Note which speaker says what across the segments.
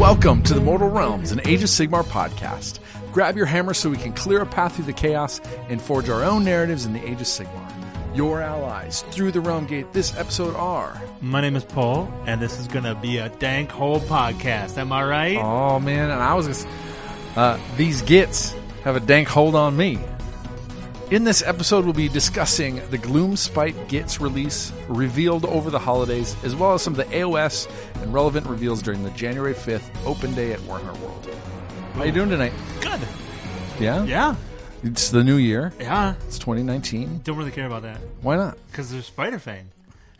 Speaker 1: Welcome to the Mortal Realms, an Age of Sigmar podcast. Grab your hammer so we can clear a path through the chaos and forge our own narratives in the Age of Sigmar. Your allies through the Realm Gate this episode are.
Speaker 2: My name is Paul, and this is going to be a dank hole podcast. Am I right?
Speaker 1: Oh man, and I was just, uh, these gits have a dank hold on me. In this episode, we'll be discussing the Gloom Spite Gits release revealed over the holidays, as well as some of the AOS and relevant reveals during the January 5th open day at Warhammer World. How you doing tonight?
Speaker 2: Good.
Speaker 1: Yeah?
Speaker 2: Yeah.
Speaker 1: It's the new year.
Speaker 2: Yeah.
Speaker 1: It's 2019.
Speaker 2: Don't really care about that
Speaker 1: Why not?
Speaker 2: because there's Spider Fang.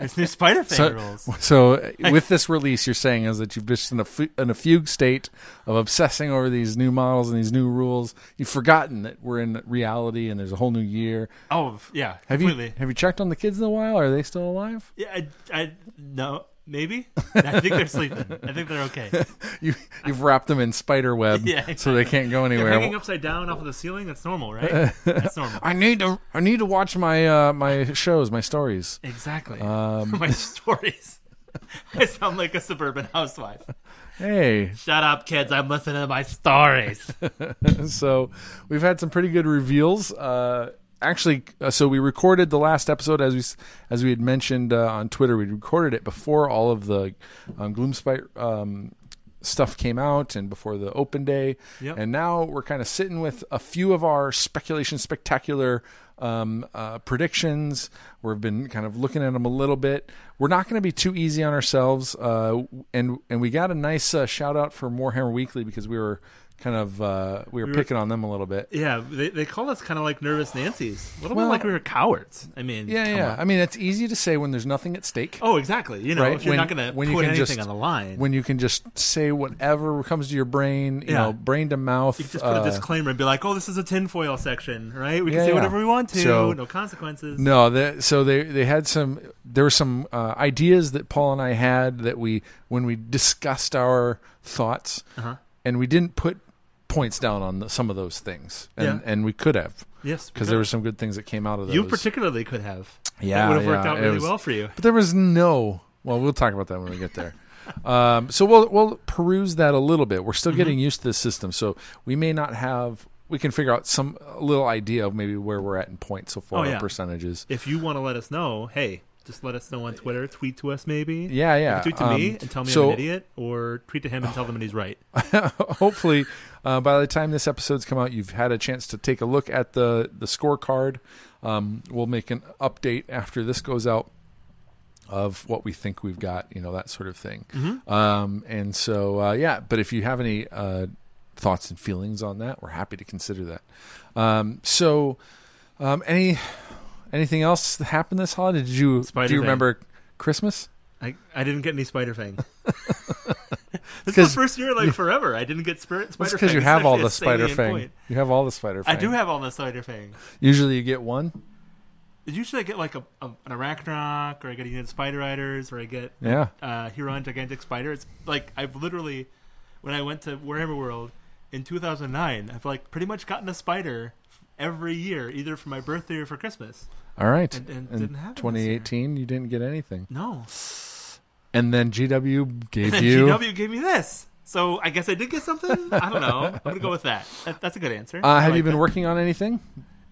Speaker 2: It's new Spider Fang
Speaker 1: So,
Speaker 2: rules.
Speaker 1: so uh, with this release, you're saying is that you've just in a, fu- in a fugue state of obsessing over these new models and these new rules. You've forgotten that we're in reality and there's a whole new year.
Speaker 2: Oh f- yeah,
Speaker 1: Have
Speaker 2: completely.
Speaker 1: you have you checked on the kids in a while? Are they still alive?
Speaker 2: Yeah, I, I no, maybe. I think they're sleeping. I think they're okay.
Speaker 1: You you've wrapped them in spider web,
Speaker 2: Yeah.
Speaker 1: so they can't go
Speaker 2: They're hanging
Speaker 1: anywhere.
Speaker 2: upside down off of the ceiling. That's normal, right? That's normal.
Speaker 1: I need to I need to watch my uh, my shows, my stories.
Speaker 2: Exactly.
Speaker 1: Um,
Speaker 2: My stories. I sound like a suburban housewife.
Speaker 1: Hey,
Speaker 2: Shut up, kids. I'm listening to my stories.
Speaker 1: so we've had some pretty good reveals. Uh, actually, uh, so we recorded the last episode as we s- as we had mentioned uh, on Twitter. We recorded it before all of the um, Gloomspite um, stuff came out and before the open day.
Speaker 2: Yep.
Speaker 1: And now we're kind of sitting with a few of our speculation spectacular. Um, uh, predictions. We've been kind of looking at them a little bit. We're not going to be too easy on ourselves, uh, and and we got a nice uh, shout out for Warhammer Weekly because we were kind of uh, we were picking on them a little bit.
Speaker 2: Yeah, they, they call us kind of like nervous Nancy's. A little
Speaker 1: Well-
Speaker 2: bit like we were cowards. I mean,
Speaker 1: Yeah,
Speaker 2: come
Speaker 1: yeah.
Speaker 2: on.
Speaker 1: I mean, it's easy to say when there's nothing at stake.
Speaker 2: Oh, exactly. You know,
Speaker 1: Right,
Speaker 2: if you're
Speaker 1: when-
Speaker 2: not going to
Speaker 1: when
Speaker 2: put
Speaker 1: you can
Speaker 2: anything
Speaker 1: just-
Speaker 2: on the line,
Speaker 1: When you can just say whatever comes to your brain, you
Speaker 2: Yeah.
Speaker 1: know, brain to mouth.
Speaker 2: just put
Speaker 1: uh,
Speaker 2: a disclaimer and be like, "Oh, this is a tinfoil section, right? We
Speaker 1: Yeah,
Speaker 2: can say
Speaker 1: yeah.
Speaker 2: whatever we want to,
Speaker 1: So-
Speaker 2: no consequences."
Speaker 1: no, the, so they they had some. There were some uh, ideas that Paul and I had that we when we discussed our thoughts,
Speaker 2: Uh-huh.
Speaker 1: and we didn't put points down on the, some of those things, and
Speaker 2: Yeah.
Speaker 1: and we could have
Speaker 2: Yes,
Speaker 1: because there were some good things that came out of those.
Speaker 2: you particularly could have.
Speaker 1: Yeah,
Speaker 2: that would have worked
Speaker 1: yeah,
Speaker 2: out
Speaker 1: it
Speaker 2: really
Speaker 1: was-
Speaker 2: well for you.
Speaker 1: But there was no. Well, we'll talk about that when we get there. um, so we'll we'll peruse that a little bit. We're still
Speaker 2: Mm-hmm.
Speaker 1: getting used to this system, so we may not have. We can figure out some a little idea of maybe where we're at in points so far,
Speaker 2: Oh,
Speaker 1: our
Speaker 2: yeah.
Speaker 1: percentages.
Speaker 2: If you want to let us know, hey, just let us know on Twitter. Tweet to us, maybe.
Speaker 1: Yeah, yeah.
Speaker 2: Tweet to
Speaker 1: Um,
Speaker 2: me and tell me I'm
Speaker 1: so-
Speaker 2: an idiot, or tweet to him and tell him he's right.
Speaker 1: hopefully uh, by the time this episode's come out you've had a chance to take a look at the the scorecard um, we'll make an update after this goes out of what we think we've got you know that sort of thing
Speaker 2: Mm-hmm.
Speaker 1: um, and so uh, yeah but if you have any uh, thoughts and feelings on that we're happy to consider that um, so um, any anything else that happened this holiday did you do
Speaker 2: Spider-Man.
Speaker 1: you remember christmas
Speaker 2: I, I didn't get any Spider Fang. this is
Speaker 1: 'Cause-
Speaker 2: the first year in, like forever. I didn't get Spider Fang.
Speaker 1: that's because you have all the spider fang you have all the spider fang
Speaker 2: I do have all the Spider Fang.
Speaker 1: usually you get one
Speaker 2: Usually I get like a, a an Arachnoc, or I get United Spider Riders, or I get
Speaker 1: yeah
Speaker 2: uh, Huron Gigantic Spider. It's like I've literally, when I went to Warhammer World in 2009, I've like pretty much gotten a spider every year, either for my birthday or for Christmas.
Speaker 1: All right.
Speaker 2: And- and
Speaker 1: In
Speaker 2: didn't happen this
Speaker 1: 2018, you didn't get anything.
Speaker 2: No,
Speaker 1: And then GW gave
Speaker 2: and
Speaker 1: you. uh,
Speaker 2: GW gave me this. So I guess I did get something. I don't know. I'm gonna go with that. that that's a good answer.
Speaker 1: Uh,
Speaker 2: I
Speaker 1: have
Speaker 2: like
Speaker 1: you been
Speaker 2: that.
Speaker 1: working on anything?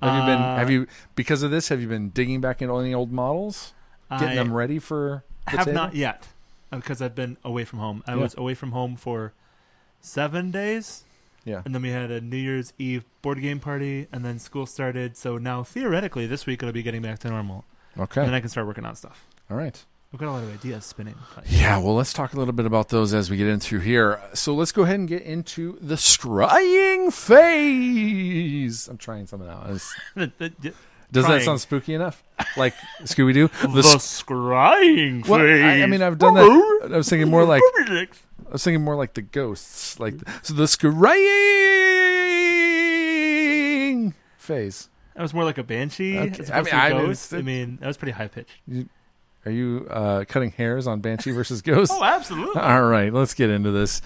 Speaker 1: Have you been?
Speaker 2: Uh,
Speaker 1: Have you because of this? Have you been digging back into any old models, getting
Speaker 2: I
Speaker 1: them ready for? The
Speaker 2: have
Speaker 1: table?
Speaker 2: not yet because I've been away from home. I
Speaker 1: Yeah.
Speaker 2: was away from home for seven days.
Speaker 1: Yeah.
Speaker 2: And then we had a New Year's Eve board game party, and then school started. So now theoretically, this week it'll be getting back to normal,
Speaker 1: Okay.
Speaker 2: and then I can start working on stuff.
Speaker 1: All right.
Speaker 2: I've got a lot of ideas spinning. but-
Speaker 1: Yeah. Well, let's talk a little bit about those as we get in through here. So let's go ahead and get into the scrying phase. I'm trying something out. It's- Does that
Speaker 2: Trying.
Speaker 1: sound spooky enough? Like Scooby Doo?
Speaker 2: the scrying phase.
Speaker 1: well, I, I mean, I've done that. I was thinking more like I was thinking more like the ghosts, like the, so the scrying phase.
Speaker 2: that was more like a banshee.
Speaker 1: Okay,
Speaker 2: as
Speaker 1: I mean,
Speaker 2: opposed to a
Speaker 1: I mean,
Speaker 2: ghost.
Speaker 1: it's-
Speaker 2: I mean, that was pretty high pitched.
Speaker 1: Are you uh, cutting hairs on Banshee versus Ghost?
Speaker 2: Oh, absolutely.
Speaker 1: All right, let's get into this.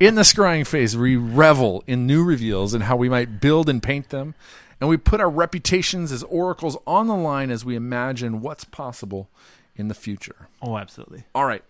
Speaker 1: In the scrying phase, we revel in new reveals and how we might build and paint them. and we put our reputations as oracles on the line as we imagine what's possible in the future.
Speaker 2: Oh, absolutely.
Speaker 1: All right.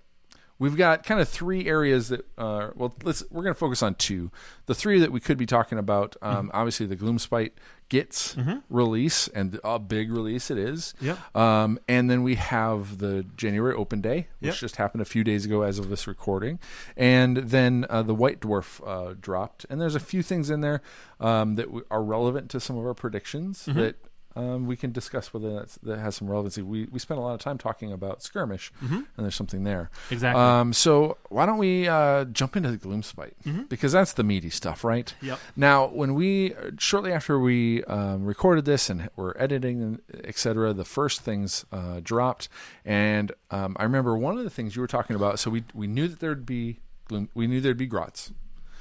Speaker 1: We've got kind of three areas that, uh, well, let's we're going to focus on two. The three that we could be talking about, um, obviously, the Gloomspite gets release and a big release it is.
Speaker 2: Yep.
Speaker 1: Um, and then we have the January Open Day, which
Speaker 2: Yep.
Speaker 1: just happened a few days ago as of this recording, and then uh, the White Dwarf uh, dropped. And there's a few things in there um, that w- are relevant to some of our predictions
Speaker 2: Mm-hmm.
Speaker 1: that um, we can discuss whether that's, that has some relevancy. We we spent a lot of time talking about skirmish, and there's something there.
Speaker 2: Mm-hmm. Exactly.
Speaker 1: Um, so why don't we uh, jump into the gloom spite because that's the meaty stuff, right?
Speaker 2: Yep.
Speaker 1: Now, when we shortly after we um, recorded this and were editing and et cetera, the first things uh, dropped, and um, I remember one of the things you were talking about. So we we knew that there'd be gloom. We knew there'd be grots.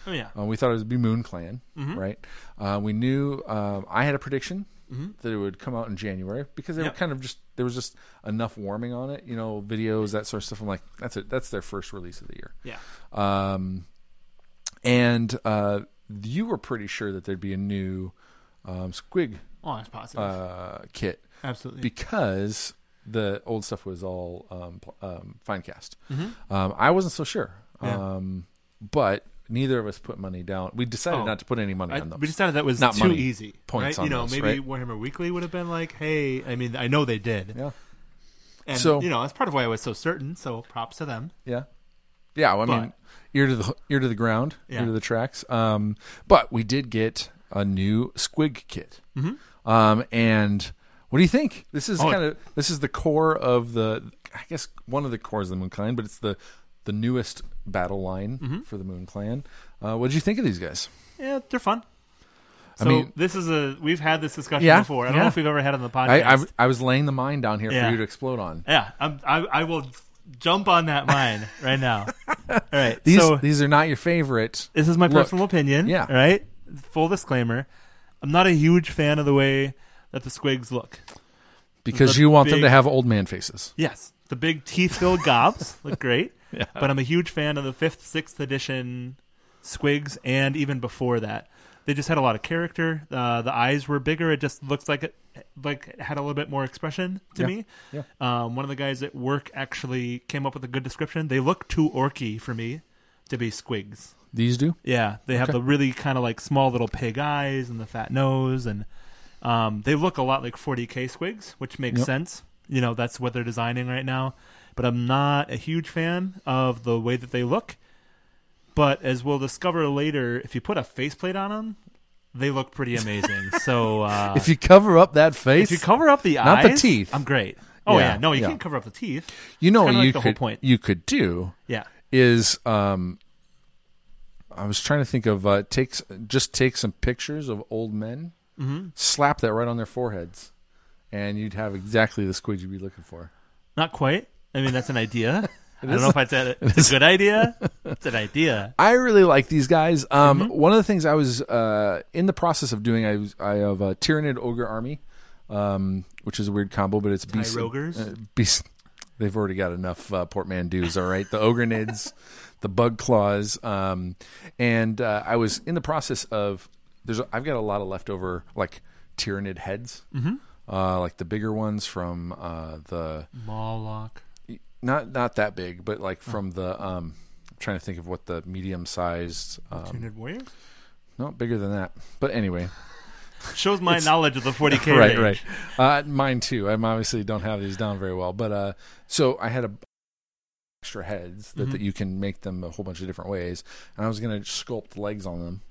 Speaker 2: Oh yeah.
Speaker 1: Uh, we thought it would be Moon Clan,
Speaker 2: Mm-hmm.
Speaker 1: right? Uh, we knew um, I had a prediction that it would come out in January because they
Speaker 2: Mm-hmm. Yep.
Speaker 1: were kind of just there was just enough warming on it, you know, videos that sort of stuff. I'm like, that's it. That's their first release of the year,
Speaker 2: Yeah.
Speaker 1: um, and uh, you were pretty sure that there'd be a new um, Squig
Speaker 2: Oh, that's positive.
Speaker 1: uh, kit
Speaker 2: absolutely.
Speaker 1: because the old stuff was all um, pl- um, finecast. Um, I wasn't so sure,
Speaker 2: Mm-hmm. Yeah.
Speaker 1: um, but neither of us put money down. We decided
Speaker 2: Oh.
Speaker 1: not to put any money
Speaker 2: I,
Speaker 1: on those.
Speaker 2: we decided that was
Speaker 1: Not
Speaker 2: too
Speaker 1: money.
Speaker 2: easy.
Speaker 1: Points
Speaker 2: right?
Speaker 1: on
Speaker 2: you know,
Speaker 1: those,
Speaker 2: maybe
Speaker 1: right?
Speaker 2: Warhammer Weekly would have been like, "Hey, I mean, I know they did."
Speaker 1: yeah,
Speaker 2: And
Speaker 1: So-
Speaker 2: you know, that's part of why I was so certain. So props to them.
Speaker 1: yeah, yeah. well, I mean,
Speaker 2: But-
Speaker 1: ear to the ear to the ground,
Speaker 2: Yeah.
Speaker 1: ear to the tracks. Um, but we did get a new squig kit. Um, and what do you think? This is
Speaker 2: Mm-hmm. Oh.
Speaker 1: kind of this is the core of the, I guess one of the cores of the Moon Clan, but it's the the newest battle line
Speaker 2: Mm-hmm.
Speaker 1: for the Moon Clan. Uh, what did you think of these guys?
Speaker 2: Yeah, they're fun. So
Speaker 1: mean-
Speaker 2: this is a we've had this discussion
Speaker 1: Yeah,
Speaker 2: before. I don't know
Speaker 1: yeah.
Speaker 2: if we've ever had it on the podcast.
Speaker 1: I, I, I was laying the mine down here
Speaker 2: Yeah.
Speaker 1: for you to explode on.
Speaker 2: yeah, I'm, I I will jump on that mine right now. All right.
Speaker 1: These
Speaker 2: so
Speaker 1: these are not your favorite.
Speaker 2: this is my
Speaker 1: Look.
Speaker 2: personal opinion.
Speaker 1: Yeah.
Speaker 2: All right. Full disclaimer: I'm not a huge fan of the way that the squigs look.
Speaker 1: because
Speaker 2: the
Speaker 1: you want them
Speaker 2: big-
Speaker 1: to have old man faces.
Speaker 2: Yes, the big teeth-filled gobs look great, but I'm a huge fan of the fifth, sixth edition squigs, and even before that, they just had a lot of character. Uh, the eyes were bigger; it just looks like it like it had a little bit more expression to
Speaker 1: Yeah.
Speaker 2: me.
Speaker 1: Yeah.
Speaker 2: Um, one of the guys at work actually came up with a good description. They look too orky for me to be squigs.
Speaker 1: These do.
Speaker 2: Yeah, they have the really kind of like small little pig eyes and the fat nose, and um, they look a lot like 40k squigs, which makes
Speaker 1: Yep.
Speaker 2: sense. You know, that's what they're designing right now. But I'm not a huge fan of the way that they look. But as we'll discover later, if you put a faceplate on them, they look pretty amazing. so uh,
Speaker 1: If you cover up that
Speaker 2: if
Speaker 1: face,
Speaker 2: you
Speaker 1: you,
Speaker 2: cover up the
Speaker 1: Not
Speaker 2: eyes,
Speaker 1: the teeth.
Speaker 2: I'm great. Oh
Speaker 1: Yeah,
Speaker 2: yeah, no, you
Speaker 1: yeah.
Speaker 2: can't cover up the teeth.
Speaker 1: know what
Speaker 2: kinda
Speaker 1: you
Speaker 2: like
Speaker 1: could
Speaker 2: the whole point.
Speaker 1: you could do
Speaker 2: Yeah,
Speaker 1: is um, I was trying to think of uh, takes just take some pictures of old men,
Speaker 2: Mm-hmm.
Speaker 1: slap that right on their foreheads, and you'd have exactly the squid you'd be looking for.
Speaker 2: not quite. I mean, that's an idea. I don't know if I'd say it's a good idea. It's an idea.
Speaker 1: I really like these guys. Um, One of the things I was uh, in the process of doing, I, was, I have a Tyranid Ogre Army, um, which is a weird combo, but it's beast.
Speaker 2: Tyrogres?
Speaker 1: Uh, beast. They've already got enough uh, portmanteaus, all right? The Ogrenids, the Bug Claws. Um, and uh, I was in the process of, there's. a- I've got a lot of leftover, like, Tyranid heads.
Speaker 2: Mm-hmm.
Speaker 1: Uh, like the bigger ones from uh, the
Speaker 2: Moloch.
Speaker 1: not not that big, but like from the um, I'm trying to think of what the medium sized um,
Speaker 2: Tuned Warrior?
Speaker 1: not bigger than that. But anyway,
Speaker 2: Shows my knowledge of the 40K
Speaker 1: right,
Speaker 2: range.
Speaker 1: right. Uh, mine too. I obviously don't have these down very well, but uh, so I had a extra heads that, that you can make them a whole bunch of different ways, and I was going to sculpt legs on them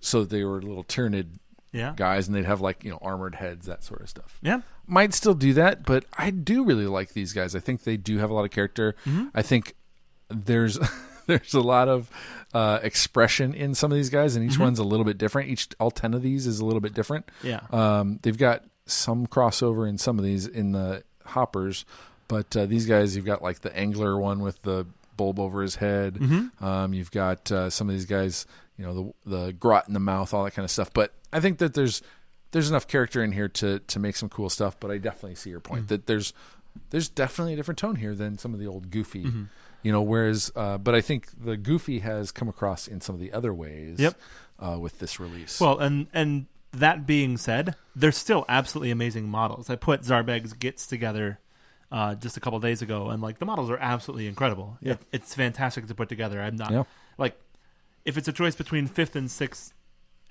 Speaker 1: so that they were little turnid
Speaker 2: Yeah.
Speaker 1: guys, and they'd have like you know armored heads, that sort of stuff.
Speaker 2: Yeah.
Speaker 1: might still do that, but I do really like these guys. I think they do have a lot of character.
Speaker 2: Mm-hmm.
Speaker 1: I think there's there's a lot of uh, expression in some of these guys, and each one's a little bit different. Each all ten of these is a little bit different.
Speaker 2: Yeah.
Speaker 1: um, they've got some crossover in some of these in the hoppers, but uh, these guys you've got like the angler one with the bulb over his head. Um, you've got uh, some of these guys, you know, the the grot in the mouth, all that kind of stuff. But I think that there's there's enough character in here to to make some cool stuff. But I definitely see your point that there's there's definitely a different tone here than some of the old goofy. You know, whereas, uh, but I think the goofy has come across in some of the other ways
Speaker 2: Yep.
Speaker 1: uh, with this release.
Speaker 2: Well, and and That being said, they're still absolutely amazing models. I put Zarbeg's gets together uh, just a couple days ago, and like the models are absolutely incredible.
Speaker 1: Yeah.
Speaker 2: It- it's fantastic to put together. I'm not
Speaker 1: Yeah.
Speaker 2: like if it's a choice between fifth and sixth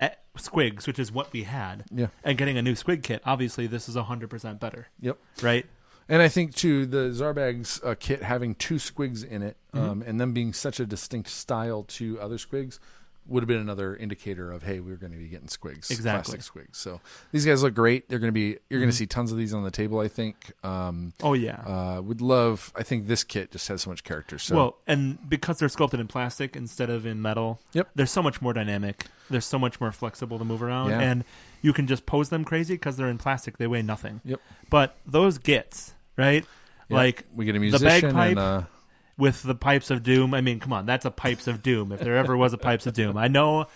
Speaker 2: eh, squigs, which is what we had,
Speaker 1: Yeah.
Speaker 2: and getting a new squig kit. Obviously, this is hundred percent better,
Speaker 1: Yep.
Speaker 2: right?
Speaker 1: And I think too the Zarbag's uh, kit having two squigs in it,
Speaker 2: Mm-hmm.
Speaker 1: um, and them being such a distinct style to other squigs, would have been another indicator of hey, we're going to be getting squigs,
Speaker 2: Exactly. Mm-hmm.
Speaker 1: plastic squigs. So these guys look great. They're going to be you're going to see tons of these on the table. I think. Um,
Speaker 2: Oh yeah.
Speaker 1: uh, would love. I think this kit just has so much character. So
Speaker 2: Well, and because they're sculpted in plastic instead of in metal,
Speaker 1: Yep.
Speaker 2: they're so much more dynamic. They're so much more flexible to move around,
Speaker 1: Yeah.
Speaker 2: and you can just pose them crazy because they're in plastic. They weigh nothing.
Speaker 1: Yep.
Speaker 2: But those gets right,
Speaker 1: yeah.
Speaker 2: like
Speaker 1: we get a musician
Speaker 2: bagpipe-
Speaker 1: and uh,
Speaker 2: with the pipes of doom. I mean, come on, that's a pipes of doom. If there ever was a pipes of doom, I know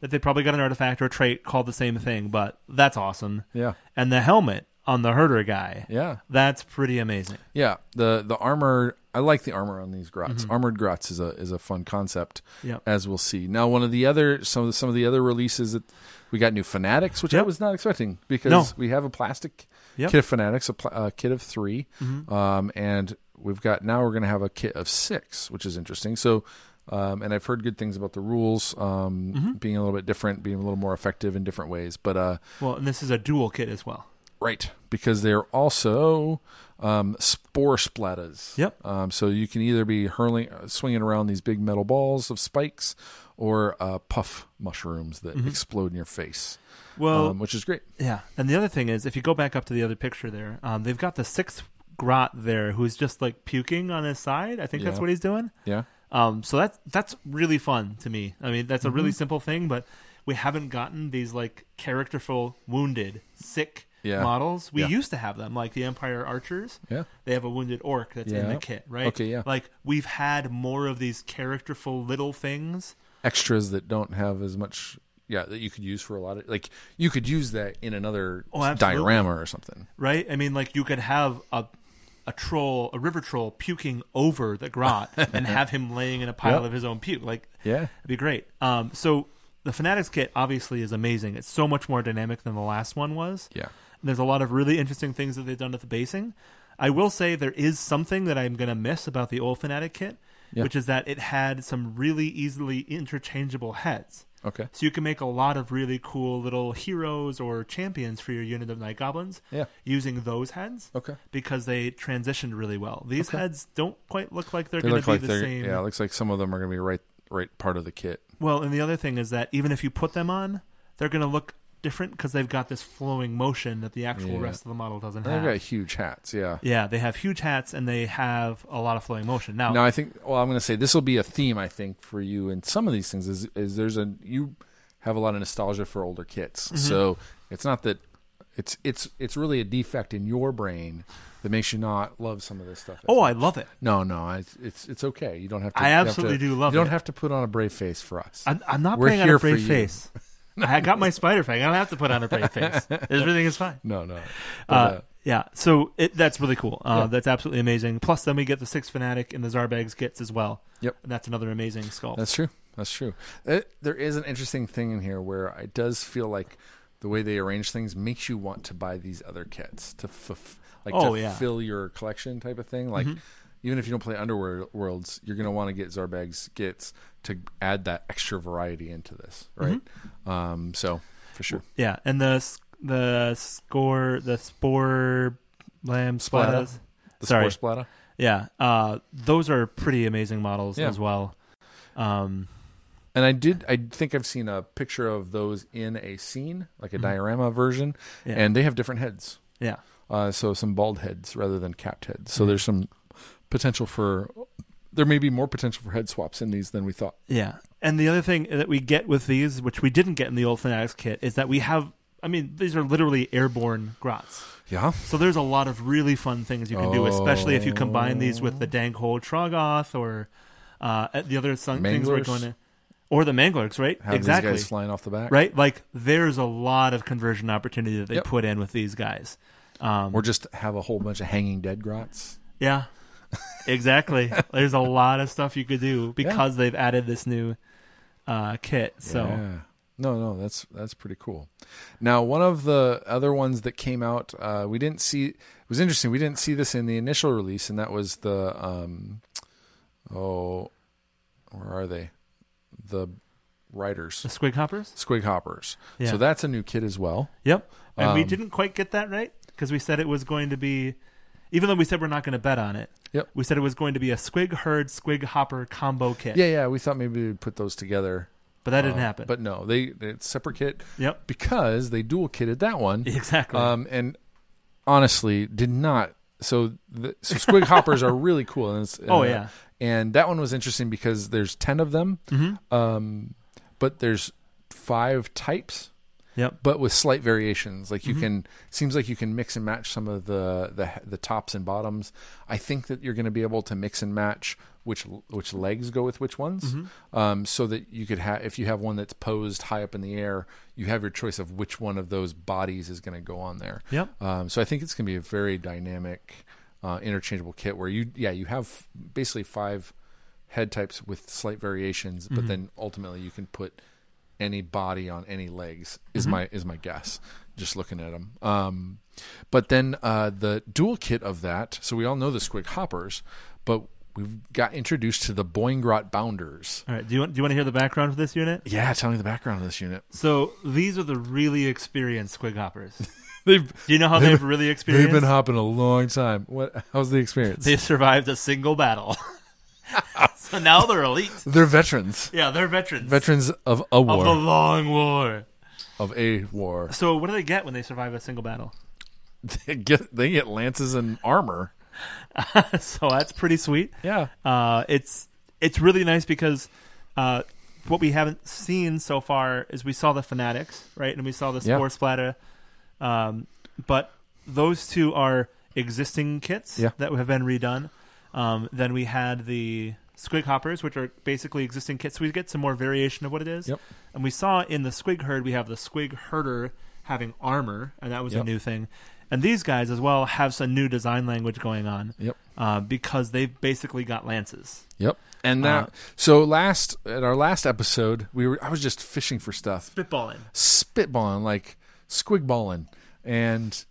Speaker 2: that they probably got an artifact or a trait called the same thing, but that's awesome.
Speaker 1: yeah,
Speaker 2: And the helmet on the herder guy,
Speaker 1: yeah.
Speaker 2: that's pretty amazing.
Speaker 1: Yeah, the the armor. I like the armor on these grots.
Speaker 2: Mm-hmm.
Speaker 1: Armored grots is a is a fun concept.
Speaker 2: Yep.
Speaker 1: as we'll see. Now, one of the other some of the, some of the other releases that we got new fanatics, which I
Speaker 2: Yep.
Speaker 1: was not expecting because
Speaker 2: No.
Speaker 1: we have a plastic
Speaker 2: Yep. Mm-hmm.
Speaker 1: kit of fanatics, a, pl- a kit of 3 um, and we've got now we're going to have a kit of six, which is interesting. So. Um, and I've heard good things about the rules um,
Speaker 2: Mm-hmm.
Speaker 1: being a little bit different, being a little more effective in different ways. But uh,
Speaker 2: Well, and this is a dual kit as well.
Speaker 1: Right, because they're also um, spore splattas.
Speaker 2: Yep.
Speaker 1: Um, so you can either be hurling, uh, swinging around these big metal balls of spikes, or uh, puff mushrooms that
Speaker 2: Mm-hmm.
Speaker 1: explode in your face,
Speaker 2: Well,
Speaker 1: um, which is great.
Speaker 2: Yeah, and the other thing is, if you go back up to the other picture there, um, they've got the sixth grot there, who's just like puking on his side. I think that's
Speaker 1: Yeah.
Speaker 2: what he's doing.
Speaker 1: Yeah.
Speaker 2: Um, so that's that's really fun to me. I mean, that's a
Speaker 1: Mm-hmm.
Speaker 2: really simple thing, but we haven't gotten these like characterful, wounded, sick
Speaker 1: Yeah.
Speaker 2: models. We
Speaker 1: Yeah.
Speaker 2: used to have them, like the Empire Archers.
Speaker 1: Yeah.
Speaker 2: They have a wounded orc that's in the
Speaker 1: Yeah.
Speaker 2: kit, right?
Speaker 1: Okay, yeah.
Speaker 2: Like we've had more of these characterful little things.
Speaker 1: Extras that don't have as much. Yeah, that you could use for a lot of like you could use that in another
Speaker 2: Oh, absolutely.
Speaker 1: diorama or something.
Speaker 2: right? I mean, like you could have a a troll, a river troll, puking over the grot and have him laying in a pile
Speaker 1: Yeah.
Speaker 2: of his own puke. Like,
Speaker 1: Yeah.
Speaker 2: it'd be great. Um, so the Fanatics kit obviously is amazing. It's so much more dynamic than the last one was.
Speaker 1: Yeah.
Speaker 2: There's a lot of really interesting things that they've done at the basing. I will say there is something that I'm going to miss about the old Fanatic kit,
Speaker 1: Yeah.
Speaker 2: which is that it had some really easily interchangeable heads.
Speaker 1: Okay.
Speaker 2: So you can make a lot of really cool little heroes or champions for your unit of night goblins
Speaker 1: Yeah.
Speaker 2: using those heads.
Speaker 1: Okay.
Speaker 2: Because they transitioned really well. These
Speaker 1: Okay.
Speaker 2: heads don't quite look like they're
Speaker 1: They
Speaker 2: going
Speaker 1: look
Speaker 2: to be
Speaker 1: like
Speaker 2: the
Speaker 1: they're
Speaker 2: same.
Speaker 1: yeah. It looks like some of them are going to be right right part of the kit.
Speaker 2: Well, and the other thing is that even if you put them on, they're going to look different because they've got this flowing motion that the actual
Speaker 1: Yeah.
Speaker 2: rest of the model doesn't
Speaker 1: They've
Speaker 2: have.
Speaker 1: got huge hats. Yeah.
Speaker 2: Yeah, they have huge hats and they have a lot of flowing motion. Now,
Speaker 1: Now I think well I'm going to say this will be a theme I think for you in some of these things is is there's a you have a lot of nostalgia for older kits.
Speaker 2: Mm-hmm.
Speaker 1: So it's not that it's it's it's really a defect in your brain that makes you not love some of this stuff.
Speaker 2: oh, I love it.
Speaker 1: no, no, I, it's it's okay. You don't have to.
Speaker 2: I
Speaker 1: you have
Speaker 2: absolutely
Speaker 1: to-
Speaker 2: do love
Speaker 1: You don't
Speaker 2: it.
Speaker 1: have to put on a brave face for us.
Speaker 2: I'm, I'm not
Speaker 1: We're
Speaker 2: putting on
Speaker 1: here
Speaker 2: a
Speaker 1: for
Speaker 2: brave
Speaker 1: you.
Speaker 2: face. I got my spider fang. I don't have to put on a brave face. Everything is fine.
Speaker 1: no, no. But,
Speaker 2: Uh,
Speaker 1: uh,
Speaker 2: yeah, so it, that's really cool. Uh, That's absolutely amazing. Plus, then we get the Six Fanatic and the Zarbags gets as well.
Speaker 1: Yep.
Speaker 2: And that's another amazing sculpt.
Speaker 1: That's true. That's true. Uh, there is an interesting thing in here where it does feel like the way they arrange things makes you want to buy these other kits to f- like
Speaker 2: Oh,
Speaker 1: to
Speaker 2: yeah. Mm-hmm.
Speaker 1: fill your collection type of thing. Like even if you don't play Underworlds, you're going to want to get Zarbag's kits to add that extra variety into this, right?
Speaker 2: Mm-hmm.
Speaker 1: Um, so for sure,
Speaker 2: yeah, and the s- the score, the spore lamb
Speaker 1: Splatta.
Speaker 2: splattas.
Speaker 1: the
Speaker 2: Sorry.
Speaker 1: Spore Splatter.
Speaker 2: Yeah, uh, those are pretty amazing models
Speaker 1: Yeah.
Speaker 2: as well. Um,
Speaker 1: And I did. I think I've seen a picture of those in a scene, like a diorama version,
Speaker 2: Mm-hmm. Yeah.
Speaker 1: and they have different heads.
Speaker 2: yeah,
Speaker 1: uh, so some bald heads rather than capped heads.
Speaker 2: Hmm.
Speaker 1: So there's some potential for there may be more potential for head swaps in these than we thought.
Speaker 2: yeah. And the other thing that we get with these, which we didn't get in the old Fanatics kit, is that we have. I mean, these are literally airborne grots.
Speaker 1: Yeah,
Speaker 2: So there's a lot of really fun things you can do, especially if you combine these with the Dankhold Trogoth or uh, the other sun- things we're
Speaker 1: Manglers.
Speaker 2: going to, or the Manglers, right?
Speaker 1: have
Speaker 2: exactly,
Speaker 1: these guys flying off the back,
Speaker 2: right? Like there's a lot of conversion opportunity that they
Speaker 1: Yep.
Speaker 2: put in with these guys. Um,
Speaker 1: Or just have a whole bunch of hanging dead grots.
Speaker 2: yeah, exactly. there's a lot of stuff you could do because they've added this new uh, kit. So
Speaker 1: Yeah. No, no, that's that's pretty cool. Now, one of the other ones that came out, uh, we didn't see. It was interesting. We didn't see this in the initial release, and that was the um, oh, where are they? The writers,
Speaker 2: The Squig Hoppers?
Speaker 1: Squig Hoppers.
Speaker 2: Yeah.
Speaker 1: So that's a new kid as well.
Speaker 2: Yep. And we
Speaker 1: Um,
Speaker 2: didn't quite get that right because we said it was going to be, even though we said we're not going to bet on it.
Speaker 1: Yep.
Speaker 2: We said it was going to be a Squig Herd Squig Hopper combo kit.
Speaker 1: Yeah, yeah. We thought maybe we'd put those together.
Speaker 2: But that didn't
Speaker 1: Uh,
Speaker 2: happen.
Speaker 1: But no, they it's separate kit
Speaker 2: yep.
Speaker 1: because they dual kitted that one.
Speaker 2: Exactly.
Speaker 1: Um, and honestly, did not. So, the, so squig hoppers are really cool. And it's,
Speaker 2: Oh,
Speaker 1: uh,
Speaker 2: yeah.
Speaker 1: and that one was interesting because there's ten of them,
Speaker 2: Mm-hmm.
Speaker 1: um, but there's five types,
Speaker 2: yep.
Speaker 1: but with slight variations. Like you can seems like you can mix and match some of the the, the tops and bottoms. I think that you're going to be able to mix and match which which legs go with which ones, um, so that you could have if you have one that's posed high up in the air, you have your choice of which one of those bodies is going to go on there.
Speaker 2: Yep.
Speaker 1: Um, so I think it's going to be a very dynamic, uh, interchangeable kit where you, yeah, you have basically five head types with slight variations, but then ultimately you can put any body on any legs is my is my guess. Just looking at them. Um, but then uh, the dual kit of that. So we all know the Squig Hoppers, but we've got introduced to the Boingrot Bounders.
Speaker 2: All right. Do you want, do you want to hear the background for this unit?
Speaker 1: Yeah, tell me the background of this unit.
Speaker 2: So these are the really experienced Squig Hoppers.
Speaker 1: They've
Speaker 2: Do you know how
Speaker 1: They've-
Speaker 2: they've really
Speaker 1: they've
Speaker 2: experienced?
Speaker 1: been hopping a long time. What? How's the experience?
Speaker 2: They survived a single battle. so now they're elite.
Speaker 1: They're veterans.
Speaker 2: Yeah, they're veterans
Speaker 1: veterans of a
Speaker 2: of the
Speaker 1: war
Speaker 2: long war.
Speaker 1: of a war
Speaker 2: So what do they get when they survive a single battle?
Speaker 1: they get they get lances and armor
Speaker 2: so that's pretty sweet.
Speaker 1: yeah
Speaker 2: Uh, it's it's really nice because uh, what we haven't seen so far is we saw the fanatics, right, and we saw the
Speaker 1: Yeah.
Speaker 2: spore splatter, um, but those two are existing kits
Speaker 1: Yeah.
Speaker 2: that have been redone. Um, then we had the squig hoppers, which are basically existing kits. So we get some more variation of what it is.
Speaker 1: Yep.
Speaker 2: And we saw in the squig herd we have the squig herder having armor, and that was
Speaker 1: Yep.
Speaker 2: a new thing. And these guys as well have some new design language going on
Speaker 1: yep
Speaker 2: uh, because they've basically got lances.
Speaker 1: yep and that so last at our last episode we were i was just fishing for stuff
Speaker 2: Spitballing.
Speaker 1: spitballing like squigballing and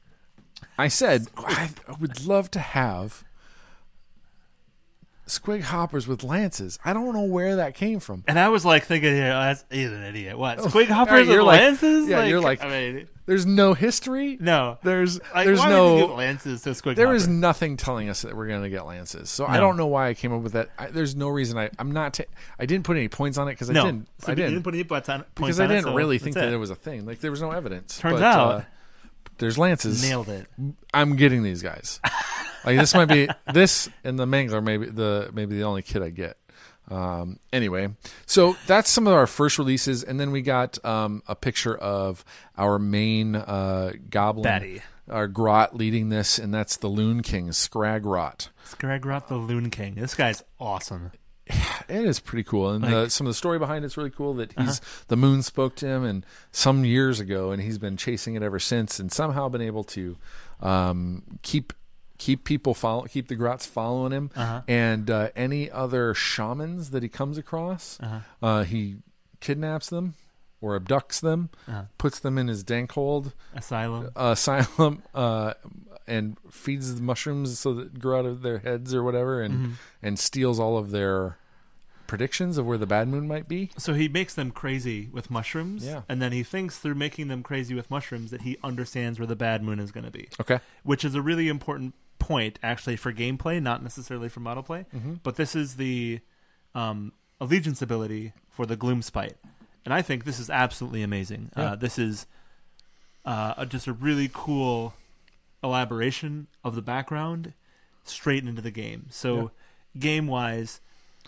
Speaker 1: i said I, I would love to have squig hoppers with lances i don't know where that came from
Speaker 2: And I was like thinking, yeah, that's, he's an idiot. What? Squig
Speaker 1: Right,
Speaker 2: hoppers
Speaker 1: Oh. you're
Speaker 2: with
Speaker 1: like-
Speaker 2: lances?
Speaker 1: yeah, you're like-
Speaker 2: I mean,
Speaker 1: there's no history
Speaker 2: no.
Speaker 1: there's
Speaker 2: Like,
Speaker 1: there's
Speaker 2: why
Speaker 1: no
Speaker 2: would you give lances to Squig
Speaker 1: There is
Speaker 2: Hopper?
Speaker 1: nothing telling us that we're going to get lances. So I
Speaker 2: No.
Speaker 1: don't know why I came up with that. I, there's no reason I I'm not ta- I didn't put any points on it because I
Speaker 2: no.
Speaker 1: didn't
Speaker 2: So
Speaker 1: I
Speaker 2: you
Speaker 1: didn't,
Speaker 2: put any points on, points
Speaker 1: because
Speaker 2: on
Speaker 1: I
Speaker 2: it,
Speaker 1: didn't
Speaker 2: so
Speaker 1: really
Speaker 2: that's
Speaker 1: think that it was a thing. Like there was no evidence.
Speaker 2: Turns
Speaker 1: But,
Speaker 2: out-
Speaker 1: uh, there's lances.
Speaker 2: Nailed it.
Speaker 1: I'm getting these guys. like this might be this and the mangler maybe the maybe the only kid I get. Um, anyway, so that's some of our first releases, and then we got um, a picture of our main uh, goblin,
Speaker 2: Batty.
Speaker 1: our Grot leading this, and that's the Loon King Scrag Rot.
Speaker 2: Scragrot the Loon King. This guy's awesome.
Speaker 1: It is pretty cool, and the, some of the story behind it's really cool. That he's the moon spoke to him, and some years ago, and he's been chasing it ever since, and somehow been able to um, keep keep people follow keep the grots following him, and uh, any other shamans that he comes across, uh he kidnaps them or abducts them, puts them in his dank hold
Speaker 2: Asylum.
Speaker 1: asylum uh, and feeds the mushrooms so that grow out of their heads or whatever, and
Speaker 2: Mm-hmm.
Speaker 1: and steals all of their predictions of where the bad moon might be.
Speaker 2: So he makes them crazy with mushrooms.
Speaker 1: Yeah.
Speaker 2: And then he thinks through making them crazy with mushrooms that he understands where the bad moon is going to be.
Speaker 1: Okay.
Speaker 2: which is a really important point actually for gameplay, not necessarily for model play.
Speaker 1: Mm-hmm.
Speaker 2: But this is the um, allegiance ability for the gloom spite, and I think this is absolutely amazing.
Speaker 1: Yeah.
Speaker 2: Uh, this is uh, a- just a really cool elaboration of the background straight into the game. So, game wise,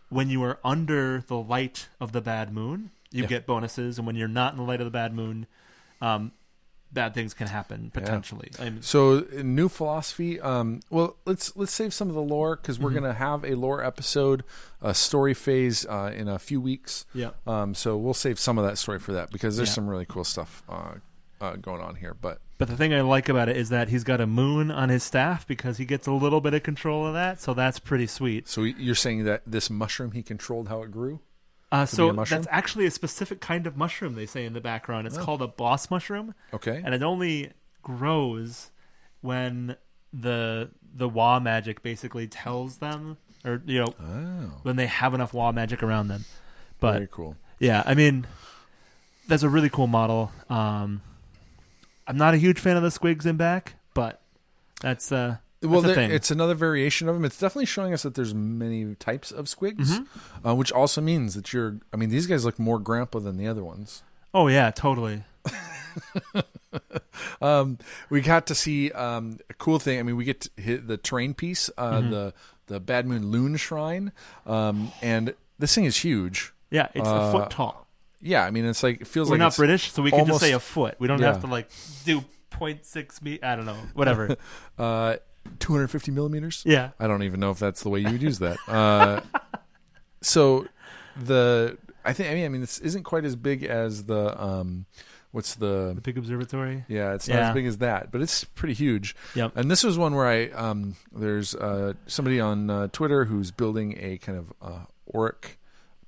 Speaker 2: when you are under the light of the bad moon, you
Speaker 1: Yeah.
Speaker 2: get bonuses, and when you're not in the light of the bad moon, um, bad things can happen potentially. I mean,
Speaker 1: So uh, new philosophy. Um, well, let's let's save some of the lore because we're
Speaker 2: Mm-hmm.
Speaker 1: gonna have a lore episode, a story phase uh, in a few weeks.
Speaker 2: yeah.
Speaker 1: Um, so we'll save some of that story for that because there's
Speaker 2: Yeah.
Speaker 1: some really cool stuff uh, uh, going on here. But
Speaker 2: But the thing I like about it is that he's got a moon on his staff because he gets a little bit of control of that, so that's pretty sweet.
Speaker 1: so you're saying that this mushroom he controlled how it grew.
Speaker 2: Uh,
Speaker 1: be
Speaker 2: so
Speaker 1: a mushroom? Oh.
Speaker 2: that's actually a specific kind of mushroom they say in the background. It's called a boss mushroom,
Speaker 1: Okay.
Speaker 2: and it only grows when the the wah magic basically tells them, or you know,
Speaker 1: Oh,
Speaker 2: when they have enough wah magic around them. But
Speaker 1: very cool.
Speaker 2: yeah, I mean, that's a really cool model. Um, I'm not a huge fan of the squigs in back, but that's uh, that's
Speaker 1: well,
Speaker 2: a
Speaker 1: there-
Speaker 2: thing.
Speaker 1: it's another variation of them. It's definitely showing us that there's many types of squigs,
Speaker 2: Mm-hmm.
Speaker 1: uh, which also means that you're. I mean, these guys look more grandpa than the other ones.
Speaker 2: oh yeah, totally.
Speaker 1: Um, we got to see um, a cool thing. I mean, we get to hit the terrain piece, uh,
Speaker 2: Mm-hmm.
Speaker 1: the the Bad Moon Loon Shrine, um, and this thing is huge.
Speaker 2: Yeah, it's a
Speaker 1: Uh,
Speaker 2: foot tall.
Speaker 1: Yeah, I mean, it's like it feels
Speaker 2: We're
Speaker 1: like
Speaker 2: not
Speaker 1: it's-
Speaker 2: British, so we can
Speaker 1: almost-
Speaker 2: just say a foot. We don't
Speaker 1: Yeah.
Speaker 2: have to like do 0.6 me. I don't know, whatever.
Speaker 1: Uh, 250 millimeters.
Speaker 2: yeah,
Speaker 1: I don't even know if that's the way you would use that. Uh, so the I think I mean I mean this isn't quite as big as the um what's the
Speaker 2: big observatory.
Speaker 1: yeah it's not
Speaker 2: Yeah.
Speaker 1: as big as that but it's pretty huge.
Speaker 2: Yep.
Speaker 1: And this was one where I um there's uh somebody on uh, Twitter who's building a kind of uh, auric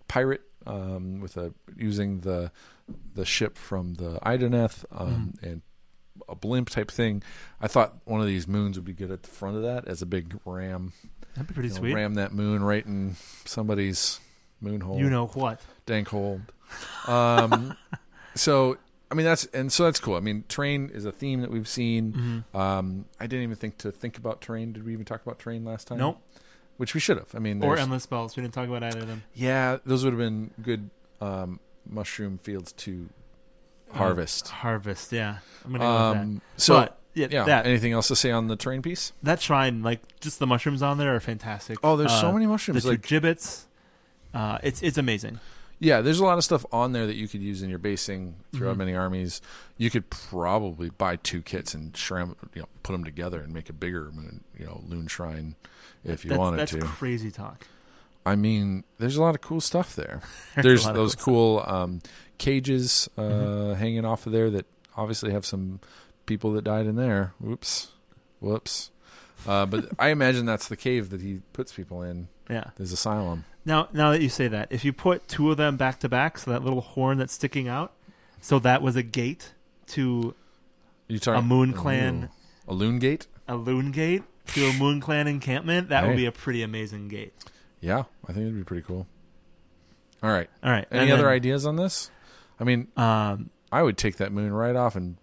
Speaker 1: pirate um with a using the the ship from the Idaneth um
Speaker 2: Mm-hmm.
Speaker 1: and a blimp type thing. I thought one of these moons would be good at the front of that as a big ram
Speaker 2: That'd be pretty
Speaker 1: you know,
Speaker 2: sweet.
Speaker 1: ram that moon right in somebody's moon hole,
Speaker 2: You know what?
Speaker 1: dank hole. Um, so I mean that's and so that's cool. I mean, terrain is a theme that we've seen. Um, I didn't even think to think about terrain. Did we even talk about terrain last time?
Speaker 2: Nope.
Speaker 1: Which we should have. I mean,
Speaker 2: Or
Speaker 1: there's-
Speaker 2: endless spells. We didn't talk about either of them.
Speaker 1: yeah, those would have been good um, mushroom fields to harvest.
Speaker 2: Harvest. Yeah, I'm gonna go with that.
Speaker 1: Um, so
Speaker 2: but, yeah,
Speaker 1: yeah,
Speaker 2: that
Speaker 1: anything else to say on the terrain piece?
Speaker 2: that shrine, like just the mushrooms on there are fantastic.
Speaker 1: Oh, there's
Speaker 2: Uh,
Speaker 1: so many
Speaker 2: The
Speaker 1: mushrooms.
Speaker 2: two
Speaker 1: Like
Speaker 2: gibbets. Uh, it's it's amazing.
Speaker 1: Yeah, there's a lot of stuff on there that you could use in your basing
Speaker 2: Mm-hmm.
Speaker 1: throughout many armies. You could probably buy two kits and shram, you know, put them together and make a bigger moon, you know, loon shrine if you
Speaker 2: that's,
Speaker 1: wanted
Speaker 2: that's
Speaker 1: to.
Speaker 2: crazy talk.
Speaker 1: I mean, there's a lot of cool stuff there.
Speaker 2: There's
Speaker 1: There's
Speaker 2: a lot of
Speaker 1: those
Speaker 2: cool Mm-hmm.
Speaker 1: cool um, cages uh, hanging off of there that obviously have some people that died in there. Whoops, whoops. Uh, but I imagine that's the cave that he puts people in.
Speaker 2: Yeah.
Speaker 1: His asylum.
Speaker 2: Now, now that you say that, if you put two of them back to back, so that little horn that's sticking out, so that was a gate to
Speaker 1: You talking
Speaker 2: A moon clan.
Speaker 1: Ooh. a loon gate?
Speaker 2: a loon gate to a moon clan encampment. That
Speaker 1: Hey.
Speaker 2: would be a pretty amazing gate.
Speaker 1: Yeah, I think it'd be pretty cool. All right.
Speaker 2: All right.
Speaker 1: Any
Speaker 2: and
Speaker 1: other
Speaker 2: then,
Speaker 1: ideas on this? I mean,
Speaker 2: Um,
Speaker 1: I would take that moon right off and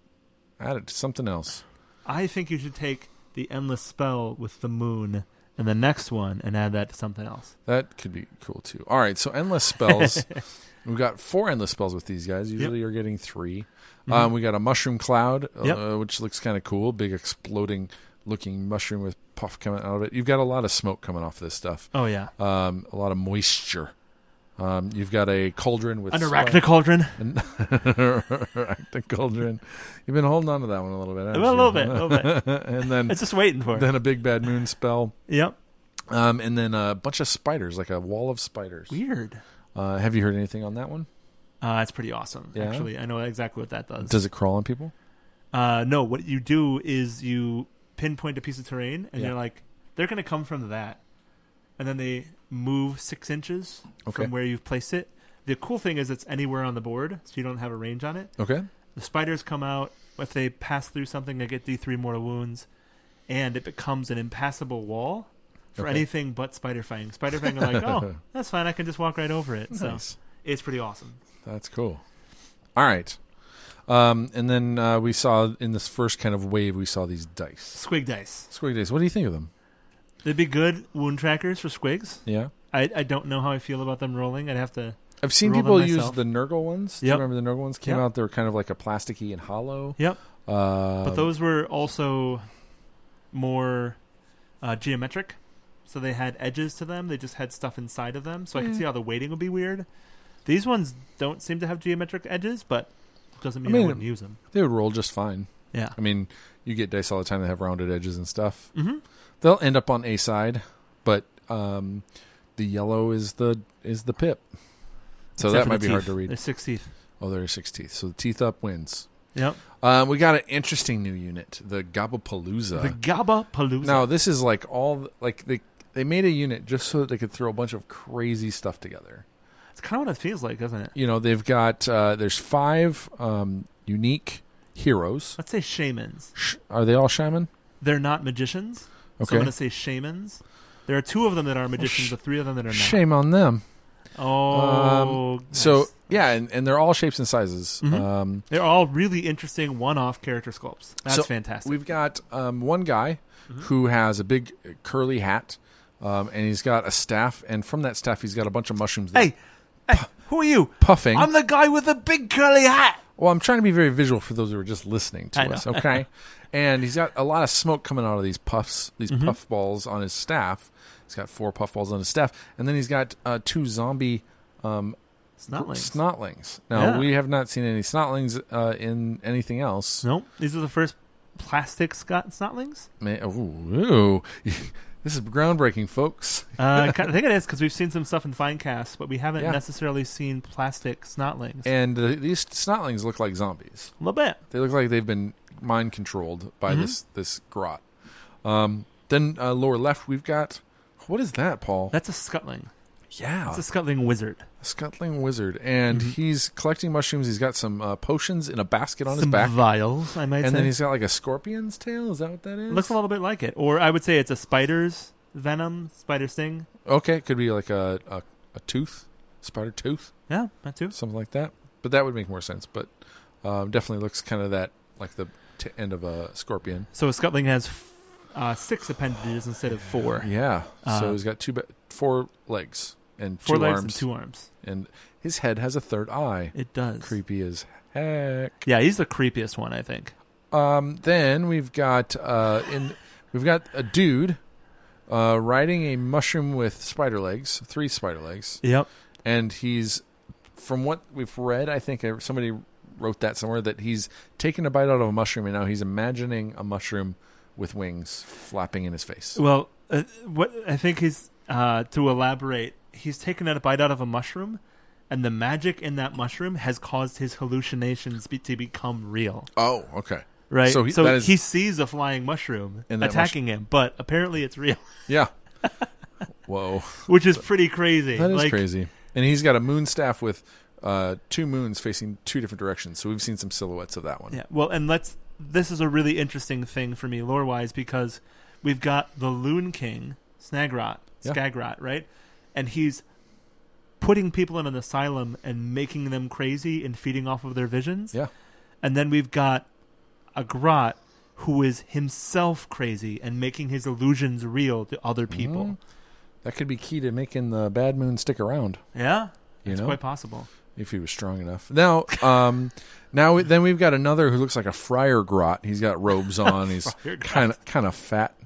Speaker 1: add it to something else.
Speaker 2: I think you should take the endless spell with the moon and the next one and add that to something else.
Speaker 1: That could be cool too. All right, so endless spells. We've got four endless spells with these guys. Usually, you're getting 3 Um, we got a mushroom cloud, uh,
Speaker 2: Mm-hmm. Yep.
Speaker 1: which looks kind of cool. Big exploding looking mushroom with puff coming out of it. You've got a lot of smoke coming off this stuff.
Speaker 2: Oh yeah,
Speaker 1: Um, a lot of moisture. Um, you've got a cauldron with
Speaker 2: an
Speaker 1: sweat.
Speaker 2: arachna cauldron.
Speaker 1: the cauldron. You've been holding on to that one a little bit, haven't
Speaker 2: A little
Speaker 1: you?
Speaker 2: bit, a little
Speaker 1: and then
Speaker 2: It's just waiting for it.
Speaker 1: then a big bad moon spell,
Speaker 2: Yep.
Speaker 1: um, and then a bunch of spiders, like a wall of spiders.
Speaker 2: Weird.
Speaker 1: Uh, have you heard anything on that one?
Speaker 2: Uh, it's pretty awesome.
Speaker 1: Yeah?
Speaker 2: Actually, I know exactly what that does.
Speaker 1: Does it crawl on people?
Speaker 2: Uh, no, what you do is you pinpoint a piece of terrain, and
Speaker 1: Yeah.
Speaker 2: you're like, they're going to come from that, and then they move six inches
Speaker 1: Okay.
Speaker 2: from where you've placed it. The cool thing is it's anywhere on the board, so you don't have a range on it.
Speaker 1: Okay,
Speaker 2: The spiders come out if they pass through something, they get D three mortal wounds, and it becomes an impassable wall for
Speaker 1: Okay.
Speaker 2: anything but spider fang. Spider fang are like, oh, that's fine, I can just walk right over it. So
Speaker 1: nice.
Speaker 2: it's pretty awesome.
Speaker 1: That's cool. All right, um, and then uh, we saw in this first kind of wave, we saw these dice,
Speaker 2: Squig dice.
Speaker 1: squig dice. What do you think of them?
Speaker 2: They'd be good wound trackers for squigs.
Speaker 1: Yeah,
Speaker 2: I, I don't know how I feel about them rolling. I'd have to.
Speaker 1: I've seen
Speaker 2: Roll them
Speaker 1: people use
Speaker 2: myself.
Speaker 1: the Nurgle ones. Do you
Speaker 2: Yep.
Speaker 1: remember the Nurgle ones came
Speaker 2: Yep.
Speaker 1: out? They were kind of like a plasticky and hollow.
Speaker 2: Yep.
Speaker 1: Uh,
Speaker 2: But those were also more uh, geometric, so they had edges to them. They just had stuff inside of them, so I could see how the weighting would be weird. These ones don't seem to have geometric edges, but doesn't mean I,
Speaker 1: mean,
Speaker 2: wouldn't use them.
Speaker 1: they would roll just fine.
Speaker 2: Yeah.
Speaker 1: I mean, you get dice all the time that have rounded edges and stuff.
Speaker 2: hmm
Speaker 1: They'll end up on a side, but um, the yellow is the is the pip. So that might be hard to
Speaker 2: They're
Speaker 1: read.
Speaker 2: six teeth.
Speaker 1: Oh, there are six teeth. So the teeth up wins.
Speaker 2: Yep.
Speaker 1: Um, we got an interesting new unit, the
Speaker 2: the
Speaker 1: Gabapalooza.
Speaker 2: Gaba Palooza.
Speaker 1: now this is like all like they they made a unit just so that they could throw a bunch of crazy stuff together.
Speaker 2: It's kind of what it feels like, doesn't it?
Speaker 1: You know, they've got uh, there's five um, unique heroes.
Speaker 2: Let's say shamans.
Speaker 1: Sh- Are they all shaman?
Speaker 2: They're not magicians. So
Speaker 1: Okay.
Speaker 2: I'm going to say shamans. There are two of them that are magicians,
Speaker 1: sh-
Speaker 2: but three of them that are not.
Speaker 1: Shame on them.
Speaker 2: Oh, nice.
Speaker 1: So yeah, and, and they're all shapes and sizes.
Speaker 2: Mhm.
Speaker 1: Um,
Speaker 2: they're all really interesting one-off character sculpts. That's Mm-hmm.
Speaker 1: So,
Speaker 2: fantastic.
Speaker 1: we've got um, one guy who has a big uh, curly hat, um, and he's got a staff, and from that staff he's got a bunch of mushrooms. that
Speaker 2: hey, hey, who are you?
Speaker 1: puffing.
Speaker 2: I'm the guy with the big curly hat.
Speaker 1: Well, I'm trying to be very visual for those who are just listening to
Speaker 2: I know.
Speaker 1: us, okay? and he's got a lot of smoke coming out of these puffs, these
Speaker 2: Mm-hmm.
Speaker 1: puff balls on his staff. He's got four puff balls on his staff, and then he's got uh, two zombie um,
Speaker 2: It's not like
Speaker 1: snotlings. Now
Speaker 2: Yeah.
Speaker 1: we have not seen any snotlings uh, in anything else.
Speaker 2: Nope. These are the first plastic Scott snotlings.
Speaker 1: May- ooh, ooh. this is groundbreaking, folks.
Speaker 2: Uh, I think it is because we've seen some stuff in Finecast, but we haven't
Speaker 1: Yeah.
Speaker 2: necessarily seen plastic snotlings.
Speaker 1: And uh, these snotlings look like zombies.
Speaker 2: a little bit.
Speaker 1: They look like they've been mind controlled by
Speaker 2: Mm-hmm.
Speaker 1: this this grot. Um, then uh, lower left, we've got what is that, Paul?
Speaker 2: That's a scuttling.
Speaker 1: yeah,
Speaker 2: That's a Mm-hmm. scuttling wizard.
Speaker 1: a scuttling wizard, and he's collecting mushrooms. He's got some uh, potions in a basket on
Speaker 2: Some
Speaker 1: his back,
Speaker 2: vials, I might
Speaker 1: and
Speaker 2: say.
Speaker 1: then he's got like a scorpion's tail. Is that what that is?
Speaker 2: Looks a little bit like it. Or I would say it's a spider's venom, spider sting.
Speaker 1: okay. It could be like a, a a tooth, spider tooth,
Speaker 2: Yeah, that too.
Speaker 1: something like that. But that would make more sense. But um, definitely looks kind of that like the t- end of a scorpion.
Speaker 2: So a scuttling has f- uh, six appendages instead of four.
Speaker 1: Yeah.
Speaker 2: Uh,
Speaker 1: so he's got two, ba- four legs and
Speaker 2: Four
Speaker 1: two
Speaker 2: legs and
Speaker 1: arms.
Speaker 2: two arms.
Speaker 1: and his head has a third eye.
Speaker 2: It does.
Speaker 1: Creepy as heck.
Speaker 2: Yeah, he's the creepiest one, I think.
Speaker 1: Um, then we've got uh, in we've got a dude uh, riding a mushroom with spider legs, three spider legs,
Speaker 2: Yep.
Speaker 1: and he's from what we've read. I think uh, somebody wrote that somewhere that he's taken a bite out of a mushroom and now he's imagining a mushroom with wings flapping in his face.
Speaker 2: Well, uh, what I think he's uh, to elaborate, he's taken a bite out of a mushroom, and the magic in that mushroom has caused his hallucinations be- to become real.
Speaker 1: Oh, okay.
Speaker 2: Right.
Speaker 1: So
Speaker 2: So
Speaker 1: he-
Speaker 2: he,
Speaker 1: that is-
Speaker 2: sees a flying mushroom
Speaker 1: And that
Speaker 2: attacking him, but apparently it's real,
Speaker 1: Yeah. Whoa.
Speaker 2: which is pretty crazy.
Speaker 1: That is
Speaker 2: Like,
Speaker 1: crazy. And he's got a moon staff with uh, two moons facing two different directions. So we've seen some silhouettes of that one.
Speaker 2: Yeah. Well, and let's. This is a really interesting thing for me lore wise because we've got the Loon King, Snagrot,
Speaker 1: Yeah.
Speaker 2: Skagrot, right? And he's putting people in an asylum and making them crazy and feeding off of their visions.
Speaker 1: Yeah.
Speaker 2: And then we've got a Grot who is himself crazy and making his illusions real to other
Speaker 1: Mm.
Speaker 2: people.
Speaker 1: That could be key to making the bad moon stick around,
Speaker 2: Yeah.
Speaker 1: you
Speaker 2: It's
Speaker 1: know,
Speaker 2: quite possible.
Speaker 1: if he was strong enough. Now, um, now we- then we've got another who looks like a friar grot. He's got robes on. He's
Speaker 2: Friar grot.
Speaker 1: kind of kind of fat,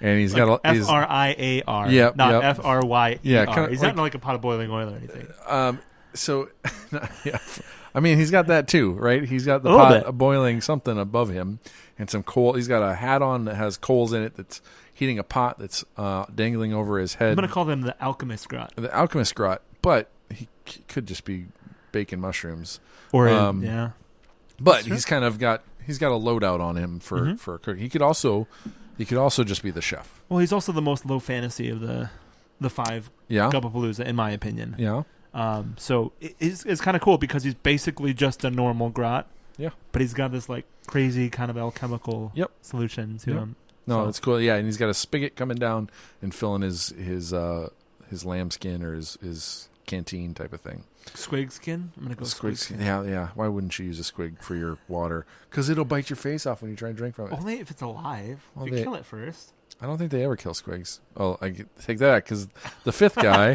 Speaker 1: and he's got a,
Speaker 2: F
Speaker 1: he's,
Speaker 2: R I A R,
Speaker 1: Yep,
Speaker 2: not
Speaker 1: yep.
Speaker 2: F R Y E
Speaker 1: Yeah,
Speaker 2: R.
Speaker 1: kinda
Speaker 2: He's
Speaker 1: like-
Speaker 2: not in like a pot of boiling oil or anything.
Speaker 1: um, so yeah. I mean, he's got that too, right? He's got the
Speaker 2: A little
Speaker 1: pot
Speaker 2: bit.
Speaker 1: boiling something above him, and some coal. He's got a hat on that has coals in it. That's heating a pot that's uh, dangling over his head.
Speaker 2: I'm gonna call them the alchemist grot.
Speaker 1: the alchemist grot, but he c- could just be bacon mushrooms.
Speaker 2: Or
Speaker 1: Um,
Speaker 2: yeah,
Speaker 1: But
Speaker 2: Sure.
Speaker 1: he's kind of got he's got a loadout on him for
Speaker 2: Mhm.
Speaker 1: for a cook. He could also he could also just be the chef.
Speaker 2: well, he's also the most low fantasy of the the five
Speaker 1: Yeah,
Speaker 2: Gubapalooza, in my opinion.
Speaker 1: Oh. yeah,
Speaker 2: Um, so it, it's it's kind of cool because he's basically just a normal grot.
Speaker 1: Yeah.
Speaker 2: but he's got this like crazy kind of alchemical
Speaker 1: Yep.
Speaker 2: solution to
Speaker 1: Yep.
Speaker 2: him.
Speaker 1: no,
Speaker 2: So-
Speaker 1: it's cool. Yeah, and he's got a spigot coming down and filling his his uh his lambskin or his his canteen type of thing.
Speaker 2: Squig skin. I'm gonna go squig,
Speaker 1: Squig,
Speaker 2: skin.
Speaker 1: yeah, yeah. Why wouldn't you use a squig for your water? Because it'll bite your face off when you try and drink from it.
Speaker 2: Only if it's alive.
Speaker 1: Well,
Speaker 2: you
Speaker 1: they-
Speaker 2: kill it first.
Speaker 1: I don't think they ever kill squigs. Oh, I get- take that because the fifth guy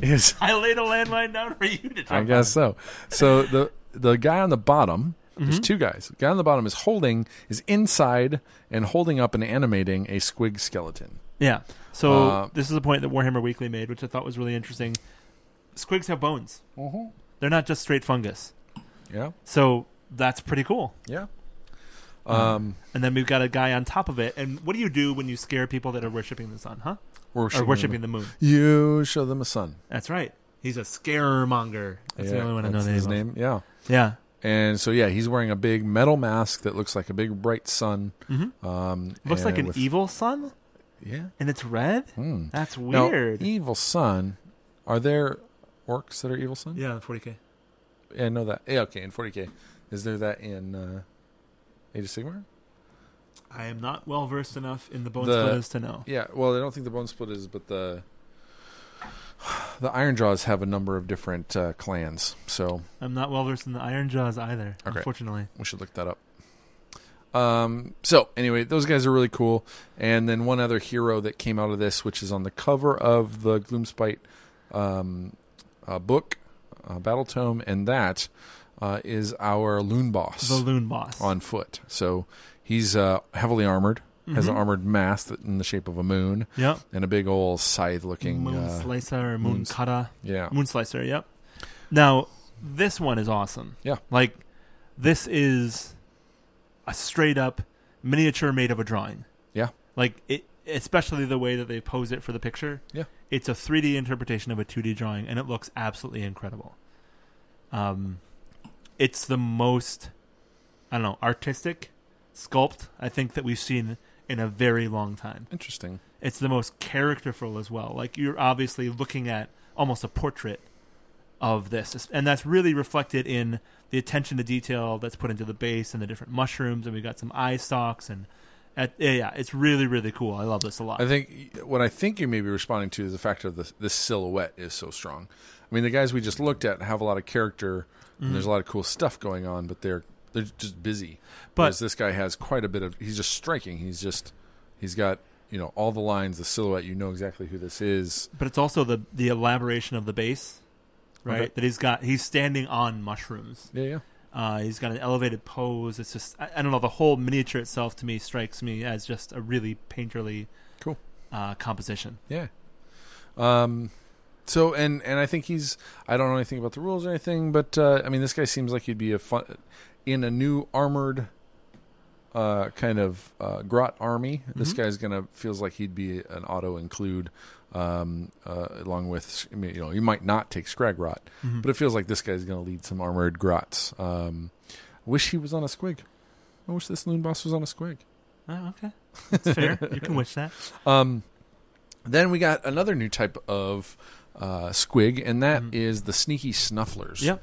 Speaker 1: is
Speaker 2: I laid a landmine down for you to talk.
Speaker 1: I guess so. So the the guy on the bottom,
Speaker 2: Mm-hmm. Hmm?
Speaker 1: there's two guys. The guy on the bottom is holding is inside and holding up and animating a squig skeleton.
Speaker 2: Yeah. So
Speaker 1: Uh,
Speaker 2: this is a point that Warhammer Weekly made, which I thought was really interesting. Squigs have bones.
Speaker 1: Mm-hmm.
Speaker 2: They're not just straight fungus.
Speaker 1: Yeah,
Speaker 2: So that's pretty cool.
Speaker 1: yeah. Um,
Speaker 2: And then we've got a guy on top of it. And what do you do when you scare people that are worshiping the sun, huh?
Speaker 1: worshiping,
Speaker 2: or worshiping the moon.
Speaker 1: You show them a son.
Speaker 2: That's right. He's a scaremonger. That's the
Speaker 1: Yeah,
Speaker 2: only one I know
Speaker 1: that's
Speaker 2: the name
Speaker 1: his
Speaker 2: of.
Speaker 1: name. Yeah.
Speaker 2: Yeah.
Speaker 1: And so yeah, he's wearing a big metal mask that looks like a big bright sun.
Speaker 2: Mhm.
Speaker 1: Um,
Speaker 2: Looks like
Speaker 1: and
Speaker 2: an
Speaker 1: with-
Speaker 2: evil sun,
Speaker 1: Yeah.
Speaker 2: and it's red.
Speaker 1: Hmm.
Speaker 2: That's
Speaker 1: Now,
Speaker 2: weird.
Speaker 1: evil sun Are there orcs that are evil sun?
Speaker 2: Yeah, 40k.
Speaker 1: Yeah, I know that. Yeah, okay, in 40k, is there that in uh, Age of Sigmar?
Speaker 2: I am not well versed enough in the bone
Speaker 1: The-
Speaker 2: splitters to know.
Speaker 1: Yeah. Well, I don't think the Bone Split is, but the the Iron Jaws have a number of different uh, clans, so
Speaker 2: I'm not well versed in the iron jaws either.
Speaker 1: Okay.
Speaker 2: Unfortunately,
Speaker 1: we should look that up. Um, so anyway, those guys are really cool. And then one other hero that came out of this, which is on the cover of the Gloomspite um, uh, book, uh, Battle Tome, and that uh, is our Loon Boss
Speaker 2: the loon boss.
Speaker 1: on foot. So he's uh, heavily armored, has an armored mass that, in the shape of a moon
Speaker 2: Mm-hmm. Yep.
Speaker 1: and a big old scythe-looking.
Speaker 2: Moon
Speaker 1: uh,
Speaker 2: slicer,
Speaker 1: moon
Speaker 2: moon
Speaker 1: s-
Speaker 2: cutter,
Speaker 1: yeah,
Speaker 2: moon slicer. Yep. Now this one is awesome.
Speaker 1: Yeah.
Speaker 2: Like this is a straight up miniature made of a drawing.
Speaker 1: Yeah.
Speaker 2: Like it, especially the way that they pose it for the picture.
Speaker 1: Yeah.
Speaker 2: It's a 3D interpretation of a 2D drawing, and it looks absolutely incredible. Um, it's the most, I don't know, artistic sculpt I think that we've seen in a very long time
Speaker 1: interesting.
Speaker 2: it's the most characterful as well. Like you're obviously looking at almost a portrait of this, and that's really reflected in the attention to detail that's put into the base and the different mushrooms, and we got some eye stalks and. At, yeah, yeah, it's really, really cool. I love this a lot.
Speaker 1: I think what I think you may be responding to is the fact of the this silhouette is so strong. I mean, the guys we just looked at have a lot of character. and There's a lot of cool stuff going on, but they're they're just busy.
Speaker 2: But-
Speaker 1: Whereas this guy has quite a bit of. He's just striking. He's just he's got you know all the lines, the silhouette. You know exactly who this is.
Speaker 2: but it's also the the elaboration of the base, right?
Speaker 1: Okay.
Speaker 2: That he's got. He's standing on mushrooms.
Speaker 1: Yeah, yeah.
Speaker 2: Uh, he's got an elevated pose. It's just I, I don't know. The whole miniature itself to me strikes me as just a really painterly,
Speaker 1: Cool.
Speaker 2: uh, composition.
Speaker 1: Yeah. Um. So and and I think he's. I don't know anything about the rules or anything, but uh, I mean, this guy seems like he'd be a fun in a new armored. Uh, kind of uh, grot army. This guy's gonna feels like he'd be an auto include, um, uh, along with I mean, you know you might not take Scrag Rot,
Speaker 2: Mm-hmm.
Speaker 1: but it feels like this guy's gonna lead some armored grots. Um, wish he was on a squig. I wish this loon boss was on a squig.
Speaker 2: Oh, okay. That's fair. you can wish that.
Speaker 1: Um, then we got another new type of uh, squig, and that is the sneaky snufflers.
Speaker 2: Yep.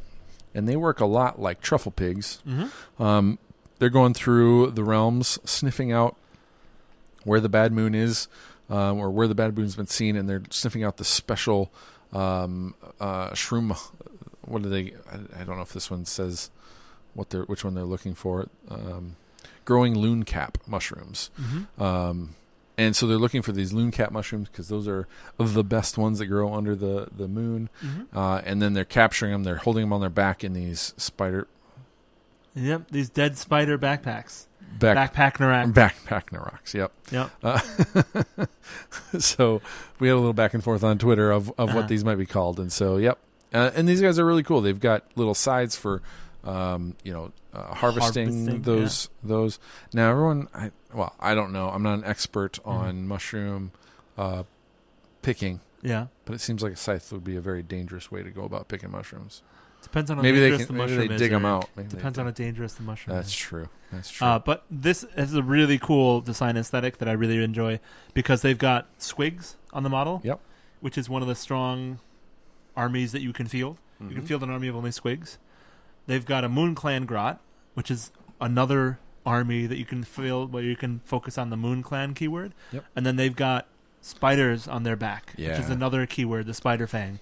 Speaker 1: And they work a lot like truffle pigs.
Speaker 2: Mm-hmm.
Speaker 1: Um, they're going through the realms, sniffing out where the bad moon is, um, or where the bad moon's been seen, and they're sniffing out the special um, uh, shroom. What do they? I, I don't know if this one says what they're which one they're looking for. Um, growing loon cap mushrooms. Um, and so they're looking for these loon cap mushrooms because those are the best ones that grow under the the moon. Uh, and then they're capturing them. They're holding them on their back in these spider
Speaker 2: Yep. These dead spider backpacks.
Speaker 1: back
Speaker 2: Backpack Narak.
Speaker 1: backpack narocks. Yep.
Speaker 2: Yep.
Speaker 1: Uh, so we had a little back and forth on Twitter of, of
Speaker 2: Uh-huh.
Speaker 1: what these might be called, and so yep. Uh, and these guys are really cool. They've got little sides for, um, you know, uh, harvesting,
Speaker 2: Harvesting,
Speaker 1: those those. Now everyone, I, well, I don't know. I'm not an expert
Speaker 2: Mm-hmm.
Speaker 1: on mushroom uh, picking,
Speaker 2: Yeah.
Speaker 1: but it seems like a scythe would be a very dangerous way to go about picking mushrooms.
Speaker 2: Depends on how
Speaker 1: Maybe they
Speaker 2: dangerous
Speaker 1: can
Speaker 2: the
Speaker 1: maybe
Speaker 2: mushroom
Speaker 1: they
Speaker 2: is.
Speaker 1: dig them
Speaker 2: Eric.
Speaker 1: out. Maybe they
Speaker 2: Depends on
Speaker 1: do.
Speaker 2: how dangerous the mushroom
Speaker 1: That's
Speaker 2: is.
Speaker 1: true. That's true.
Speaker 2: Uh, but this is a really cool design aesthetic that I really enjoy because they've got squigs on the model.
Speaker 1: Yep.
Speaker 2: Which is one of the strong armies that you can field. You
Speaker 1: Mm-hmm.
Speaker 2: can field an army of only squigs. They've got a Moon Clan Grot, which is another army that you can field where you can focus on the Moon Clan keyword.
Speaker 1: Yep.
Speaker 2: And then they've got spiders on their back, which is
Speaker 1: Yeah.
Speaker 2: another keyword, the spider fang.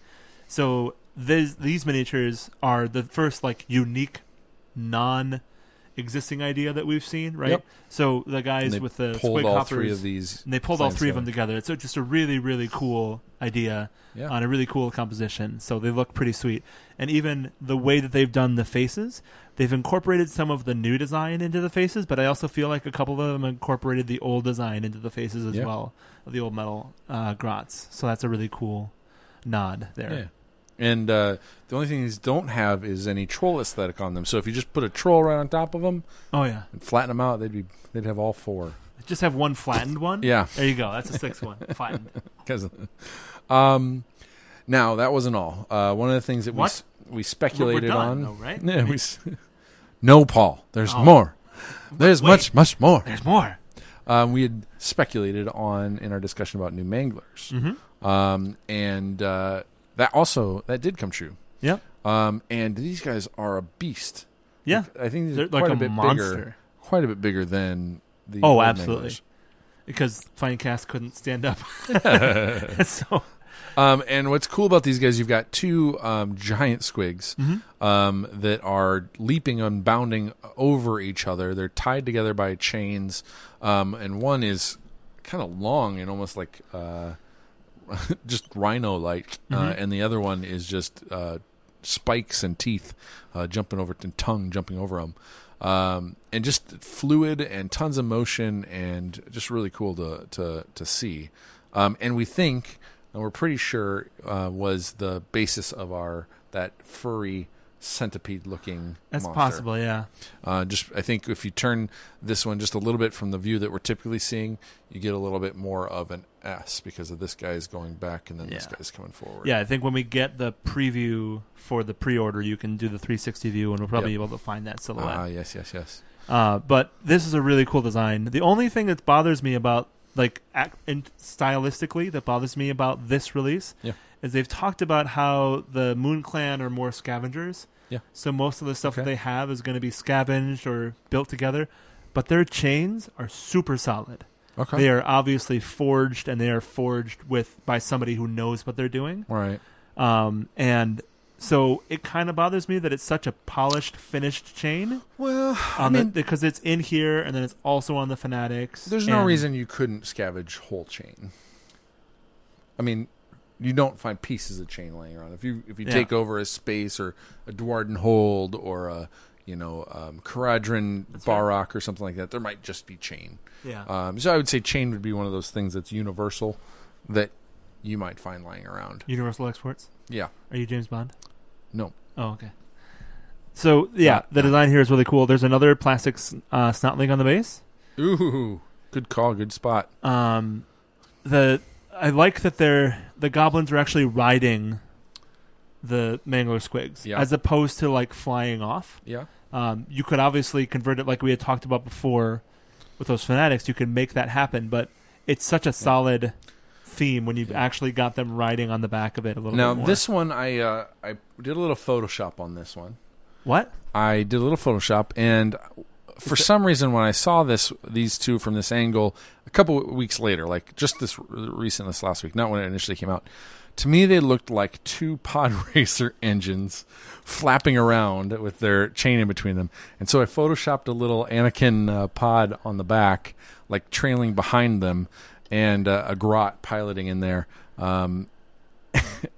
Speaker 2: So these these miniatures are the first like unique non existing idea that we've seen, right?
Speaker 1: Yep.
Speaker 2: So the
Speaker 1: And
Speaker 2: guys
Speaker 1: they
Speaker 2: with the
Speaker 1: pulled
Speaker 2: squig
Speaker 1: all
Speaker 2: hoppers,
Speaker 1: three of these.
Speaker 2: and they pulled all
Speaker 1: plans
Speaker 2: three of them together. It's a- just a really, really cool idea
Speaker 1: Yeah.
Speaker 2: on a really cool composition. So they look pretty sweet. And even the way that they've done the faces, they've incorporated some of the new design into the faces, but I also feel like a couple of them incorporated the old design into the faces as
Speaker 1: Yeah.
Speaker 2: well, the old metal uh, grots. So that's a really cool nod there.
Speaker 1: Yeah. And uh, the only thing these don't have is any troll aesthetic on them. So if you just put a troll right on top of them
Speaker 2: Oh, yeah.
Speaker 1: and flatten them out, they'd be they'd have all four.
Speaker 2: Just have one flattened one.
Speaker 1: Yeah,
Speaker 2: There you go. That's a sixth one. Flattened.
Speaker 1: 'cause- um, now that wasn't all. Uh, one of the things that we
Speaker 2: What?
Speaker 1: s- we speculated on,
Speaker 2: done, though, right?
Speaker 1: Yeah, we s- no, Paul. There's
Speaker 2: Oh.
Speaker 1: more. There's
Speaker 2: Wait.
Speaker 1: much, much more.
Speaker 2: There's more.
Speaker 1: Um, we had
Speaker 2: Mm-hmm.
Speaker 1: speculated on in our discussion about new manglers, um, and uh, That also that did come true.
Speaker 2: Yeah.
Speaker 1: Um, and these guys are a beast.
Speaker 2: Yeah.
Speaker 1: I think these
Speaker 2: They're
Speaker 1: are quite
Speaker 2: like
Speaker 1: a,
Speaker 2: a
Speaker 1: bit bigger,
Speaker 2: monster.
Speaker 1: quite a bit bigger than the.
Speaker 2: Oh,
Speaker 1: old
Speaker 2: absolutely.
Speaker 1: Manglers.
Speaker 2: Because Fine Cast couldn't stand up. so
Speaker 1: Um, and what's cool about these guys, you've got two um, giant squigs um, that are leaping and bounding over each other. They're tied together by chains, um, and one is kind of long and almost like uh, just rhino-like, uh,
Speaker 2: Mm-hmm.
Speaker 1: and the other one is just uh, spikes and teeth uh, jumping over and tongue jumping over them. Um, and just fluid and tons of motion and just really cool to to to see. Um, and we think, and we're pretty sure, uh, was the basis of our that furry centipede-looking.
Speaker 2: that's
Speaker 1: monster.
Speaker 2: possible, yeah.
Speaker 1: Uh, just I think if you turn this one just a little bit from the view that we're typically seeing, you get a little bit more of an S because of this guy is going back and then this
Speaker 2: Yeah.
Speaker 1: guy is coming forward.
Speaker 2: Yeah, I think when we get the preview for the pre order, you can do the 360 view and we'll probably
Speaker 1: Yep.
Speaker 2: be able to find that silhouette.
Speaker 1: Ah, yes, yes, yes.
Speaker 2: Uh, but this is a really cool design. The only thing that bothers me about like ac and stylistically that bothers me about this release
Speaker 1: Yeah.
Speaker 2: is they've talked about how the Moon Clan are more scavengers.
Speaker 1: Yeah.
Speaker 2: So most of the stuff that
Speaker 1: Okay.
Speaker 2: they have is going to be scavenged or built together, but their chains are super solid.
Speaker 1: Okay.
Speaker 2: They are obviously forged and they are forged with by somebody who knows what they're doing.
Speaker 1: All right.
Speaker 2: Um, and so it kind of bothers me that it's such a polished, finished chain
Speaker 1: Well,
Speaker 2: on
Speaker 1: I
Speaker 2: the
Speaker 1: mean,
Speaker 2: because it's in here and then it's also on the fanatics.
Speaker 1: there's no
Speaker 2: and-
Speaker 1: reason you couldn't scavenge whole chain. I mean, you don't find pieces of chain laying around. If you if you
Speaker 2: Yeah.
Speaker 1: take over a space or a Dwarden hold or a you know um, Caradhran
Speaker 2: right.
Speaker 1: Barak or something like that, there might just be chain.
Speaker 2: Yeah.
Speaker 1: Um, so I would say chain would be one of those things that's universal that you might find lying around.
Speaker 2: Universal exports.
Speaker 1: Yeah.
Speaker 2: Are you James Bond?
Speaker 1: No.
Speaker 2: Oh, okay. So yeah,
Speaker 1: Uh,
Speaker 2: the design here is really cool. There's another plastic s- uh, snotling on the base.
Speaker 1: Ooh. Good call. Good spot.
Speaker 2: Um, the I like that they're the goblins are actually riding the mangler squigs
Speaker 1: Yeah.
Speaker 2: as opposed to like flying off.
Speaker 1: Yeah.
Speaker 2: Um, you could obviously convert it like we had talked about before with those fanatics. You can make that happen, but it's such a solid theme when you've
Speaker 1: Yeah.
Speaker 2: actually got them riding on the back of it a little
Speaker 1: Now
Speaker 2: bit more.
Speaker 1: this one, I uh, I did a little Photoshop on this one.
Speaker 2: what?
Speaker 1: I did a little Photoshop, and for some reason, when I saw this, these two from this angle, a couple of weeks later, like just this r- recent, this last week, not when it initially came out, to me they looked like two pod racer engines flapping around with their chain in between them, and so I photoshopped a little Anakin uh, pod on the back, like trailing behind them, and uh, a grot piloting in there. Um,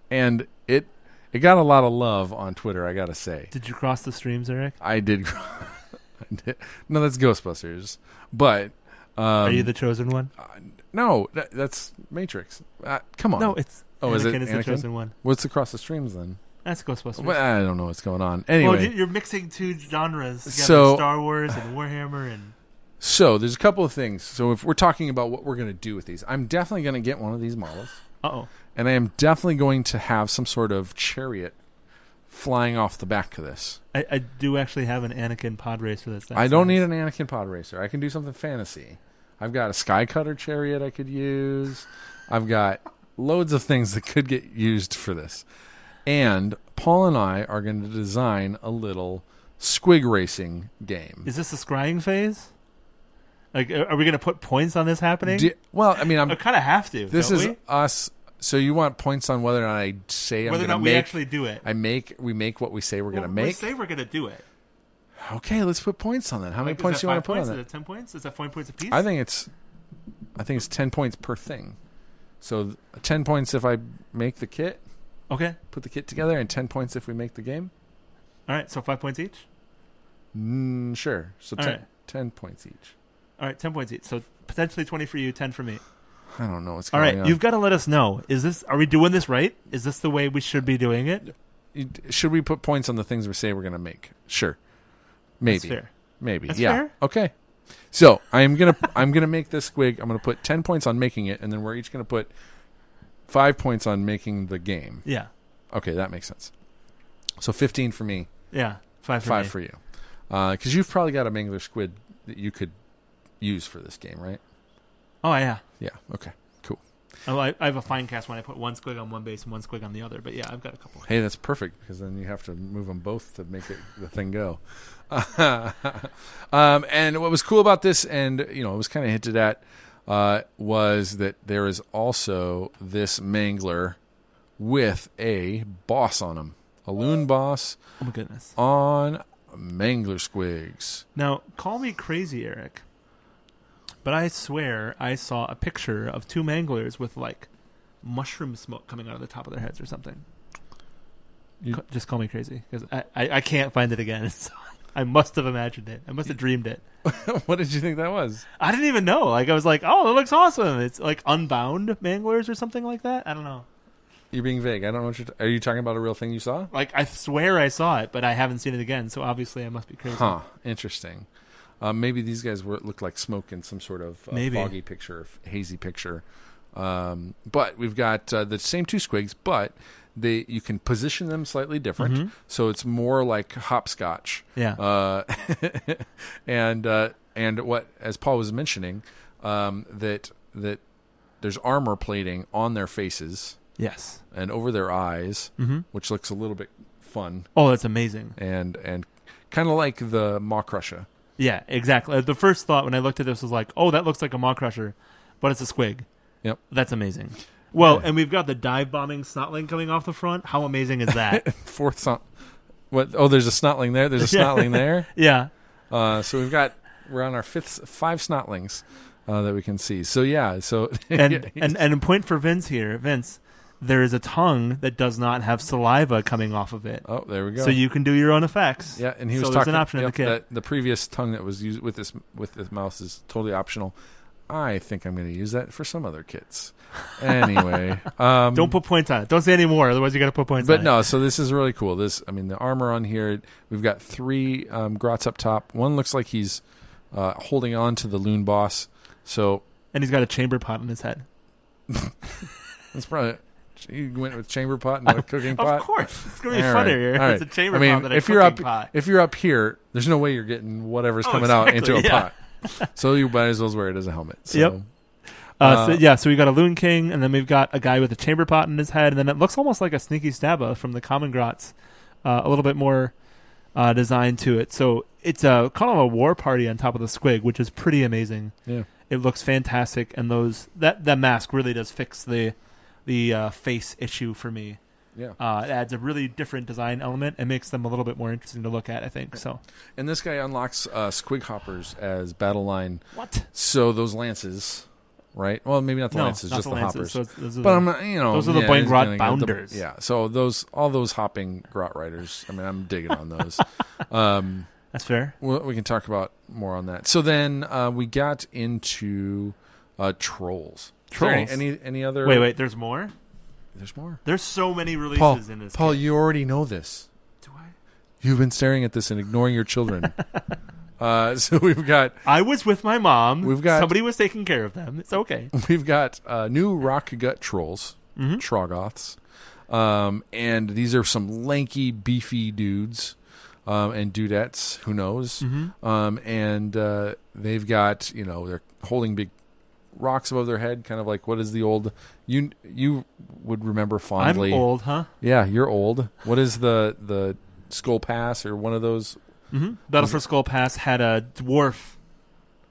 Speaker 1: and it it got a lot of love on Twitter, I gotta say.
Speaker 2: Did you cross the streams, Eric?
Speaker 1: I did. gr- I did- no, that's Ghostbusters. But um,
Speaker 2: Are you the chosen one?
Speaker 1: no, that, that's Matrix. Uh, come on.
Speaker 2: No, it's
Speaker 1: Oh,
Speaker 2: Anakin
Speaker 1: is
Speaker 2: is,
Speaker 1: it
Speaker 2: the
Speaker 1: Anakin?
Speaker 2: chosen one.
Speaker 1: What's across the streams then?
Speaker 2: That's Ghostbusters.
Speaker 1: Well, I don't know what's going on. Anyway,
Speaker 2: Well, you- you're mixing two genres together:
Speaker 1: So-
Speaker 2: Star Wars and Warhammer, and
Speaker 1: so there's a couple of things. So if we're talking about what we're going to do with these, I'm definitely going to get one of these models,
Speaker 2: oh,
Speaker 1: and I am definitely going to have some sort of chariot flying off the back of this.
Speaker 2: I, I do actually have an Anakin pod racer. That's that
Speaker 1: I don't
Speaker 2: size.
Speaker 1: need an Anakin pod racer. I can do something fantasy. I've got a sky cutter chariot I could use. I've got loads of things that could get used for this. And Paul and I are going to design a little squig racing game.
Speaker 2: Is this the scrying phase? Like, are are we going to put points on this happening?
Speaker 1: Do- well, I mean, I'm,
Speaker 2: I kind of have to.
Speaker 1: this
Speaker 2: don't
Speaker 1: is
Speaker 2: we?
Speaker 1: us. So you want points on whether or not I say I'm
Speaker 2: whether
Speaker 1: going
Speaker 2: or
Speaker 1: to
Speaker 2: not
Speaker 1: make.
Speaker 2: we actually do it.
Speaker 1: I make we make what we say we're
Speaker 2: Well,
Speaker 1: going to make.
Speaker 2: We say we're gonna do it.
Speaker 1: okay, let's put points on that. How many
Speaker 2: Like, is
Speaker 1: points
Speaker 2: that
Speaker 1: do you want
Speaker 2: five
Speaker 1: to put
Speaker 2: points?
Speaker 1: on that?
Speaker 2: Is it ten points? Is that five points apiece?
Speaker 1: I think it's, I think it's ten points per thing. So th- ten points if I make the kit,
Speaker 2: Okay.
Speaker 1: put the kit together, and ten points if we make the game.
Speaker 2: All right. So five points each.
Speaker 1: Mm, sure. So
Speaker 2: All
Speaker 1: 10,
Speaker 2: right.
Speaker 1: 10 points each.
Speaker 2: All right. Ten points each. So potentially twenty for you, ten for me.
Speaker 1: I don't know what's
Speaker 2: All
Speaker 1: going
Speaker 2: right.
Speaker 1: on.
Speaker 2: You've got to let us know. Is this? Are we doing this right? Is this the way we should be doing it?
Speaker 1: You d- Should we put points on the things we say we're going to make? Sure. Maybe.
Speaker 2: That's fair.
Speaker 1: Maybe.
Speaker 2: That's
Speaker 1: yeah.
Speaker 2: fair.
Speaker 1: Okay. So I'm gonna I'm gonna make this squig. I'm gonna put ten points on making it, and then we're each gonna put five points on making the game.
Speaker 2: Yeah.
Speaker 1: Okay, that makes sense. So fifteen for me,
Speaker 2: Yeah. Five for
Speaker 1: five
Speaker 2: me.
Speaker 1: for you because you've probably got a mangler squid that you could use for this game right
Speaker 2: Oh yeah.
Speaker 1: yeah okay cool
Speaker 2: Oh, I, I have a fine cast when I put one squig on one base and one squig on the other. But yeah, I've got a couple.
Speaker 1: Hey, that's perfect because then you have to move them both to make it, the thing go. um, and what was cool about this, and you know, it was kind of hinted at, uh, was that there is also this mangler with a boss on him, a loon boss
Speaker 2: Oh my goodness.
Speaker 1: on mangler squigs.
Speaker 2: Now, call me crazy, Eric, but I swear I saw a picture of two manglers with like mushroom smoke coming out of the top of their heads or something.
Speaker 1: You-
Speaker 2: Ca- Just call me crazy because I, I, I can't find it again. So I must have imagined it. I must have dreamed it.
Speaker 1: what did you think that was?
Speaker 2: I didn't even know. Like I was like, oh, it looks awesome. It's like unbound manglers or something like that. I don't know.
Speaker 1: You're being vague. I don't know what you're. T- Are you talking about a real thing you saw?
Speaker 2: Like I swear I saw it, but I haven't seen it again. So obviously I must be crazy.
Speaker 1: Huh. Interesting. Uh, maybe these guys were looked like smoke in some sort of uh,
Speaker 2: Maybe.
Speaker 1: foggy picture, f- hazy picture. Um, but we've got uh, the same two squigs, but they you can position them slightly different, so it's more like hopscotch.
Speaker 2: Yeah.
Speaker 1: Uh, and uh, and what as Paul was mentioning um, that that there's armor plating on their faces
Speaker 2: yes.
Speaker 1: and over their eyes,
Speaker 2: Mhm.
Speaker 1: which looks a little bit fun
Speaker 2: Oh, that's amazing.
Speaker 1: and and kind of like the Maw Crusher.
Speaker 2: Yeah, exactly. Uh, The first thought when I looked at this was like, oh, that looks like a maw crusher, but it's a squig.
Speaker 1: Yep.
Speaker 2: That's amazing. Well, and we've got the dive bombing snotling coming off the front. How amazing is that?
Speaker 1: fourth song. What? Oh, there's a snotling there. There's a
Speaker 2: Yeah.
Speaker 1: snotling there.
Speaker 2: yeah.
Speaker 1: Uh, so we've got we're on our fifth five snotlings uh, that we can see. So yeah. So
Speaker 2: And, and and a point for Vince here. Vince, there is a tongue that does not have saliva coming off of it.
Speaker 1: oh, there we go.
Speaker 2: So you can do your own effects.
Speaker 1: yeah, and he
Speaker 2: so
Speaker 1: was
Speaker 2: there's
Speaker 1: talking.
Speaker 2: an option in
Speaker 1: yep,
Speaker 2: the kit.
Speaker 1: that- the previous tongue that was used with this with this mouse is totally optional. I think I'm going to use that for some other kits. Anyway, um,
Speaker 2: Don't put points on it. Don't say any more, otherwise you got to put points
Speaker 1: But
Speaker 2: on it.
Speaker 1: no, so this is really cool. This, I mean, the armor on here. We've got three um, grots up top. One looks like he's uh, holding on to the loon boss. So
Speaker 2: And he's got a chamber pot on his head.
Speaker 1: That's probably you went with chamber pot, not a cooking pot.
Speaker 2: Of course, it's gonna be
Speaker 1: All right,
Speaker 2: funnier.
Speaker 1: all
Speaker 2: It's a
Speaker 1: right.
Speaker 2: chamber
Speaker 1: I mean,
Speaker 2: pot than a
Speaker 1: if you're
Speaker 2: cooking
Speaker 1: up,
Speaker 2: pot.
Speaker 1: if you're up here, there's no way you're getting whatever's
Speaker 2: Oh,
Speaker 1: coming out
Speaker 2: exactly,
Speaker 1: into a
Speaker 2: yeah.
Speaker 1: pot. So you might as well wear it as a helmet. So,
Speaker 2: Yep. Uh, so,
Speaker 1: Uh,
Speaker 2: yeah, so we got a Loon King, and then we've got a guy with a chamber pot in his head, and then it looks almost like a Sneaky Stabba from the Common Grots, uh, a little bit more uh, design to it. So it's a kind of a war party on top of the Squig, which is pretty amazing.
Speaker 1: Yeah.
Speaker 2: It looks fantastic, and those that that mask really does fix the the uh, face issue for me.
Speaker 1: Yeah.
Speaker 2: Uh, it adds a really different design element and makes them a little bit more interesting to look at. I think so.
Speaker 1: And this guy unlocks uh, squig hoppers as battle line.
Speaker 2: What?
Speaker 1: So those lances, right? Well, maybe not the
Speaker 2: no,
Speaker 1: lances,
Speaker 2: not
Speaker 1: just
Speaker 2: the
Speaker 1: the,
Speaker 2: lances.
Speaker 1: hoppers.
Speaker 2: So it's- those are
Speaker 1: but
Speaker 2: the-
Speaker 1: I'm not, you know
Speaker 2: those are the
Speaker 1: yeah,
Speaker 2: Boing
Speaker 1: it's
Speaker 2: Grot
Speaker 1: kinda like the-
Speaker 2: bounders.
Speaker 1: yeah, so those all those hopping grot riders. I mean, I'm digging on those. um,
Speaker 2: that's fair.
Speaker 1: Well, we can talk about more on that. So then uh, we got into uh, trolls. Is there
Speaker 2: Trolls.
Speaker 1: Any, any any other?
Speaker 2: Wait, wait. There's more.
Speaker 1: There's more.
Speaker 2: There's so many releases
Speaker 1: Paul,
Speaker 2: in this.
Speaker 1: Paul,
Speaker 2: game.
Speaker 1: you already know this.
Speaker 2: Do I?
Speaker 1: You've been staring at this and ignoring your children. uh, so we've got
Speaker 2: I was with my mom.
Speaker 1: We've got-
Speaker 2: somebody was taking care of them. It's okay.
Speaker 1: we've got uh, new rock gut trolls,
Speaker 2: Mm-hmm.
Speaker 1: trogoths, um, and these are some lanky, beefy dudes um, and dudettes. Who knows?
Speaker 2: Mm-hmm.
Speaker 1: Um, and uh, they've got you know they're holding big rocks above their head, kind of like what is the old you you would remember
Speaker 2: I'm
Speaker 1: fondly?
Speaker 2: old, huh?
Speaker 1: Yeah, you're old. What is the the skull pass or one of those?
Speaker 2: Mm-hmm. Battle for Skull Pass had a dwarf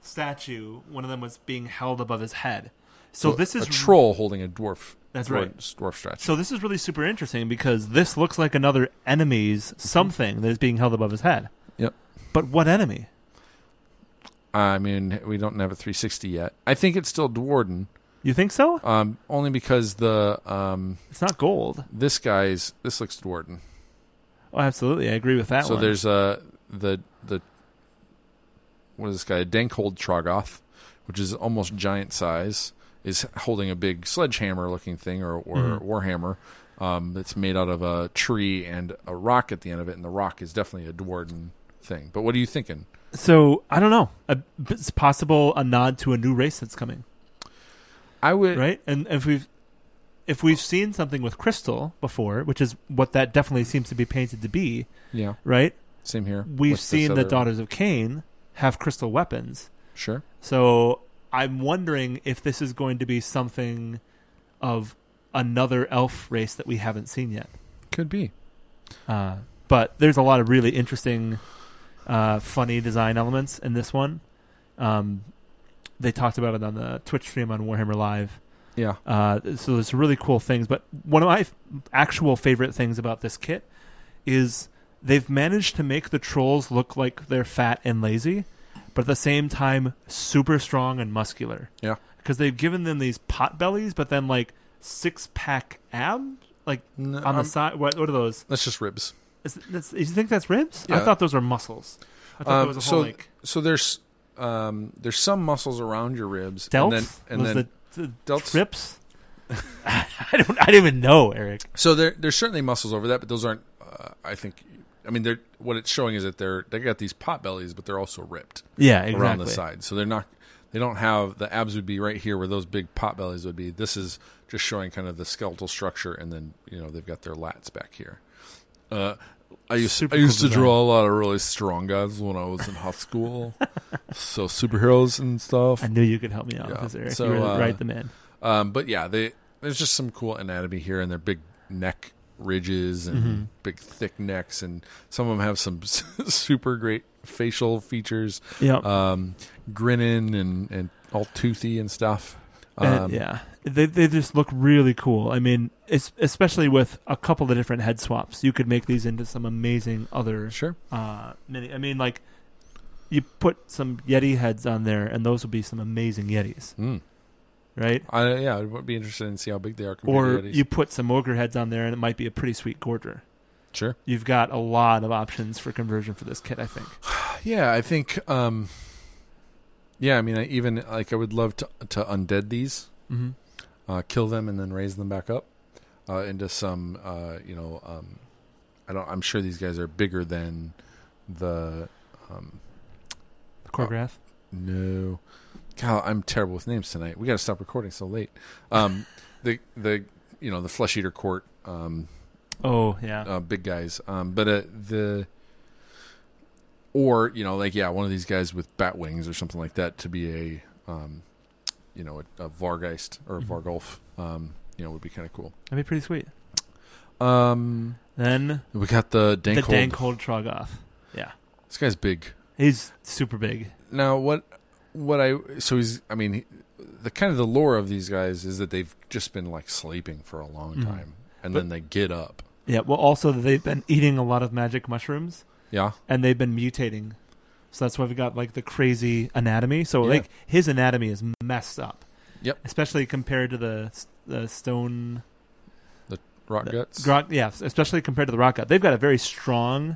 Speaker 2: statue. One of them was being held above his head. So this is
Speaker 1: a troll holding a dwarf.
Speaker 2: That's
Speaker 1: dwarf-
Speaker 2: right.
Speaker 1: Dwarf stretch.
Speaker 2: So this is really super interesting because this looks like another enemy's something that is being held above his head.
Speaker 1: Mm-hmm. Yep.
Speaker 2: But what enemy?
Speaker 1: I mean, we don't have a 360 yet. I think it's still Dwarden.
Speaker 2: You think so?
Speaker 1: Um, only because the um,
Speaker 2: It's not gold.
Speaker 1: this guy's this looks Dwarden.
Speaker 2: Oh, absolutely. I agree with that
Speaker 1: so
Speaker 2: one.
Speaker 1: there's uh the the what is this guy? Dankhold Trogoth, which is almost giant size, is holding a big sledgehammer looking thing or or
Speaker 2: Mm-hmm.
Speaker 1: warhammer. Um, that's made out of a tree and a rock at the end of it, and the rock is definitely a Dwarden thing. But what are you thinking?
Speaker 2: So I don't know. A, it's possible a nod to a new race that's coming,
Speaker 1: I would
Speaker 2: right? And if we've if we've seen something with crystal before, which is what that definitely seems to be painted to be,
Speaker 1: yeah,
Speaker 2: right?
Speaker 1: same here.
Speaker 2: We've
Speaker 1: with this
Speaker 2: seen the
Speaker 1: other-
Speaker 2: daughters of Cain have crystal weapons,
Speaker 1: Sure,
Speaker 2: so I'm wondering if this is going to be something of another elf race that we haven't seen yet.
Speaker 1: Could be.
Speaker 2: Uh, but there's a lot of really interesting, uh, funny design elements in this one. Um, they talked about it on the Twitch stream on Warhammer Live.
Speaker 1: Yeah.
Speaker 2: Uh, so there's really cool things. But one of my f- actual favorite things about this kit is they've managed to make the trolls look like they're fat and lazy, but at the same time super strong and muscular.
Speaker 1: Yeah.
Speaker 2: Because they've given them these pot bellies, but then like six pack abs, like
Speaker 1: No,
Speaker 2: on the
Speaker 1: um,
Speaker 2: side. What, what are those?
Speaker 1: That's just ribs.
Speaker 2: Is, that's, you think that's ribs? I
Speaker 1: Yeah.
Speaker 2: thought those were muscles. I thought
Speaker 1: Um,
Speaker 2: that was a whole
Speaker 1: so
Speaker 2: like
Speaker 1: so there's um, there's some muscles around your ribs,
Speaker 2: delts.
Speaker 1: and then and
Speaker 2: was
Speaker 1: then
Speaker 2: the, the
Speaker 1: delts?
Speaker 2: trips? I don't. I don't even know, Eric.
Speaker 1: so there there's certainly muscles over that, but those aren't. Uh, I think. I mean, they're what it's showing is that they're they got these pot bellies, but they're also ripped
Speaker 2: Yeah, exactly.
Speaker 1: around the side, so they're not. They don't have the abs would be right here where those big pot bellies would be. This is just showing kind of the skeletal structure, and then you know they've got their lats back here. Uh, I used
Speaker 2: Super
Speaker 1: I used
Speaker 2: cool
Speaker 1: to
Speaker 2: design.
Speaker 1: draw a lot of really strong guys when I was in high school, so superheroes and stuff.
Speaker 2: I knew you could help me out
Speaker 1: Yeah.
Speaker 2: with this, Eric.
Speaker 1: So,
Speaker 2: you were
Speaker 1: uh,
Speaker 2: right the man.
Speaker 1: Um, but yeah, they, there's just some cool anatomy here, and their big neck ridges and
Speaker 2: Mm-hmm.
Speaker 1: big thick necks, and some of them have some super great facial features,
Speaker 2: Yeah,
Speaker 1: um, grinning and, and all toothy and stuff.
Speaker 2: And,
Speaker 1: Um,
Speaker 2: Uh, yeah. They they just look really cool. I mean, it's, especially with a couple of different head swaps, you could make these into some amazing other
Speaker 1: Sure.
Speaker 2: uh mini. I mean, like you put some yeti heads on there, and those would be some amazing yetis,
Speaker 1: Mm.
Speaker 2: right?
Speaker 1: I, yeah, I would be interested in see how big they are. compared
Speaker 2: Or
Speaker 1: to Yetis.
Speaker 2: you put some ogre heads on there, and it might be a pretty sweet gorger.
Speaker 1: sure.
Speaker 2: You've got a lot of options for conversion for this kit, I think.
Speaker 1: Yeah, I think. Um, yeah, I mean, I even like I would love to to undead these.
Speaker 2: Mm-hmm.
Speaker 1: uh, kill them and then raise them back up uh, into some uh, you know um, I don't I'm sure these guys are bigger than the um,
Speaker 2: Corgrath.
Speaker 1: no God I'm terrible with names tonight we got to stop recording so late um, the the you know the flesh eater court um,
Speaker 2: Oh yeah.
Speaker 1: uh, big guys um, but uh, the or you know like yeah one of these guys with bat wings or something like that to be a um, you know a, a vargeist or a
Speaker 2: Mhm.
Speaker 1: vargolf um, you know would be kind of cool
Speaker 2: That'd be pretty sweet.
Speaker 1: Um,
Speaker 2: Then
Speaker 1: we got the Dankhold.
Speaker 2: the Dankhold Trogoth. Yeah,
Speaker 1: This guy's big.
Speaker 2: he's super big.
Speaker 1: Now, what? What I so he's. I mean, he, the kind of the lore of these guys is that they've just been like sleeping for a long
Speaker 2: Mhm.
Speaker 1: time, and
Speaker 2: But-
Speaker 1: then they get up.
Speaker 2: Yeah. Well, also they've been eating a lot of magic mushrooms,
Speaker 1: Yeah,
Speaker 2: and they've been mutating, so that's why we got like the crazy anatomy. So
Speaker 1: Yeah.
Speaker 2: like his anatomy is messed up.
Speaker 1: Yep.
Speaker 2: Especially compared to the the stone.
Speaker 1: rock
Speaker 2: The-
Speaker 1: guts.
Speaker 2: Grok, yeah. Especially compared to the rock god, they've got a very strong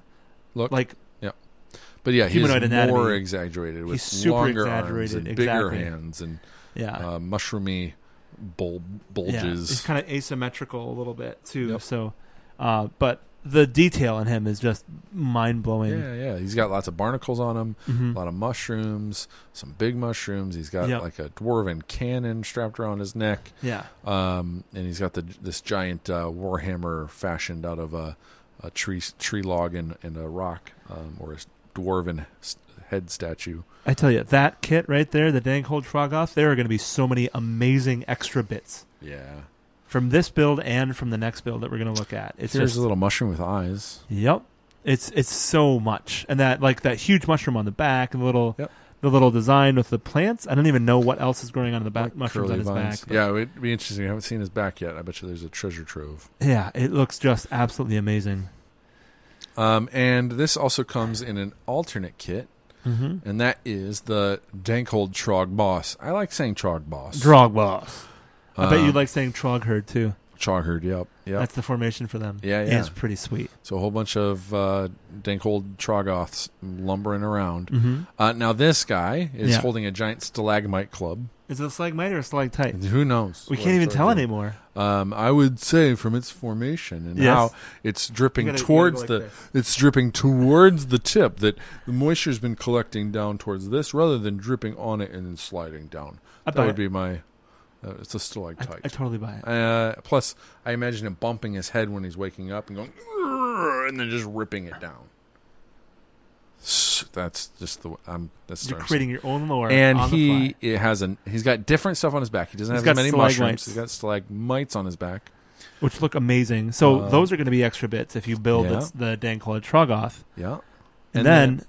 Speaker 1: Look,
Speaker 2: Like
Speaker 1: but yeah, he's
Speaker 2: humanoid anatomy.
Speaker 1: more exaggerated with
Speaker 2: He's super
Speaker 1: longer arms
Speaker 2: exaggerated,
Speaker 1: and
Speaker 2: exactly.
Speaker 1: bigger hands and
Speaker 2: yeah.
Speaker 1: uh, mushroomy bulb
Speaker 2: Yeah, it's
Speaker 1: bulges.
Speaker 2: kind of asymmetrical a little bit too.
Speaker 1: Yep.
Speaker 2: So, uh, but the detail in him is just mind blowing.
Speaker 1: Yeah, yeah. He's got lots of barnacles on him,
Speaker 2: Mm-hmm.
Speaker 1: a lot of mushrooms, some big mushrooms. He's got
Speaker 2: Yep.
Speaker 1: like a dwarven cannon strapped around his neck.
Speaker 2: yeah.
Speaker 1: Um, and he's got the this giant uh, warhammer fashioned out of a, a tree tree log and, and a rock, um, or a dwarven s- head statue.
Speaker 2: I tell you, that kit right there, the Dankhold Trogoth, there are going to be so many amazing extra bits
Speaker 1: Yeah,
Speaker 2: from this build and from the next build that we're going to look at. It's
Speaker 1: here's
Speaker 2: just
Speaker 1: a little mushroom with eyes.
Speaker 2: yep, it's it's so much, and that like that huge mushroom on the back, and the little
Speaker 1: Yep.
Speaker 2: the little design with the plants. I don't even know what else is growing on the back.
Speaker 1: Like
Speaker 2: mushrooms on
Speaker 1: curly
Speaker 2: his
Speaker 1: vines.
Speaker 2: back. but-
Speaker 1: yeah, it'd be interesting. I haven't seen his back yet. I bet you there's a treasure trove.
Speaker 2: yeah, it looks just absolutely amazing.
Speaker 1: Um, and this also comes in an alternate kit,
Speaker 2: Mm-hmm.
Speaker 1: and that is the Dankhold Trog Boss. I like saying Trog Boss.
Speaker 2: Drog boss. I bet you
Speaker 1: Um,
Speaker 2: like saying Trog Herd too.
Speaker 1: Trogherd. Yep, yep.
Speaker 2: That's the formation for them.
Speaker 1: Yeah, yeah.
Speaker 2: It's pretty sweet.
Speaker 1: So a whole bunch of uh, Dankhold Trogoths lumbering around.
Speaker 2: Mm-hmm.
Speaker 1: Uh, now this guy is
Speaker 2: Yeah.
Speaker 1: holding a giant stalagmite club.
Speaker 2: Is it a stalagmite or a stalactite?
Speaker 1: Who knows?
Speaker 2: We
Speaker 1: what
Speaker 2: can't even
Speaker 1: it's
Speaker 2: tell
Speaker 1: over.
Speaker 2: anymore.
Speaker 1: Um, I would say from its formation and
Speaker 2: Yes.
Speaker 1: how it's dripping
Speaker 2: You gotta- you gotta go
Speaker 1: towards
Speaker 2: like
Speaker 1: the
Speaker 2: this.
Speaker 1: it's dripping towards the tip that the moisture's been collecting down towards this rather than dripping on it and then sliding down.
Speaker 2: I
Speaker 1: that
Speaker 2: buy
Speaker 1: would
Speaker 2: it.
Speaker 1: be my. Uh, it's a
Speaker 2: I,
Speaker 1: stalactite.
Speaker 2: I totally buy it.
Speaker 1: uh, plus, I imagine him bumping his head when he's waking up and going, "Grrr," and then just ripping it down. s- that's just the way I'm. That's
Speaker 2: You're
Speaker 1: what I'm
Speaker 2: creating your own lore.
Speaker 1: saying. And
Speaker 2: on the
Speaker 1: he
Speaker 2: fly.
Speaker 1: it has an he's got different stuff on his back. He doesn't
Speaker 2: He's
Speaker 1: have as
Speaker 2: got
Speaker 1: many mushrooms.
Speaker 2: stalagmites.
Speaker 1: He's got stalagmites on his back.
Speaker 2: which look amazing. So
Speaker 1: Um,
Speaker 2: those are going to be extra bits if you build
Speaker 1: yeah.
Speaker 2: this- the Dankula Trogoth.
Speaker 1: Yeah. And
Speaker 2: And,
Speaker 1: uh,
Speaker 2: then,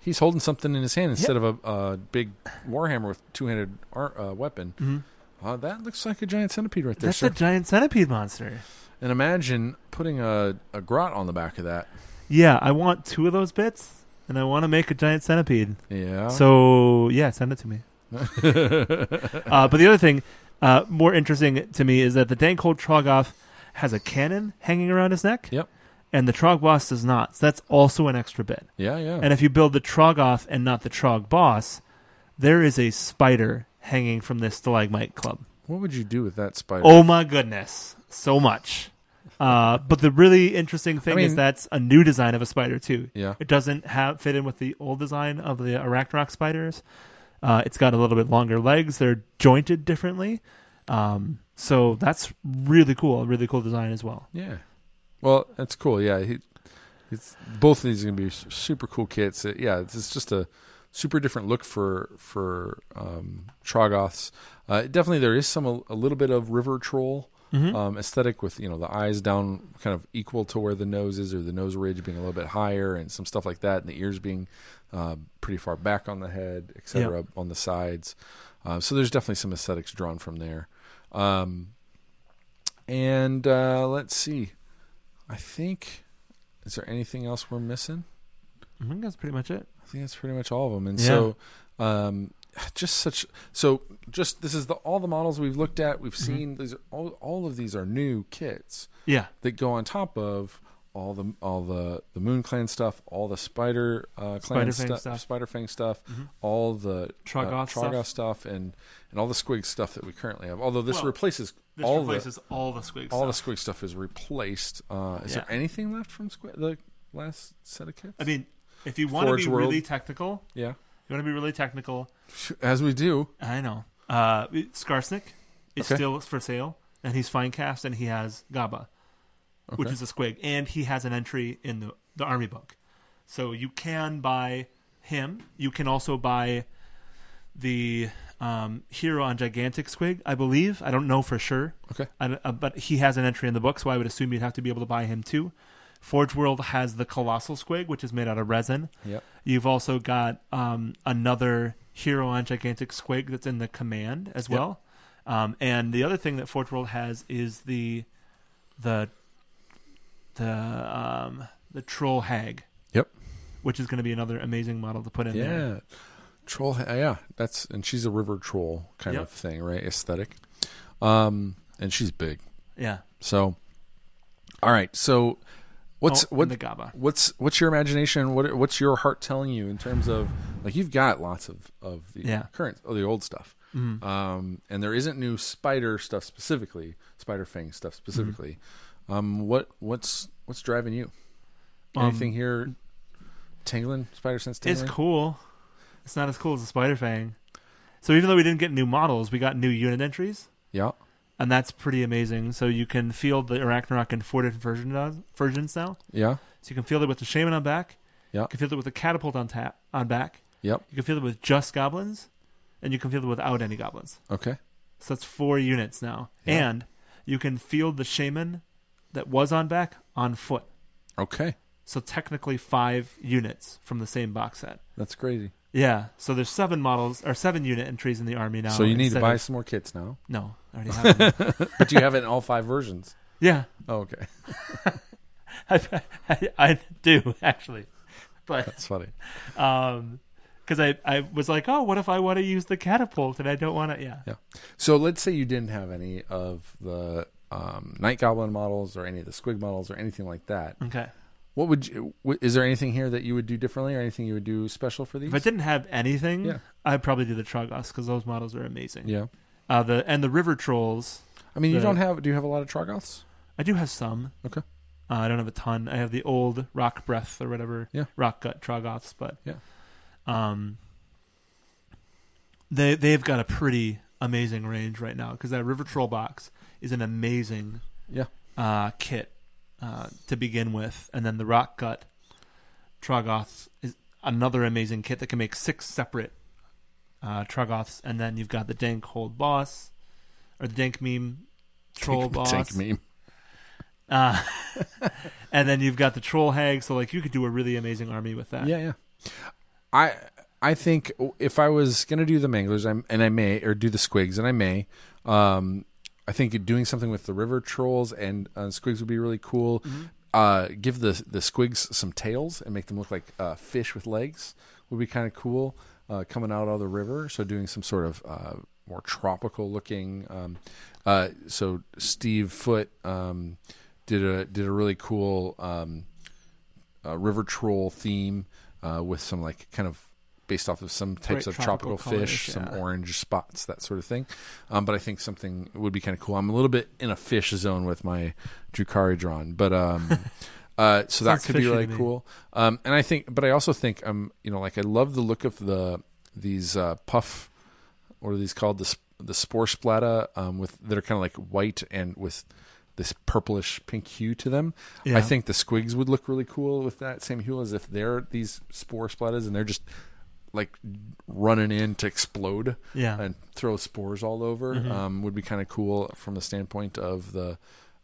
Speaker 1: He's holding something in his hand instead of a, a big warhammer with two-handed ar- uh, weapon.
Speaker 2: Mhm.
Speaker 1: Uh, that looks like a giant centipede right there,
Speaker 2: that's
Speaker 1: sir.
Speaker 2: a giant centipede monster.
Speaker 1: and imagine putting a, a grot on the back of that.
Speaker 2: Yeah, I want two of those bits, and I want to make a giant centipede.
Speaker 1: Yeah.
Speaker 2: So yeah, send it to me. uh, but the other thing, uh, more interesting to me, is that the Dankhold Trogoth has a cannon hanging around his neck.
Speaker 1: Yep.
Speaker 2: And the Trog Boss does not. So that's also an extra bit.
Speaker 1: yeah, yeah.
Speaker 2: And if you build the Trogoth and not the Trog Boss, there is a spider hanging from this Stalagmite Club.
Speaker 1: what would you do with that spider?
Speaker 2: Oh my goodness, so much. Uh, but the really interesting thing
Speaker 1: I mean-
Speaker 2: is that's a new design of a spider too.
Speaker 1: Yeah.
Speaker 2: It doesn't have fit in with the old design of the Arachnox spiders. Uh, it's got a little bit longer legs. They're jointed differently. Um, so that's really cool. A really cool design as well.
Speaker 1: Yeah. Well, that's cool. Yeah, he, it's both of these are gonna be su- super cool kits. Uh, yeah, it's, it's just a super different look for for um, Trogoths. Uh, definitely, there is some a, a little bit of river troll
Speaker 2: Mm-hmm.
Speaker 1: um, aesthetic with you know the eyes down, kind of equal to where the nose is, or the nose ridge being a little bit higher, and some stuff like that, and the ears being uh, pretty far back on the head, etc. On the sides. Uh, so there's definitely some aesthetics drawn from there. Um, and uh, let's see. I think. Is there anything else we're missing?
Speaker 2: I think that's pretty much it.
Speaker 1: I think that's pretty much all of them. And
Speaker 2: Yeah.
Speaker 1: so, um, just such. So just this is the all the models we've looked at, we've seen. These are all all of these are new kits
Speaker 2: Yeah.
Speaker 1: that go on top of all the all the the Moon Clan stuff, all the Spider uh, Clan
Speaker 2: Spider Fang
Speaker 1: stu-
Speaker 2: stuff.
Speaker 1: Spider Fang stuff, all the
Speaker 2: Trogoth stuff.
Speaker 1: Trogoth stuff, and and all the Squig stuff that we currently have. Although this
Speaker 2: Well,
Speaker 1: replaces
Speaker 2: This
Speaker 1: all the
Speaker 2: replaces all the squigs.
Speaker 1: all the Squig stuff is replaced. Uh, is
Speaker 2: Yeah.
Speaker 1: there anything left from Squig? The last set of kits.
Speaker 2: I mean, if you want to
Speaker 1: Forge
Speaker 2: be
Speaker 1: World.
Speaker 2: really technical,
Speaker 1: yeah,
Speaker 2: you want to be really technical.
Speaker 1: as we do.
Speaker 2: I know. Uh, it- Skarsnik is
Speaker 1: Okay.
Speaker 2: still for sale, and he's fine cast, and he has Gaba, which
Speaker 1: Okay.
Speaker 2: is a squig, and he has an entry in the the army book. So you can buy him. You can also buy the um, hero on gigantic squig. I believe. I don't know for sure.
Speaker 1: Okay.
Speaker 2: I don't- uh, but he has an entry in the book, so I would assume you'd have to be able to buy him too. Forge World has the colossal squig, which is made out of resin.
Speaker 1: Yep.
Speaker 2: You've also got um, another hero on gigantic squig that's in the command as
Speaker 1: Yep.
Speaker 2: well. Um, and the other thing that Forge World has is the the the um, the troll hag,
Speaker 1: Yep.
Speaker 2: which is going to be another amazing model to put in there.
Speaker 1: Yeah. Troll. ha- Yeah. That's and she's a river troll kind
Speaker 2: Yep.
Speaker 1: of thing, right? Aesthetic. Um, and she's big.
Speaker 2: Yeah.
Speaker 1: So, all right. So, what's
Speaker 2: Oh, and
Speaker 1: what
Speaker 2: the Gaba.
Speaker 1: what's what's your imagination? What what's your heart telling you in terms of like you've got lots of of the
Speaker 2: Yeah.
Speaker 1: current or the old stuff, um, and there isn't new spider stuff specifically, spider fang stuff
Speaker 2: Mm-hmm.
Speaker 1: specifically. Um, what what's what's driving you?
Speaker 2: Um,
Speaker 1: Anything here? Tingling spider sense
Speaker 2: It's
Speaker 1: tingling.
Speaker 2: cool. It's not as cool as the Spider Fang. So even though we didn't get new models, we got new unit entries,
Speaker 1: Yeah.
Speaker 2: and that's pretty amazing. So you can field the Arachnarok in four different version- uh, versions now.
Speaker 1: Yeah.
Speaker 2: So you can field it with the shaman on back.
Speaker 1: Yeah.
Speaker 2: You can field it with a catapult on tap on back.
Speaker 1: Yep.
Speaker 2: You can field it with just goblins, and you can field it without any goblins.
Speaker 1: Okay.
Speaker 2: So that's four units now,
Speaker 1: Yeah.
Speaker 2: and you can field the shaman that was on back on foot.
Speaker 1: Okay.
Speaker 2: So technically five units from the same box set.
Speaker 1: That's crazy.
Speaker 2: Yeah. So there's seven models or seven unit entries in the army now.
Speaker 1: so you need
Speaker 2: instead
Speaker 1: to buy
Speaker 2: of-
Speaker 1: some more kits now.
Speaker 2: no, I already have. Them.
Speaker 1: But you have it in all five versions.
Speaker 2: yeah,
Speaker 1: Oh, okay.
Speaker 2: I, I, I do actually, but
Speaker 1: That's funny.
Speaker 2: um because I, I was like oh what if i want to use the catapult and i don't want to yeah
Speaker 1: Yeah. So let's say you didn't have any of the um, Night Goblin models or any of the Squig models or anything like that.
Speaker 2: okay
Speaker 1: What would you? w- Is there anything here that you would do differently or anything you would do special for these?
Speaker 2: if i didn't have anything
Speaker 1: Yeah.
Speaker 2: i'd probably do the trogos because those models are amazing
Speaker 1: yeah.
Speaker 2: uh the and the river trolls
Speaker 1: I mean, you
Speaker 2: The-
Speaker 1: don't have. Do you have a lot of Trogoths?
Speaker 2: i do have some
Speaker 1: Okay.
Speaker 2: uh, i don't have a ton i have the old rock breath or whatever
Speaker 1: Yeah.
Speaker 2: rock gut trogoths but
Speaker 1: Yeah.
Speaker 2: um they they've got a pretty amazing range right now because that river troll box is an amazing
Speaker 1: Yeah.
Speaker 2: uh, kit uh, to begin with, and then the rock gut Trogoth is another amazing kit that can make six separate uh, Trogoths, and then you've got the Dank Hold Boss, or the Dank Meme Troll Boss,
Speaker 1: Tank meme.
Speaker 2: Uh, and then you've got the Troll Hag. So like you could do a really amazing army with that.
Speaker 1: Yeah, yeah. I I think if I was gonna do the Manglers, I'm and I may or do the Squigs, and I may. Um, I think doing something with the river trolls and uh, Squigs would be really cool. Uh, give the the Squigs some tails and make them look like uh, fish with legs would be kind of cool. Uh, coming out of the river, so doing some sort of uh, more tropical looking. Um, uh, so Steve Foot um, did a did a really cool. Um, uh, river troll theme uh, with some like kind of based off of some types
Speaker 2: Bright
Speaker 1: of tropical,
Speaker 2: tropical colours,
Speaker 1: fish, some
Speaker 2: yeah.
Speaker 1: orange spots, that sort of thing. Um, but I think something would be kind of cool. I'm a little bit in a fish zone with my Drukari drawn, but um, uh, so that
Speaker 2: Sounds
Speaker 1: could be
Speaker 2: fishy to
Speaker 1: really
Speaker 2: me.
Speaker 1: cool. Um, and I think, but I also think um, you know, like I love the look of the these uh, puff what are these called? The sp- the spore splatta um, with that are kind of like white and with this purplish pink hue to them.
Speaker 2: Yeah.
Speaker 1: I think the squigs would look really cool with that same hue as if they're these spore splattas and they're just like running in to explode
Speaker 2: Yeah.
Speaker 1: and throw spores all over
Speaker 2: Mm-hmm.
Speaker 1: um, would be kind of cool from the standpoint of the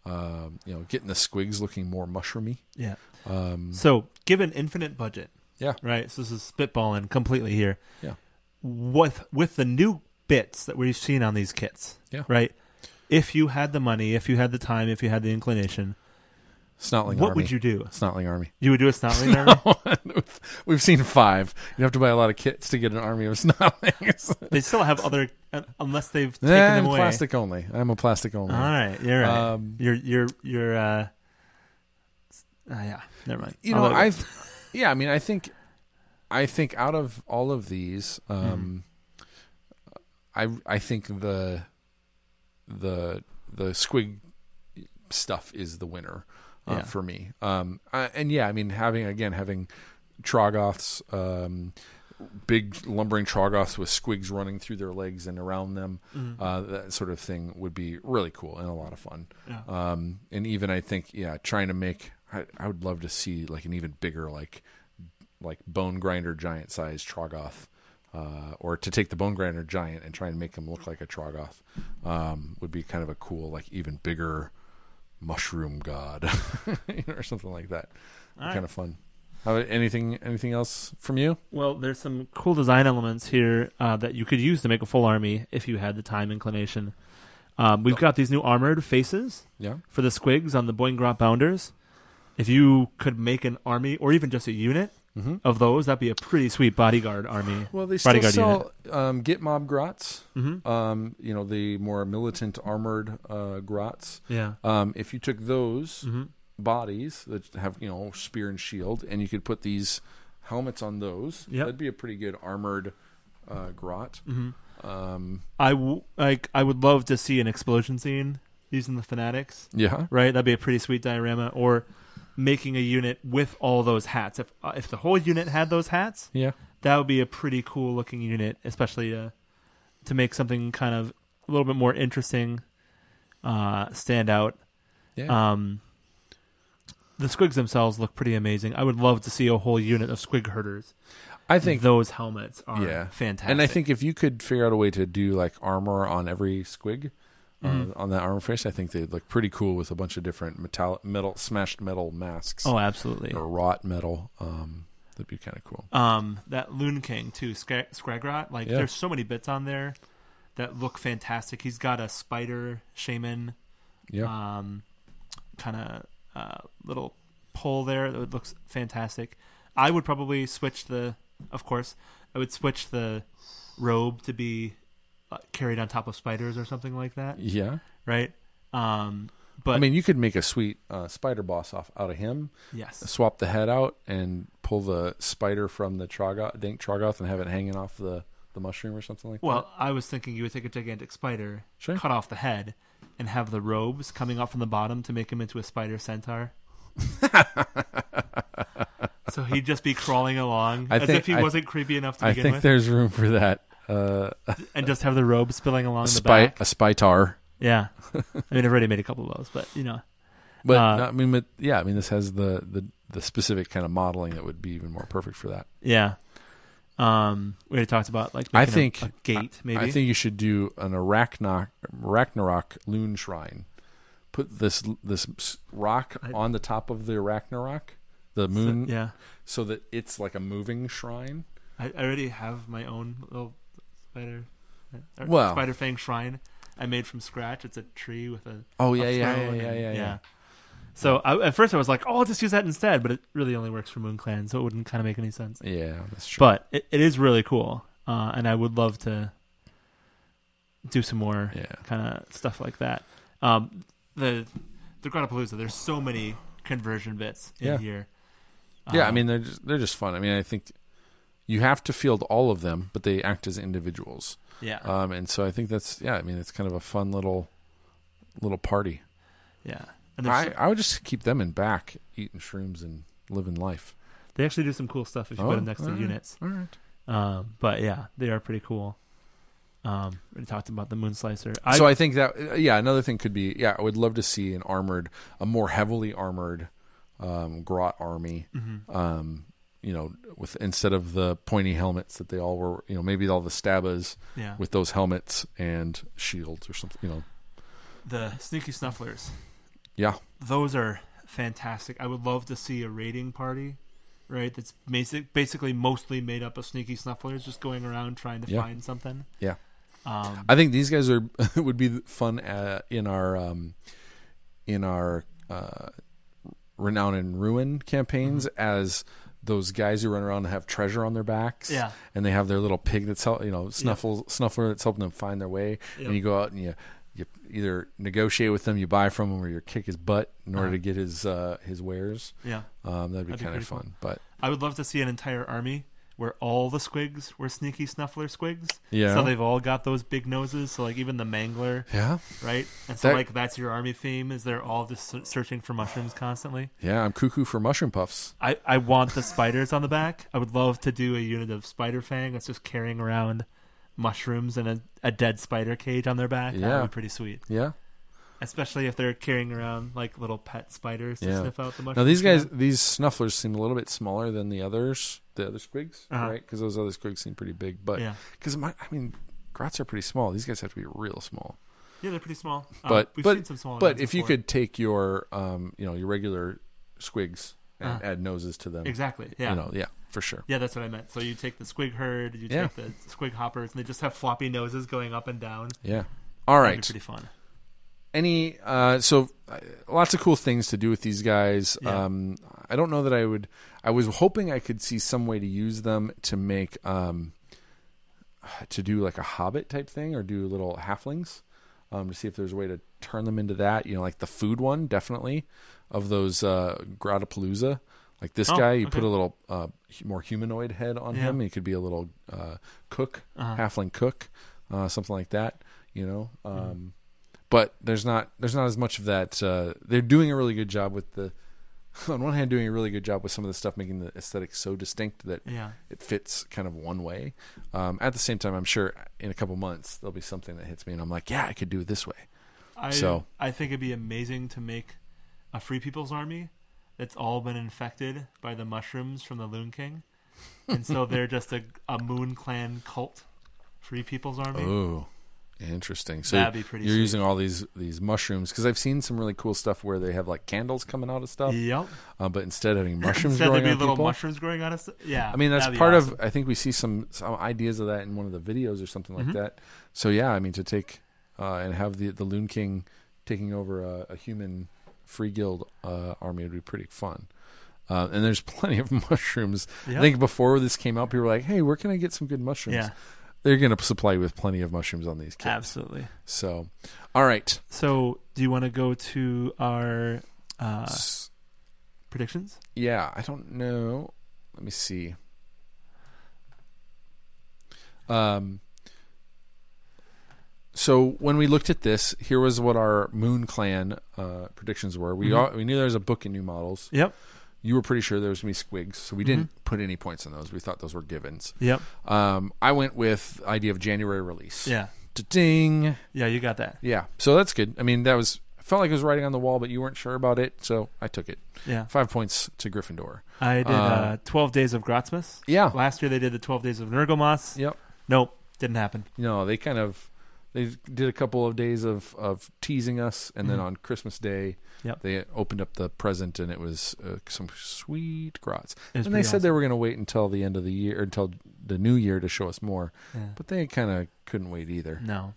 Speaker 1: um, you know getting the squigs looking more mushroomy.
Speaker 2: Yeah.
Speaker 1: Um,
Speaker 2: So given infinite budget,
Speaker 1: yeah,
Speaker 2: right? So this is spitballing completely here.
Speaker 1: yeah,
Speaker 2: with with the new bits that we've seen on these kits.
Speaker 1: Yeah.
Speaker 2: Right. If you had the money, if you had the time, if you had the inclination,
Speaker 1: snotling.
Speaker 2: what
Speaker 1: army.
Speaker 2: would you do?
Speaker 1: Snotling army.
Speaker 2: You would do a snotling army.
Speaker 1: We've seen five. You have to buy a lot of kits to get an army of snowlings.
Speaker 2: They still have other un- unless they've taken
Speaker 1: and
Speaker 2: them away.
Speaker 1: Eh, plastic only. I'm a plastic only.
Speaker 2: All right, you're right.
Speaker 1: Um,
Speaker 2: you're you're you're. Uh, s- ah, yeah, never mind.
Speaker 1: You
Speaker 2: I'll
Speaker 1: know,
Speaker 2: let it
Speaker 1: I've yeah. I mean, I think, I think out of all of these,
Speaker 2: Mm-hmm.
Speaker 1: um, I I think the the the squig stuff is the winner uh,
Speaker 2: Yeah.
Speaker 1: for me. Um, I, and yeah, I mean, having again having Trogoths, um, big lumbering Trogoths with squigs running through their legs and around them,
Speaker 2: Mm-hmm.
Speaker 1: uh, that sort of thing would be really cool and a lot of fun.
Speaker 2: Yeah.
Speaker 1: Um, and even I think, yeah, trying to make, I, I would love to see like an even bigger, like, like bone grinder giant size Trogoth. Uh, or to take the bone grinder giant and try and make him look like a Trogoth um, would be kind of a cool, like even bigger mushroom god you know, or something like that.
Speaker 2: All right.
Speaker 1: Kind of fun. How, anything anything else from you?
Speaker 2: Well, there's some cool design elements here uh, that you could use to make a full army if you had the time inclination. Um, we've got these new armored faces
Speaker 1: Yeah.
Speaker 2: for the squigs on the Boingrot Bounders. If you could make an army or even just a unit
Speaker 1: Mm-hmm.
Speaker 2: of those, that'd be a pretty sweet bodyguard army.
Speaker 1: Well, they still
Speaker 2: Bodyguard
Speaker 1: sell um, Git Mob Grots,
Speaker 2: hmm
Speaker 1: um, you know, the more militant armored uh, Grots.
Speaker 2: Yeah.
Speaker 1: Um, if you took those
Speaker 2: hmm
Speaker 1: bodies that have, you know, spear and shield, and you could put these helmets on those,
Speaker 2: Yep.
Speaker 1: that'd be a pretty good armored uh, Grot.
Speaker 2: Mm-hmm.
Speaker 1: Um,
Speaker 2: I w- like. I would love to see an explosion scene using the fanatics.
Speaker 1: yeah.
Speaker 2: Right, that'd be a pretty sweet diorama. Or making a unit with all those hats. If uh, if the whole unit had those hats,
Speaker 1: Yeah.
Speaker 2: that would be a pretty cool looking unit, especially uh, to make something kind of a little bit more interesting uh, stand out.
Speaker 1: Yeah.
Speaker 2: Um, the squigs themselves look pretty amazing. I would love to see a whole unit of squig herders.
Speaker 1: I think
Speaker 2: those helmets are
Speaker 1: Yeah.
Speaker 2: fantastic.
Speaker 1: And I think if you could figure out a way to do like armor on every squig,
Speaker 2: Mm-hmm.
Speaker 1: uh, on that armor face, I think they'd look pretty cool with a bunch of different metal, metal smashed metal masks
Speaker 2: oh, absolutely.
Speaker 1: or wrought metal. Um, that'd be kind of cool.
Speaker 2: Um, that Loon King too, Sca- Scragrot. Like,
Speaker 1: Yeah.
Speaker 2: there's so many bits on there that look fantastic. He's got a spider shaman
Speaker 1: Yeah,
Speaker 2: um, kind of uh, little pull there. It looks fantastic. I would probably switch the, of course, I would switch the robe to be uh, carried on top of spiders or something like that,
Speaker 1: yeah.
Speaker 2: right? Um, but
Speaker 1: I mean, you could make a sweet uh, spider boss off out of him.
Speaker 2: yes,
Speaker 1: Swap the head out and pull the spider from the trogoth, dank trogoth, and have it hanging off the the mushroom or something like
Speaker 2: well, I was thinking you would take a gigantic spider,
Speaker 1: Sure.
Speaker 2: cut off the head, and have the robes coming off from the bottom to make him into a spider centaur. so he'd just be crawling along
Speaker 1: I
Speaker 2: as
Speaker 1: think-
Speaker 2: if he
Speaker 1: I-
Speaker 2: wasn't creepy enough to
Speaker 1: that. I
Speaker 2: begin
Speaker 1: think
Speaker 2: with.
Speaker 1: there's room for that. Uh,
Speaker 2: and just have the robe spilling along
Speaker 1: a
Speaker 2: the
Speaker 1: spy,
Speaker 2: back.
Speaker 1: a spy tar.
Speaker 2: Yeah, I mean, I've already made a couple of those, but you know,
Speaker 1: But
Speaker 2: Uh,
Speaker 1: no, I mean, but yeah, I mean, this has the, the the specific kind of modeling that would be even more perfect for that.
Speaker 2: Yeah. Um, we already talked about like
Speaker 1: I
Speaker 2: making a-
Speaker 1: think-
Speaker 2: a, gate maybe.
Speaker 1: I think you should do an Arachnok, Arachnarok loon shrine. Put this this s- rock
Speaker 2: I-
Speaker 1: on the top of the Arachnarok, the moon,
Speaker 2: yeah.
Speaker 1: so that it's like a moving shrine.
Speaker 2: I, I already have my own little spider uh, or
Speaker 1: Well.
Speaker 2: spider fang shrine I made from scratch. It's a tree with a
Speaker 1: Oh
Speaker 2: a throne and- So I, at first I was like, "Oh, I'll just use that instead," but it really only works for Moon Clan, so it wouldn't kind of make any sense.
Speaker 1: yeah. that's true.
Speaker 2: But it, it is really cool, uh, and I would love to do some more
Speaker 1: yeah,
Speaker 2: kind of stuff like that. Um, the the Grotapalooza, there's so many conversion bits in
Speaker 1: Yeah.
Speaker 2: here.
Speaker 1: yeah.
Speaker 2: Uh,
Speaker 1: I mean, they're just, they're just fun. I mean, I think you have to field all of them, but they act as individuals.
Speaker 2: yeah,
Speaker 1: Um, and so I think that's yeah. I mean, it's kind of a fun little little party.
Speaker 2: yeah. And there's
Speaker 1: I,
Speaker 2: so-
Speaker 1: I would just keep them in back, eating shrooms and living life.
Speaker 2: they actually do some cool stuff if you
Speaker 1: Oh,
Speaker 2: put them next to
Speaker 1: alright.
Speaker 2: units.
Speaker 1: All right.
Speaker 2: Um, but yeah, they are pretty cool. Um, we talked about the Moon Slicer. I,
Speaker 1: so I think that uh, yeah, another thing could be yeah, I would love to see an armored, a more heavily armored um, Grot army.
Speaker 2: Mhm.
Speaker 1: Um, you know, with instead of the pointy helmets that they all were, you know, maybe all the Stabas
Speaker 2: yeah,
Speaker 1: with those helmets and shields or something. You know,
Speaker 2: the Sneaky Snufflers.
Speaker 1: yeah,
Speaker 2: those are fantastic. I would love to see a raiding party, right? That's basic, basically mostly made up of sneaky snufflers, just going around trying to
Speaker 1: Yeah.
Speaker 2: find something.
Speaker 1: yeah.
Speaker 2: Um,
Speaker 1: I think these guys are would be fun uh, in our um, in our uh, renown and ruin campaigns as those guys who run around and have treasure on their backs.
Speaker 2: Yeah.
Speaker 1: and they have their little pig that's help, you know snuffle snuffler that's helping them find their way.
Speaker 2: Yeah.
Speaker 1: And you go out and you you either negotiate with them, you buy from him, or you kick his butt in order
Speaker 2: Uh-huh.
Speaker 1: to get his uh, his wares.
Speaker 2: yeah,
Speaker 1: Um, that'd be
Speaker 2: That'd be
Speaker 1: kind of
Speaker 2: pretty cool.
Speaker 1: fun, but
Speaker 2: I would love to see an entire army where all the squigs were sneaky snuffler squigs.
Speaker 1: Yeah.
Speaker 2: so they've all got those big noses. So like even the mangler,
Speaker 1: yeah,
Speaker 2: right? And so
Speaker 1: That-
Speaker 2: like that's your army theme is they're all just se- searching for mushrooms constantly.
Speaker 1: yeah, I'm cuckoo for mushroom puffs.
Speaker 2: I, I want the spiders on the back. I would love to do a unit of Spider Fang that's just carrying around mushrooms and a, a dead spider cage on their back. That
Speaker 1: Yeah.
Speaker 2: would be pretty sweet.
Speaker 1: Yeah.
Speaker 2: Especially if they're carrying around like little pet spiders to
Speaker 1: Yeah.
Speaker 2: sniff out the mushrooms.
Speaker 1: Now these guys,
Speaker 2: from.
Speaker 1: these snufflers seem a little bit smaller than the others, the other squigs,
Speaker 2: Uh-huh.
Speaker 1: right? Because those other squigs seem pretty big, but
Speaker 2: Yeah.
Speaker 1: because my, I mean, grots are pretty small. These guys have to be real small.
Speaker 2: Yeah, they're pretty small. Uh,
Speaker 1: But
Speaker 2: we've
Speaker 1: but
Speaker 2: seen some small
Speaker 1: but
Speaker 2: ones
Speaker 1: if you
Speaker 2: before.
Speaker 1: could take your um, you know, your regular squigs and
Speaker 2: Uh-huh.
Speaker 1: add noses to them,
Speaker 2: Exactly. Yeah.
Speaker 1: you know, yeah, for sure.
Speaker 2: Yeah, that's what I meant. So you take the squig herd, you
Speaker 1: Yeah.
Speaker 2: take the squig hoppers, and they just have floppy noses going up and down.
Speaker 1: Yeah. All
Speaker 2: That'd
Speaker 1: right.
Speaker 2: be pretty fun.
Speaker 1: Any uh, so uh, lots of cool things to do with these guys.
Speaker 2: Yeah.
Speaker 1: Um, I don't know that I would. I was hoping I could see some way to use them to make um, to do like a hobbit type thing or do little halflings um, to see if there's a way to turn them into that. You know, like the food one definitely of those uh, Grotapalooza. Like this
Speaker 2: Oh,
Speaker 1: guy, you
Speaker 2: okay.
Speaker 1: put a little uh, hu- more humanoid head on
Speaker 2: Yeah.
Speaker 1: him. He could be a little uh, cook,
Speaker 2: Uh-huh.
Speaker 1: halfling cook, uh, something like that. You know. Um,
Speaker 2: Mm-hmm.
Speaker 1: But there's not there's not as much of that. Uh, they're doing a really good job with the. On one hand, doing a really good job with some of the stuff, making the aesthetic so distinct that
Speaker 2: Yeah.
Speaker 1: it fits kind of one way. Um, at the same time, I'm sure in a couple months there'll be something that hits me, and I'm like, yeah, I could do it this way.
Speaker 2: I,
Speaker 1: So-
Speaker 2: I think it'd be amazing to make a Free People's Army that's all been infected by the mushrooms from the Loon King. And so they're just a, a Moon Clan cult Free People's Army.
Speaker 1: Oh, interesting. So
Speaker 2: That'd be pretty
Speaker 1: you're
Speaker 2: sweet.
Speaker 1: using all these these mushrooms because I've seen some really cool stuff where they have like candles coming out of stuff,
Speaker 2: Yep.
Speaker 1: uh, but instead of having mushrooms
Speaker 2: Instead,
Speaker 1: growing
Speaker 2: there'd
Speaker 1: on
Speaker 2: be little
Speaker 1: people.
Speaker 2: mushrooms growing on us. Yeah.
Speaker 1: I mean, that's
Speaker 2: that'd be
Speaker 1: part
Speaker 2: awesome.
Speaker 1: of. I think we see some some ideas of that in one of the videos or something
Speaker 2: Mm-hmm.
Speaker 1: like that. So yeah, I mean to take uh, and have the the Loon King taking over a, a human free guild uh, army would be pretty fun. Uh, and there's plenty of mushrooms.
Speaker 2: Yeah.
Speaker 1: I think before this came out, people were like, "Hey, where can I get some good mushrooms?"
Speaker 2: Yeah,
Speaker 1: They're going to supply you with plenty of mushrooms on these kits.
Speaker 2: absolutely.
Speaker 1: So, all right,
Speaker 2: So, do you want to go to our uh,
Speaker 1: S-
Speaker 2: predictions?
Speaker 1: yeah, I don't know. Let me see. Um, so when we looked at this, here was what our Moon Clan uh, predictions were. We all, we knew there was a book in New Models.
Speaker 2: Yep.
Speaker 1: You were pretty sure there was gonna be squigs, so we didn't put any points on those. We thought those were givens.
Speaker 2: Yep.
Speaker 1: Um, I went with idea of January release.
Speaker 2: Yeah.
Speaker 1: Ding.
Speaker 2: Yeah, you got that.
Speaker 1: Yeah. So that's good. I mean, that was felt like it was writing on the wall, but you weren't sure about it, so I took it.
Speaker 2: Yeah.
Speaker 1: Five points to Gryffindor.
Speaker 2: I did uh,
Speaker 1: Uh,
Speaker 2: 12 Days of Grotzmas.
Speaker 1: Yeah.
Speaker 2: Last year they did the 12 Days of Nergalmas.
Speaker 1: Yep.
Speaker 2: Nope, didn't happen.
Speaker 1: No, they kind of they did a couple of days of of teasing us, and then on Christmas Day,
Speaker 2: Mm-hmm. Yep.
Speaker 1: they opened up the present, and it was uh, some sweet grots.
Speaker 2: It was
Speaker 1: And they
Speaker 2: pretty
Speaker 1: said they were going to wait until the end of the year, until the new year, to show us more.
Speaker 2: Yeah.
Speaker 1: But they kind of couldn't wait either,
Speaker 2: No.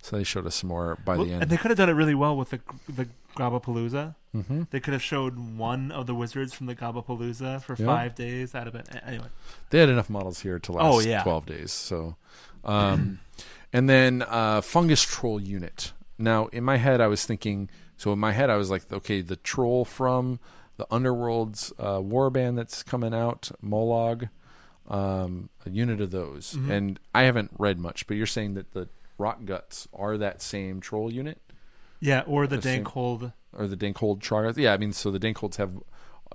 Speaker 1: so they showed us some more by
Speaker 2: Well,
Speaker 1: the
Speaker 2: And
Speaker 1: end.
Speaker 2: they could have done it really well with the the Gabapalooza.
Speaker 1: hmm
Speaker 2: They could have showed one of the wizards from the Gabapalooza for
Speaker 1: Yeah.
Speaker 2: five days. That'd have been anyway.
Speaker 1: They had enough models here to last
Speaker 2: Oh, yeah.
Speaker 1: twelve days. So, um, and then uh, fungus troll unit. Now in my head, I was thinking. So in my head, I was like, okay, the troll from the Underworld's uh, war band that's coming out, Molog, um, a unit of those.
Speaker 2: Mm-hmm.
Speaker 1: And I haven't read much, but you're saying that the rock guts are that same troll unit
Speaker 2: Yeah, or the
Speaker 1: The same-
Speaker 2: Dankhold.
Speaker 1: or the Dankhold Trogoth? Yeah, I mean, so the Dankholds have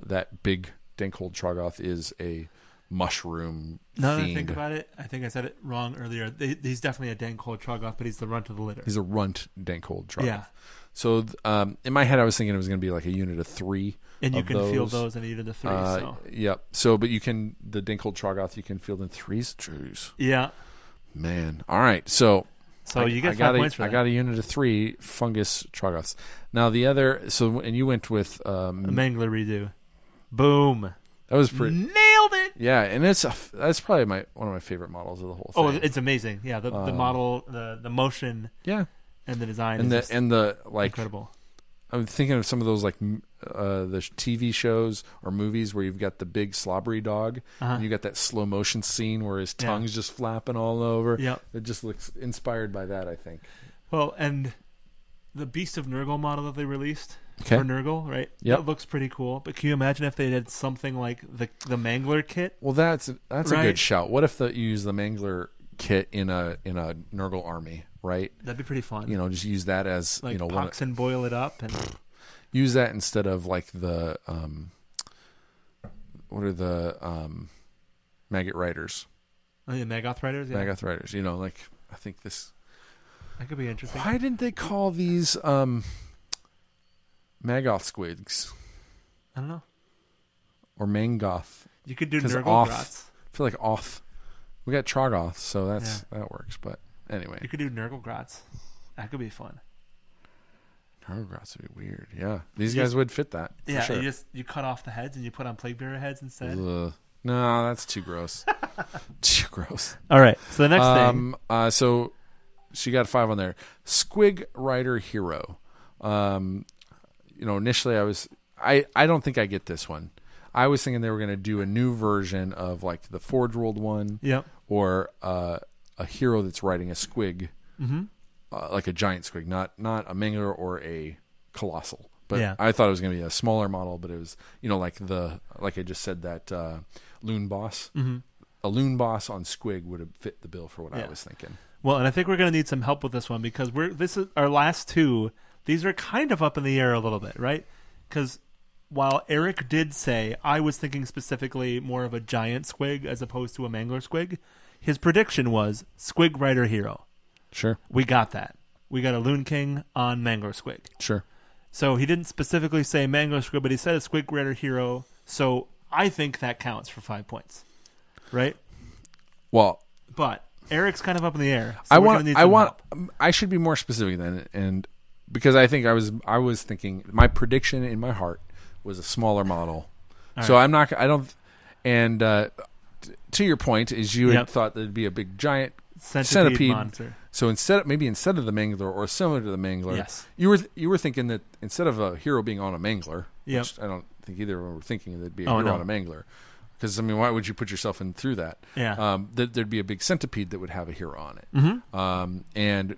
Speaker 1: that big Dankhold Trogoth is a mushroom.
Speaker 2: Now that I
Speaker 1: themed-
Speaker 2: think about it, I think I said it wrong earlier. They, he's definitely a Dankhold Trogoth, but he's the runt of the litter.
Speaker 1: He's a runt Dankhold Trogoth.
Speaker 2: Yeah.
Speaker 1: So th- um, in my head, I was thinking it was going to be like a unit of three.
Speaker 2: And you
Speaker 1: of
Speaker 2: can feel those in either of the three.
Speaker 1: Uh,
Speaker 2: so.
Speaker 1: Yep. So, but you can the Dankhold Trogoth you can field in threes. Jeez,
Speaker 2: Yeah.
Speaker 1: man. All right. So
Speaker 2: So
Speaker 1: I-
Speaker 2: you get
Speaker 1: I
Speaker 2: five
Speaker 1: got a,
Speaker 2: points for
Speaker 1: I
Speaker 2: that.
Speaker 1: got a unit of three fungus Trogoths. Now the other. So and you went with
Speaker 2: a
Speaker 1: um,
Speaker 2: Mangler redo. Boom.
Speaker 1: that was pretty.
Speaker 2: Nailed it.
Speaker 1: Yeah, and that's a f that's probably my one of my favorite models of the whole
Speaker 2: Oh,
Speaker 1: thing.
Speaker 2: it's amazing. Yeah, the, the
Speaker 1: Um,
Speaker 2: model, the, the motion,
Speaker 1: yeah,
Speaker 2: and the design
Speaker 1: and
Speaker 2: is
Speaker 1: the
Speaker 2: just
Speaker 1: and the like
Speaker 2: incredible.
Speaker 1: I'm thinking of some of those like m- uh, the sh- TV shows or movies where you've got the big slobbery dog,
Speaker 2: Uh-huh.
Speaker 1: and you got that slow motion scene where his
Speaker 2: Yeah.
Speaker 1: tongue's just flapping all over.
Speaker 2: Yep.
Speaker 1: It just looks inspired by that, I think.
Speaker 2: Well, and the Beast of Nurgle model that they released
Speaker 1: Okay.
Speaker 2: for Nurgle, right?
Speaker 1: Yep.
Speaker 2: That looks pretty cool. But can you imagine if they did something like the the Mangler kit?
Speaker 1: Well, that's that's a
Speaker 2: Right.
Speaker 1: good shout. What if the, you use the Mangler kit in a in a Nurgle army, right?
Speaker 2: That'd be pretty fun.
Speaker 1: You know, just use that as
Speaker 2: like
Speaker 1: you know one,
Speaker 2: pox and boil it up, and
Speaker 1: use that instead of like the um, what are the um, maggot riders,
Speaker 2: oh, yeah, Magoth Riders. Yeah,
Speaker 1: Maggoth riders? You know, like I think this
Speaker 2: that could be interesting.
Speaker 1: Why didn't they call these um, Magoth squigs
Speaker 2: I don't know.
Speaker 1: or Mangoth?
Speaker 2: You could do
Speaker 1: 'Cause
Speaker 2: Nurgle
Speaker 1: off-
Speaker 2: grots.
Speaker 1: I feel like off. We got Trogoth, so that's that works. But anyway,
Speaker 2: You could do Nurgle grots. That could be fun.
Speaker 1: Trogoths would be weird. Yeah, these
Speaker 2: You-
Speaker 1: guys would fit that. For
Speaker 2: Yeah,
Speaker 1: sure.
Speaker 2: you just you cut off the heads and you put on plague bearer heads instead.
Speaker 1: Ugh. No, that's too gross. too gross.
Speaker 2: All right. So the next thing,
Speaker 1: Um, uh, so she got five on there. Squig Rider Hero. Um, you know, initially I was I I don't think I get this one. I was thinking they were going to do a new version of like the Forge World one,
Speaker 2: yep.
Speaker 1: or uh, a hero that's riding a squig,
Speaker 2: Mm-hmm.
Speaker 1: uh, like a giant squig, not not a mangler or a colossal. But
Speaker 2: Yeah.
Speaker 1: I thought it was going to be a smaller model, but it was you know like the like I just said that uh, loon boss, a loon boss on squig would have fit the bill for what I
Speaker 2: Mm-hmm. Yeah.
Speaker 1: was thinking.
Speaker 2: Well, and I think we're going to need some help with this one because we're this is our last two. These are kind of up in the air a little bit, right? Because while Eric did say I was thinking specifically more of a giant squig as opposed to a mangler squig, his prediction was squig rider hero.
Speaker 1: Sure,
Speaker 2: We got that. We got a loon king on mangler squig.
Speaker 1: sure.
Speaker 2: So he didn't specifically say mangler squig, but he said a squig rider hero. So I think that counts for five points, right?
Speaker 1: Well,
Speaker 2: But Eric's kind of up in the air. so
Speaker 1: I
Speaker 2: we're
Speaker 1: want
Speaker 2: gonna need
Speaker 1: I
Speaker 2: some
Speaker 1: want
Speaker 2: help.
Speaker 1: um, I should be more specific then, and because I think I was I was thinking my prediction in my heart was a smaller model, so I'm not I don't and uh, t- to your point is you
Speaker 2: Yep.
Speaker 1: had thought there'd be a big giant
Speaker 2: centipede,
Speaker 1: centipede.
Speaker 2: monster.
Speaker 1: So instead of maybe instead of the mangler or similar to the mangler,
Speaker 2: Yes.
Speaker 1: you were you were thinking that instead of a hero being on a mangler,
Speaker 2: Yep.
Speaker 1: which I don't think either of them were thinking that'd be a
Speaker 2: Oh,
Speaker 1: hero
Speaker 2: no.
Speaker 1: on a mangler, because I mean why would you put yourself in through that?
Speaker 2: Yeah. Mm-hmm.
Speaker 1: um, that there'd be a big centipede that would have a hero on it. Um, and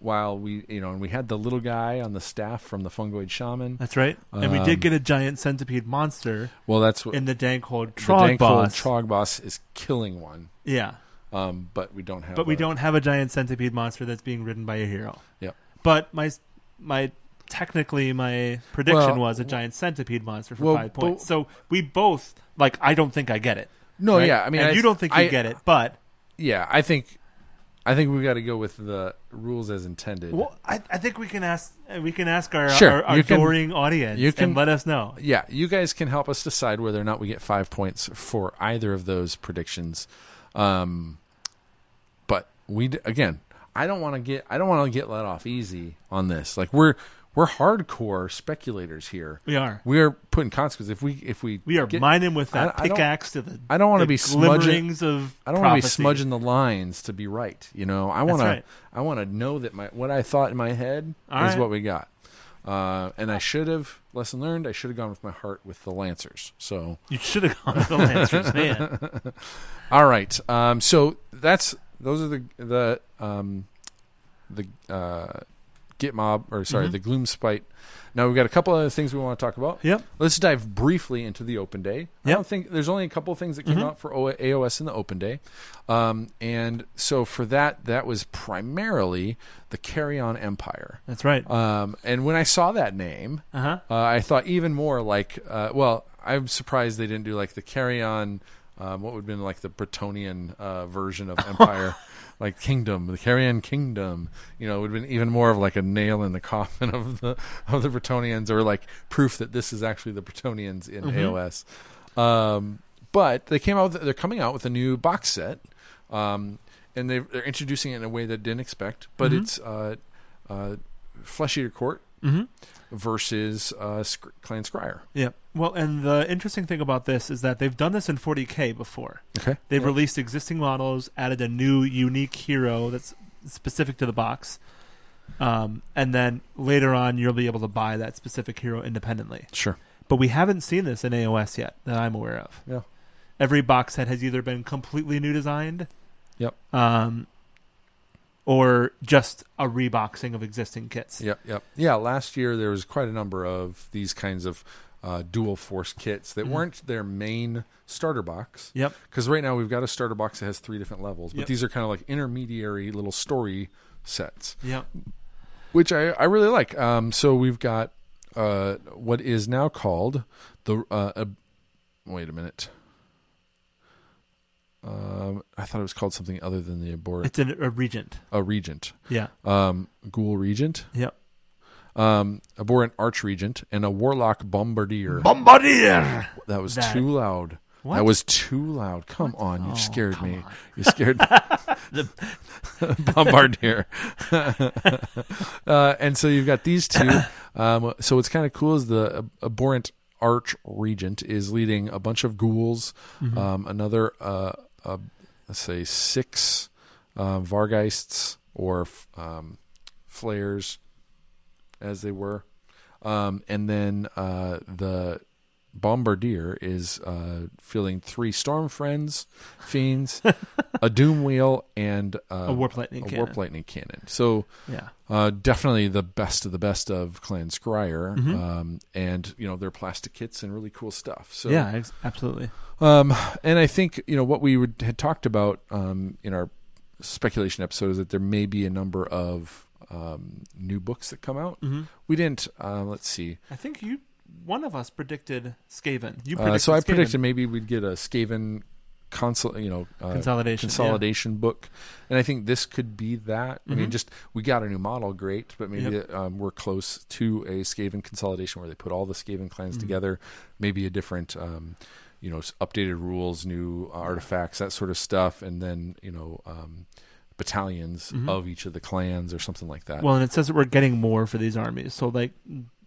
Speaker 1: while we you know and we had the little guy on the staff from the fungoid shaman.
Speaker 2: That's right. and we
Speaker 1: Um,
Speaker 2: did get a giant centipede monster
Speaker 1: Well, that's what
Speaker 2: in the Dankhold
Speaker 1: the
Speaker 2: Trog
Speaker 1: Dankhold
Speaker 2: boss.
Speaker 1: Trog boss is killing one.
Speaker 2: yeah,
Speaker 1: Um, but we don't have.
Speaker 2: but we
Speaker 1: a-
Speaker 2: don't have a giant centipede monster that's being ridden by a hero.
Speaker 1: Yep.
Speaker 2: But my my technically my prediction
Speaker 1: Well,
Speaker 2: was a giant centipede monster for
Speaker 1: well,
Speaker 2: five points.
Speaker 1: but-
Speaker 2: so we both like I don't think I get it.
Speaker 1: No,
Speaker 2: right?
Speaker 1: yeah. I mean,
Speaker 2: And
Speaker 1: I-
Speaker 2: you don't think you
Speaker 1: I-
Speaker 2: get it, but
Speaker 1: yeah, I think I think we've got to go with the rules as intended.
Speaker 2: Well, I, I think we can ask we can ask our
Speaker 1: Sure,
Speaker 2: our, our
Speaker 1: you can-
Speaker 2: adoring audience
Speaker 1: you can-
Speaker 2: and let us know.
Speaker 1: yeah, you guys can help us decide whether or not we get five points for either of those predictions. Um, but we d- again, I don't want to get I don't want to get let off easy on this. Like we're we're hardcore speculators here.
Speaker 2: We are
Speaker 1: We are putting consequences if we if we
Speaker 2: we are
Speaker 1: get-
Speaker 2: mining with that
Speaker 1: I- I don't-
Speaker 2: pickaxe to the.
Speaker 1: I don't want
Speaker 2: the
Speaker 1: to be smudging.
Speaker 2: glimmerings of.
Speaker 1: I don't want to be
Speaker 2: prophecy.
Speaker 1: smudging the lines to be right. You know, I want to.
Speaker 2: right.
Speaker 1: I want to know that my what I thought in my head
Speaker 2: All
Speaker 1: is
Speaker 2: right.
Speaker 1: what we got. Uh, and I should have lesson learned. I should have gone with my heart with the Lancers. So
Speaker 2: You should have gone to the Lancers, man.
Speaker 1: all right. Um, so that's those are the the um, the uh, Git Mob or sorry
Speaker 2: Mhm.
Speaker 1: the Gloom Spite. Now we've got a couple other things we want to talk about.
Speaker 2: Yep.
Speaker 1: Let's dive briefly into the open day. I
Speaker 2: Yep.
Speaker 1: don't think there's only a couple of things that came
Speaker 2: Mhm.
Speaker 1: out for O- AOS in the open day, um, and so for that, that was primarily the Carry On Empire.
Speaker 2: That's right.
Speaker 1: Um, and when I saw that name,
Speaker 2: Uh huh.
Speaker 1: uh, I thought even more like, uh, well, I'm surprised they didn't do like the Carry On, um, what would have been like the Bretonian uh, version of Empire, like Kingdom, the Carry On Kingdom. You know, it would have been even more of like a nail in the coffin of the of the Bretonians, or like proof that this is actually the Bretonians in AOS. Um, but they came out. With, they're coming out with a new box set, um, and they they're introducing it in a way that I didn't expect. But
Speaker 2: Mhm.
Speaker 1: it's uh, uh, Flesh Eater Court
Speaker 2: Mm-hmm.
Speaker 1: versus uh, Sc- Clan Scryer.
Speaker 2: Yeah. Well, and the interesting thing about this is that they've done this in 40k before.
Speaker 1: Okay.
Speaker 2: They've released existing models, added a new unique hero that's specific to the box, um, and then later on you'll be able to buy that specific hero independently.
Speaker 1: Sure.
Speaker 2: But we haven't seen this in AOS yet that I'm aware of.
Speaker 1: Yeah.
Speaker 2: Every box set has either been completely new designed,
Speaker 1: Yep.
Speaker 2: um, or just a reboxing of existing kits.
Speaker 1: Yep. Yep. Yeah. Last year there was quite a number of these kinds of uh, dual force kits that
Speaker 2: Mhm.
Speaker 1: weren't their main starter box.
Speaker 2: Yep.
Speaker 1: Because right now we've got a starter box that has three different levels, but
Speaker 2: Yep.
Speaker 1: these are kind of like intermediary little story sets,
Speaker 2: Yep.
Speaker 1: which I, I really like. Um, so we've got uh, what is now called the. Uh, ab- wait a minute. Um, I thought it was called something other than the abhorrent.
Speaker 2: It's an, a regent.
Speaker 1: a regent.
Speaker 2: Yeah.
Speaker 1: um, ghoul regent,
Speaker 2: Yep.
Speaker 1: um, abhorrent arch regent, and a warlock bombardier.
Speaker 2: Bombardier.
Speaker 1: that was
Speaker 2: That-
Speaker 1: too loud.
Speaker 2: What?
Speaker 1: That was too loud. Come on, you
Speaker 2: Oh,
Speaker 1: scared
Speaker 2: come
Speaker 1: me.
Speaker 2: on.
Speaker 1: You scared bombardier. uh, and so you've got these two. Um, so what's kind of cool is the ab- abhorrent arch regent is leading a bunch of ghouls, um, another uh, uh, let's say six uh, vargeists or f- um, flares, as they were, um, and then uh, the bombardier is uh, fielding three storm friends, fiends, a doom wheel, and uh,
Speaker 2: a warp lightning
Speaker 1: a
Speaker 2: cannon.
Speaker 1: warp lightning cannon. So
Speaker 2: Yeah.
Speaker 1: uh, definitely the best of the best of Clan Scryer,
Speaker 2: Mhm.
Speaker 1: um, and you know their plastic kits and really cool stuff. So
Speaker 2: yeah, ex- absolutely.
Speaker 1: um, and I think you know what we would, had talked about um, in our speculation episode is that there may be a number of um, new books that come out.
Speaker 2: Mhm.
Speaker 1: We didn't. Uh, let's see.
Speaker 2: I think you, one of us predicted Skaven. You predicted
Speaker 1: Uh, so I
Speaker 2: Skaven.
Speaker 1: predicted maybe we'd get a Skaven console, you know, uh,
Speaker 2: consolidation.
Speaker 1: consolidation book, and I think this could be that. I mean,
Speaker 2: Mhm.
Speaker 1: just we got a new model, great, but maybe um, we're close to a Skaven consolidation where they put all the Skaven clans
Speaker 2: Mhm.
Speaker 1: together. Maybe a different, um, you know, s- updated rules, new uh, artifacts, that sort of stuff, and then you know, um, battalions
Speaker 2: Mhm.
Speaker 1: of each of the clans or something like that.
Speaker 2: Yeah. Well, and it says that we're getting more for these armies. So like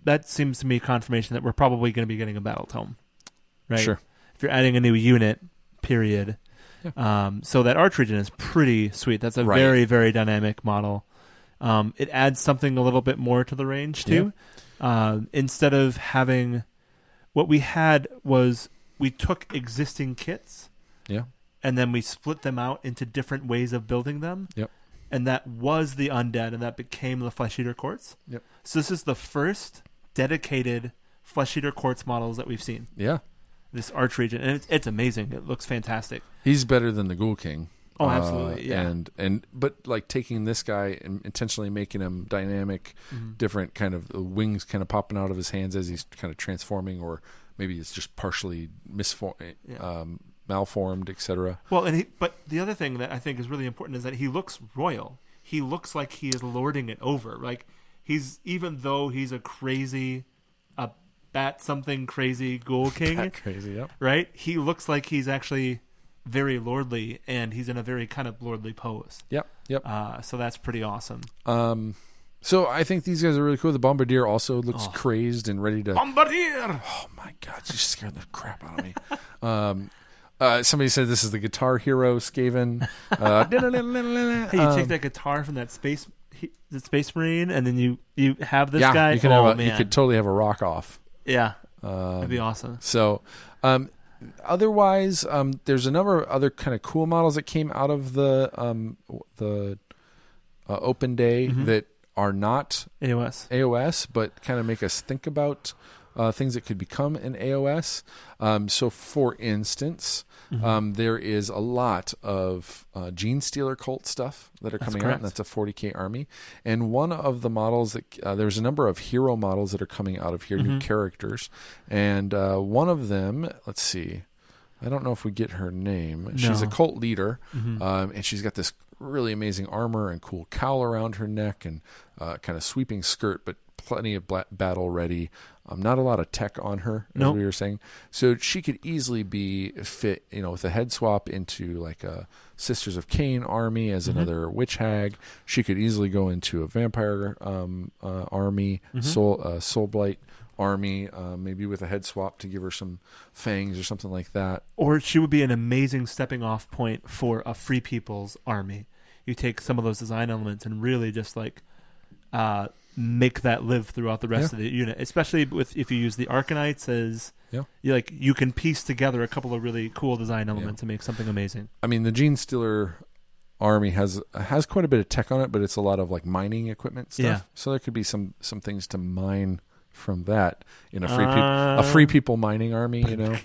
Speaker 2: that seems to me confirmation that we're probably going to be getting a battle tome. Right.
Speaker 1: Sure.
Speaker 2: If you're adding a new unit, period.
Speaker 1: Yeah.
Speaker 2: Um, so that arch region is pretty sweet. That's a
Speaker 1: Right.
Speaker 2: very very dynamic model. Um, it adds something a little bit more to the range too. Um, instead of having what we had was we took existing kits
Speaker 1: Yeah.
Speaker 2: and then we split them out into different ways of building them.
Speaker 1: Yep.
Speaker 2: And that was the undead, and that became the flesh eater courts.
Speaker 1: Yep.
Speaker 2: So this is the first dedicated flesh eater courts models that we've seen.
Speaker 1: Yeah.
Speaker 2: This arch region, and it's, it's amazing. It looks fantastic.
Speaker 1: He's better than the Ghoul King.
Speaker 2: Oh,
Speaker 1: Uh,
Speaker 2: absolutely, yeah.
Speaker 1: And and but like taking this guy and intentionally making him dynamic, different kind of uh, wings kind of popping out of his hands as he's kind of transforming, or maybe it's just partially misform,
Speaker 2: Yeah.
Speaker 1: um, malformed, etc.
Speaker 2: Well, and he, but the other thing that I think is really important is that he looks royal. He looks like he is lording it over. Like he's even though he's a crazy, a bat something crazy ghoul king,
Speaker 1: Crazy, yep.
Speaker 2: right? He looks like he's actually very lordly, and he's in a very kind of lordly pose.
Speaker 1: Yep, yep.
Speaker 2: Uh, so that's pretty awesome.
Speaker 1: Um, so I think these guys are really cool. The bombardier also
Speaker 2: Oh.
Speaker 1: looks crazed and ready to.
Speaker 2: Bombardier.
Speaker 1: oh my god, you scared the crap out of me. um, uh, somebody said this is the guitar hero Skaven. Uh,
Speaker 2: Hey, you
Speaker 1: Um,
Speaker 2: take that guitar from that space, he, the space marine, and then you you have this
Speaker 1: yeah,
Speaker 2: guy.
Speaker 1: you can
Speaker 2: oh
Speaker 1: have a,
Speaker 2: man,
Speaker 1: you could totally have a rock off.
Speaker 2: yeah, that'd be awesome.
Speaker 1: So, um, otherwise, um, there's a number of other kind of cool models that came out of the um, w- the uh, open day that are not
Speaker 2: AOS.
Speaker 1: AOS, but kind of make us think about uh, things that could become an AOS. Um, so, for instance, um, there is a lot of uh, Gene Stealer cult stuff that are coming out,
Speaker 2: correct.
Speaker 1: and that's a 40K army. And one of the models that uh, there's a number of hero models that are coming out of here, new characters. And uh, one of them, let's see. I don't know if we get her name. She's a
Speaker 2: No.
Speaker 1: cult leader, um, and she's got this really amazing armor and cool cowl around her neck and uh, kind of sweeping skirt, but plenty of bla- battle ready. Um, not a lot of tech on her, as
Speaker 2: Nope.
Speaker 1: we were saying. So she could easily be fit, you know, with a head swap into like a Sisters of Cain army as another witch hag. She could easily go into a vampire um, uh, army, soul uh, soul blight army, uh, maybe with a head swap to give her some fangs or something like that.
Speaker 2: Or she would be an amazing stepping off point for a Free People's army. You take some of those design elements and really just like uh, make that live throughout the rest
Speaker 1: Yeah.
Speaker 2: of the unit, especially with if you use the Arcanites as.
Speaker 1: Yeah.
Speaker 2: You like you can piece together a couple of really cool design elements and make something amazing.
Speaker 1: I mean, the Gene Stealer army has has quite a bit of tech on it, but it's a lot of like mining equipment stuff.
Speaker 2: Yeah.
Speaker 1: So there could be some some things to mine from that in a free peop
Speaker 2: Uh,
Speaker 1: a free people mining army, you know.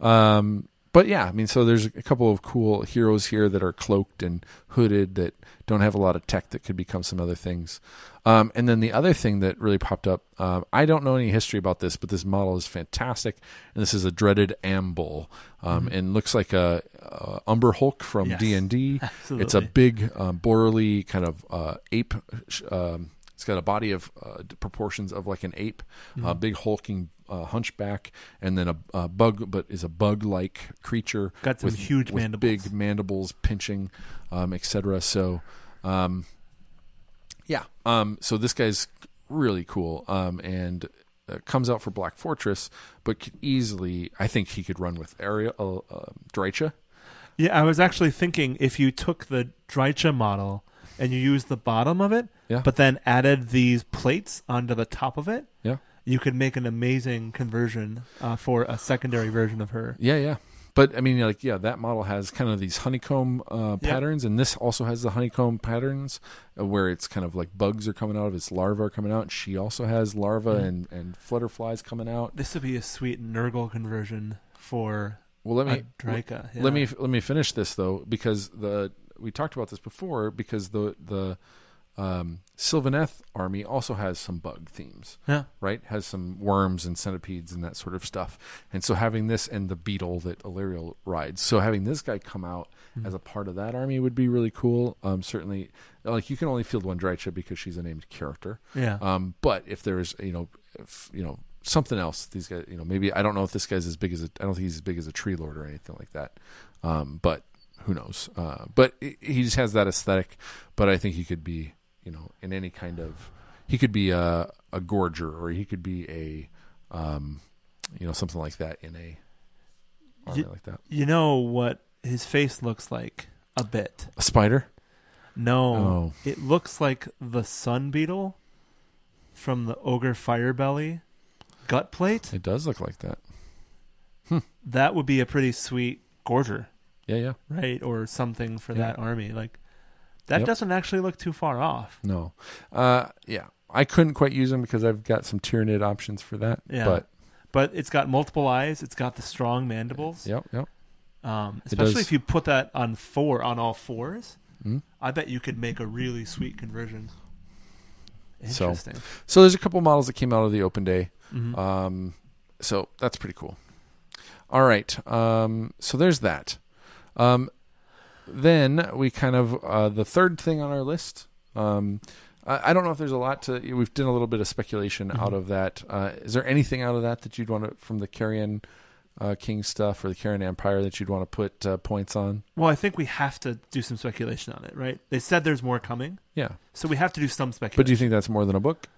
Speaker 1: Um, but yeah, I mean, so there's a couple of cool heroes here that are cloaked and hooded that don't have a lot of tech that could become some other things. Um, and then the other thing that really popped up, um, I don't know any history about this, but this model is fantastic, and this is a dreaded amble, um, and looks like a, a Umber Hulk from
Speaker 2: Yes.
Speaker 1: D and D. It's a
Speaker 2: Absolutely.
Speaker 1: big, um, borely kind of uh, ape. sh- Um, it's got a body of uh, d- proportions of like an ape,
Speaker 2: Mm-hmm.
Speaker 1: a big hulking uh, hunchback, and then a, a bug, but is a bug-like creature
Speaker 2: Got some huge
Speaker 1: with
Speaker 2: mandibles.
Speaker 1: big mandibles pinching, um, etc. So, um, yeah, um, so this guy's really cool, um, and. Uh, comes out for Black Fortress, but could easily, I think he could run with Ariel, uh, uh, Draicha.
Speaker 2: Yeah, I was actually thinking if you took the Dreicha model and you used the bottom of it,
Speaker 1: Yeah.
Speaker 2: but then added these plates onto the top of it,
Speaker 1: Yeah.
Speaker 2: you could make an amazing conversion uh, for a secondary version of her.
Speaker 1: Yeah, yeah. But I mean, like, yeah, that model has kind of these honeycomb uh,
Speaker 2: Yeah.
Speaker 1: patterns, and this also has the honeycomb patterns uh, where it's kind of like bugs are coming out of its larvae are coming out. And she also has larvae and, and flutterflies coming out.
Speaker 2: This would be a sweet Nurgle conversion for
Speaker 1: Well, let me
Speaker 2: a Dreicha. yeah.
Speaker 1: let me let me finish this though because the we talked about this before because the the um, Sylvaneth army also has some bug themes.
Speaker 2: Yeah.
Speaker 1: right? Has some worms and centipedes and that sort of stuff. And so having this and the beetle that Illyrial rides, so having this guy come out as a part of that army would be really cool. Um, certainly, like you can only field one Draicha because she's a named character.
Speaker 2: Yeah.
Speaker 1: Um, but if there's you know, if, you know something else, these guys, you know, maybe I don't know if this guy's as big as a, I don't think he's as big as a tree lord or anything like that. Um, but who knows? Uh, but he- he just has that aesthetic. But I think he could be you know in any kind of he could be a a gorger or he could be a um, you know something like that in a army
Speaker 2: Ye-
Speaker 1: like that.
Speaker 2: You know what his face looks like a bit.
Speaker 1: A spider.
Speaker 2: No,
Speaker 1: Oh.
Speaker 2: it looks like the sun beetle from the ogre firebelly gut plate.
Speaker 1: It does look like that.
Speaker 2: That would be a pretty sweet gorger.
Speaker 1: Yeah, yeah.
Speaker 2: right or something for
Speaker 1: Yeah.
Speaker 2: that army like that
Speaker 1: Yep.
Speaker 2: doesn't actually look too far off
Speaker 1: No. Uh, yeah. I couldn't quite use them because I've got some Tyranid options for that.
Speaker 2: Yeah.
Speaker 1: But
Speaker 2: but it's got multiple eyes it's got the strong mandibles
Speaker 1: yep, yep.
Speaker 2: um,
Speaker 1: It
Speaker 2: especially
Speaker 1: does.
Speaker 2: if you put that on four on all fours
Speaker 1: Mm.
Speaker 2: i bet you could make a really sweet conversion
Speaker 1: So- uh,
Speaker 2: interesting Mm-hmm.
Speaker 1: So Mm-hmm. there's a couple models that came out of the open day.
Speaker 2: Mhm.
Speaker 1: Um, so that's pretty cool. All right. Um, so there's that. Um, then we kind of uh, the third thing on our list. Um, I, I don't know if there's a lot to. We've done a little bit of speculation out of that. Uh, is there anything out of that that you'd want to from the Carrion uh, King stuff or the Carrion Empire that you'd want to put uh, points on?
Speaker 2: Well, I think we have to do some speculation on it, right? They said there's more coming,
Speaker 1: Yeah.
Speaker 2: so we have to do some speculation.
Speaker 1: But do you think that's more than a book?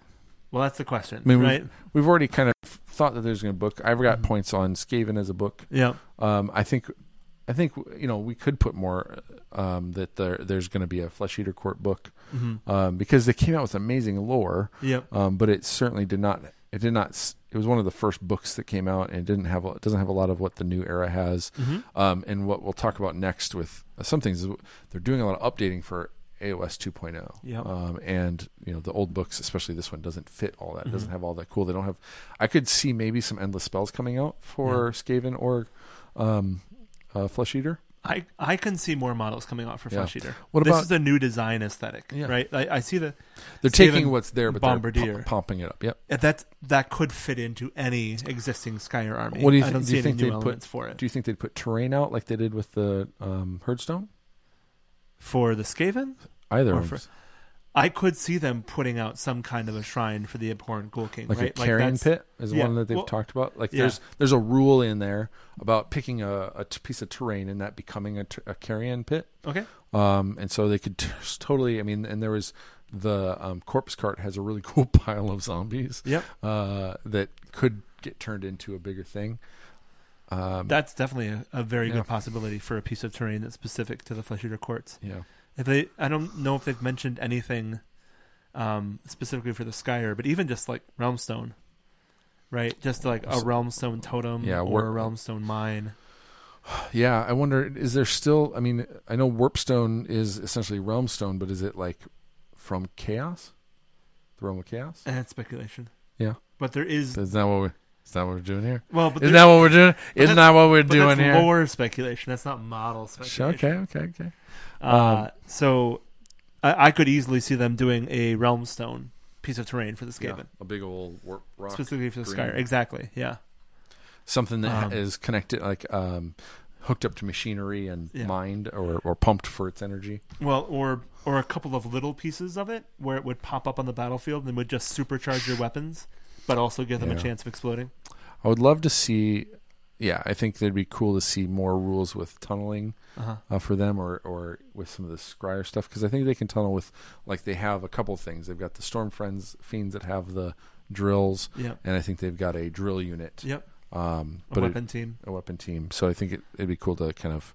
Speaker 2: well, that's the question,
Speaker 1: I mean, we've-
Speaker 2: right?
Speaker 1: We've already kind of thought that there's going to be a book. I've got
Speaker 2: Mhm.
Speaker 1: points on Skaven as a book.
Speaker 2: Yeah.
Speaker 1: Um, I think, I think you know we could put more um, that there, there's going to be a Flesh Eater Court book
Speaker 2: hmm
Speaker 1: um, because they came out with amazing lore,
Speaker 2: Yep.
Speaker 1: um, but it certainly did not. It did not. s- It was one of the first books that came out, and it didn't have. a- It doesn't have a lot of what the new era has,
Speaker 2: hmm
Speaker 1: um, and what we'll talk about next with uh, some things. Is they're doing a lot of updating for AOS 2.0,
Speaker 2: Yep.
Speaker 1: um, and you know the old books, especially this one, doesn't fit all that. It
Speaker 2: Mm-hmm.
Speaker 1: Doesn't have all that cool. They don't have. I could see maybe some endless spells coming out for Skaven or um, uh, Flesh Eater.
Speaker 2: I I can see more models coming out for
Speaker 1: Yeah.
Speaker 2: Flesh Eater.
Speaker 1: What
Speaker 2: this
Speaker 1: about-
Speaker 2: is a new design aesthetic,
Speaker 1: Yeah.
Speaker 2: right? I, I see the
Speaker 1: They're
Speaker 2: Skaven
Speaker 1: taking what's there, but they're
Speaker 2: Bombardier.
Speaker 1: pom- pumping it up. Yep.
Speaker 2: that that could fit into any existing Skyer army.
Speaker 1: What do you
Speaker 2: I
Speaker 1: thi-
Speaker 2: don't
Speaker 1: do
Speaker 2: see
Speaker 1: you
Speaker 2: any
Speaker 1: think
Speaker 2: new
Speaker 1: they'd put-
Speaker 2: elements for it
Speaker 1: Do you think they'd put terrain out like they did with the um, Herdstone?
Speaker 2: for the Skaven.
Speaker 1: Either
Speaker 2: Or
Speaker 1: of
Speaker 2: for-
Speaker 1: them.
Speaker 2: I could see them putting out some kind of a shrine for the abhorrent Ghoul King,
Speaker 1: like
Speaker 2: right?
Speaker 1: a carrion
Speaker 2: that's-
Speaker 1: pit is
Speaker 2: yeah,
Speaker 1: one that they've
Speaker 2: well-
Speaker 1: talked about. Like
Speaker 2: yeah.
Speaker 1: there's there's a rule in there about picking a, a t- piece of terrain and that becoming a, ter- a carrion pit.
Speaker 2: Okay,
Speaker 1: Um, and so they could t- totally. I mean, and there was the um, corpse cart has a really cool pile of zombies
Speaker 2: yep,
Speaker 1: uh, that could get turned into a bigger thing. Um,
Speaker 2: that's definitely a, a very
Speaker 1: Yeah.
Speaker 2: good possibility for a piece of terrain that's specific to the Flesh Eater Courts.
Speaker 1: yeah,
Speaker 2: If they, I don't know if they've mentioned anything um, specifically for the Skyer, but even just like Realmstone, right? Just like a
Speaker 1: So-
Speaker 2: Realmstone totem
Speaker 1: Yeah,
Speaker 2: or a
Speaker 1: we're-
Speaker 2: Realmstone mine.
Speaker 1: yeah. I wonder, is there still? I mean, I know Warpstone is essentially Realmstone, but is it like from Chaos, the realm of Chaos?
Speaker 2: And Eh, it's speculation.
Speaker 1: Yeah.
Speaker 2: But there is
Speaker 1: Is that what we? Is that what we're doing here?
Speaker 2: well, but
Speaker 1: Isn't
Speaker 2: there-
Speaker 1: that what we're doing? Isn't
Speaker 2: that's-
Speaker 1: that what we're
Speaker 2: but
Speaker 1: doing
Speaker 2: that's
Speaker 1: here?
Speaker 2: lore speculation. That's not model
Speaker 1: Sh-
Speaker 2: speculation.
Speaker 1: Okay, okay, okay.
Speaker 2: Uh,
Speaker 1: Um,
Speaker 2: so I, I could easily see them doing a Realmstone piece of terrain for the Skaven,
Speaker 1: a big old warp rock,
Speaker 2: specifically for the
Speaker 1: green.
Speaker 2: Skyer. Exactly. Yeah.
Speaker 1: something that ha-
Speaker 2: Um,
Speaker 1: is connected, like um, hooked up to machinery and
Speaker 2: Yeah.
Speaker 1: mind, or or pumped for its energy.
Speaker 2: Well, or or a couple of little pieces of it where it would pop up on the battlefield and would just supercharge your weapons, but also give them
Speaker 1: Yeah.
Speaker 2: a chance of exploding.
Speaker 1: I would love to see. Yeah, I think that'd be cool to see more rules with tunneling
Speaker 2: Uh-huh.
Speaker 1: uh, for them, or or with some of the Scryer stuff, because I think they can tunnel with like they have a couple things. They've got the Storm Friends fiends that have the drills,
Speaker 2: Yep.
Speaker 1: and I think they've got a drill unit.
Speaker 2: Yep.
Speaker 1: Um,
Speaker 2: A
Speaker 1: but it-
Speaker 2: weapon team.
Speaker 1: a weapon team. So I think it, it'd be cool to kind of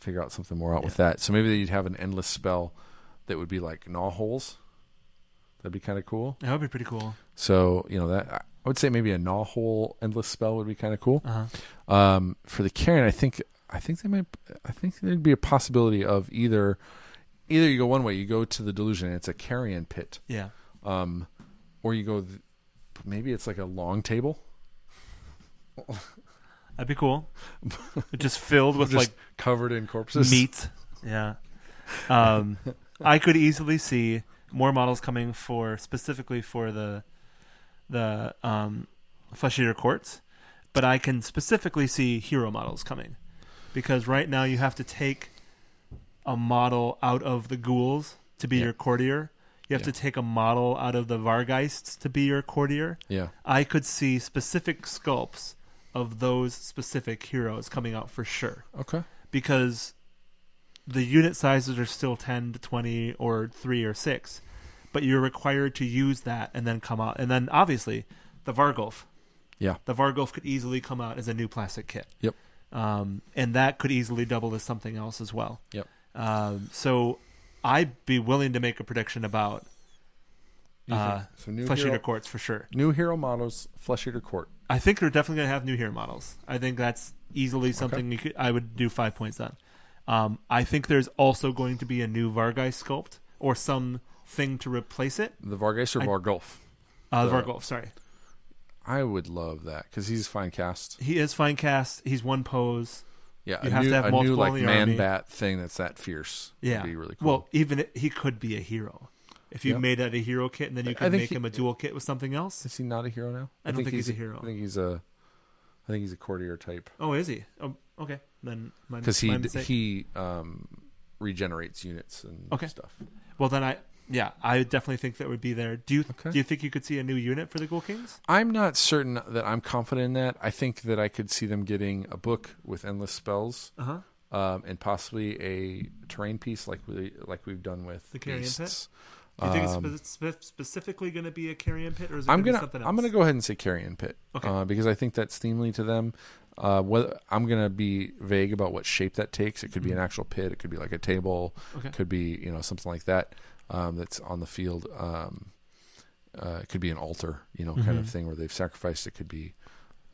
Speaker 1: figure out something more out with that. So maybe you'd have an endless spell that would be like gnaw holes. That'd be kind of cool.
Speaker 2: That would be pretty cool.
Speaker 1: So you know that I would say maybe a gnaw hole endless spell would be kind of cool.
Speaker 2: Uh-huh.
Speaker 1: Um, for the Karen, I think I think they might. I think there'd be a possibility of either either you go one way, you go to the delusion, and it's a carrion pit,
Speaker 2: Yeah.
Speaker 1: um, or you go th- maybe it's like a long table
Speaker 2: That'd be cool. just filled with
Speaker 1: just
Speaker 2: like
Speaker 1: covered in corpses.
Speaker 2: meat. Yeah. Um, I could easily see more models coming for specifically for the the um, flesh eater courts, but I can specifically see hero models coming because right now you have to take a model out of the ghouls to be
Speaker 1: Yeah.
Speaker 2: your courtier. You have
Speaker 1: Yeah.
Speaker 2: to take a model out of the Vargeists to be your courtier.
Speaker 1: Yeah.
Speaker 2: I could see specific sculpts of those specific heroes coming out for sure
Speaker 1: Okay.
Speaker 2: because the unit sizes are still 10 to 20 or 3 or 6 but you're required to use that and then come out and then obviously the vargolf
Speaker 1: Yeah.
Speaker 2: the vargolf could easily come out as a new plastic kit
Speaker 1: Yep.
Speaker 2: um, and that could easily double as something else as well
Speaker 1: Yep.
Speaker 2: um, so i'd be willing to make a prediction about
Speaker 1: You think-
Speaker 2: Uh,
Speaker 1: so new
Speaker 2: flesh
Speaker 1: hero-
Speaker 2: eater courts for sure
Speaker 1: New hero models, Flesh Eater Court.
Speaker 2: i think they're definitely going to have new hero models i think that's easily something you could, i would do five points on Um, I think there's also going to be a new Vargai sculpt or some thing to replace it.
Speaker 1: The Vargas or
Speaker 2: I-
Speaker 1: Vargulf?
Speaker 2: Uh,
Speaker 1: The-
Speaker 2: Vargolf, sorry.
Speaker 1: I would love that because he's fine cast.
Speaker 2: He is fine cast. He's one pose.
Speaker 1: Yeah,
Speaker 2: You
Speaker 1: a
Speaker 2: have
Speaker 1: new,
Speaker 2: to have
Speaker 1: a new
Speaker 2: multiple
Speaker 1: like
Speaker 2: in the
Speaker 1: man
Speaker 2: army.
Speaker 1: bat thing that's that fierce.
Speaker 2: Yeah.
Speaker 1: would be really cool.
Speaker 2: Well, even i- he could be a hero. If you
Speaker 1: Yeah.
Speaker 2: made that a hero kit and then you
Speaker 1: I
Speaker 2: could
Speaker 1: think
Speaker 2: make
Speaker 1: he-
Speaker 2: him a dual kit with something else.
Speaker 1: is he not a hero now?
Speaker 2: I don't think he's a hero.
Speaker 1: I think he's a. I I think he's a courtier type
Speaker 2: Oh, is he? Oh, okay. Then my-
Speaker 1: because
Speaker 2: my
Speaker 1: he
Speaker 2: mistake.
Speaker 1: he um, regenerates units and
Speaker 2: Okay.
Speaker 1: stuff.
Speaker 2: Well, then I yeah, I definitely think that would be there. Do you
Speaker 1: Okay.
Speaker 2: do you think you could see a new unit for the Ghoul Kings?
Speaker 1: I'm not certain that I'm confident in that. I think that I could see them getting a book with endless spells
Speaker 2: Uh huh.
Speaker 1: um, and possibly a terrain piece like we like we've done with
Speaker 2: The Carrion Pit?
Speaker 1: beasts. Um,
Speaker 2: Do you think it's spe- spe- specifically going to be a carrion pit, or is it
Speaker 1: I'm
Speaker 2: gonna be
Speaker 1: gonna
Speaker 2: something else?
Speaker 1: I'm gonna go ahead and say Carrion Pit
Speaker 2: Okay.
Speaker 1: uh, because I think that's themely to them. Uh, whether, I'm gonna be vague about what shape that takes. It could
Speaker 2: Mm-hmm.
Speaker 1: be an actual pit. It could be like a table.
Speaker 2: Okay.
Speaker 1: It could be you know something like that um, that's on the field. Um, uh, it could be an altar, you know, kind of
Speaker 2: Mhm.
Speaker 1: thing where they've sacrificed. It could be,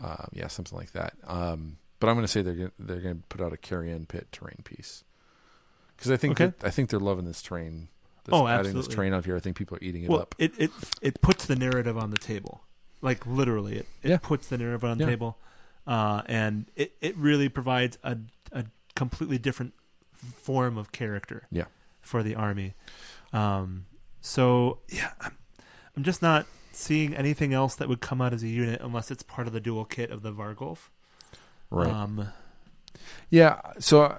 Speaker 1: uh, yeah, something like that. Um, but I'm gonna say they're gonna, they're gonna put out a Carrion Pit terrain piece because I think
Speaker 2: Okay.
Speaker 1: that, I think they're loving this terrain. This,
Speaker 2: Oh,
Speaker 1: adding this
Speaker 2: absolutely.
Speaker 1: terrain out here, I think people are eating it
Speaker 2: Well,
Speaker 1: up.
Speaker 2: it, it it puts the narrative on the table, like literally, it, it
Speaker 1: Yeah.
Speaker 2: puts the narrative on the
Speaker 1: Yeah.
Speaker 2: table, uh, and it, it really provides a a completely different form of character.
Speaker 1: Yeah.
Speaker 2: for the army. Um, so yeah, I'm, I'm just not seeing anything else that would come out as a unit unless it's part of the dual kit of the Vargolf.
Speaker 1: Right.
Speaker 2: Um,
Speaker 1: Yeah. So,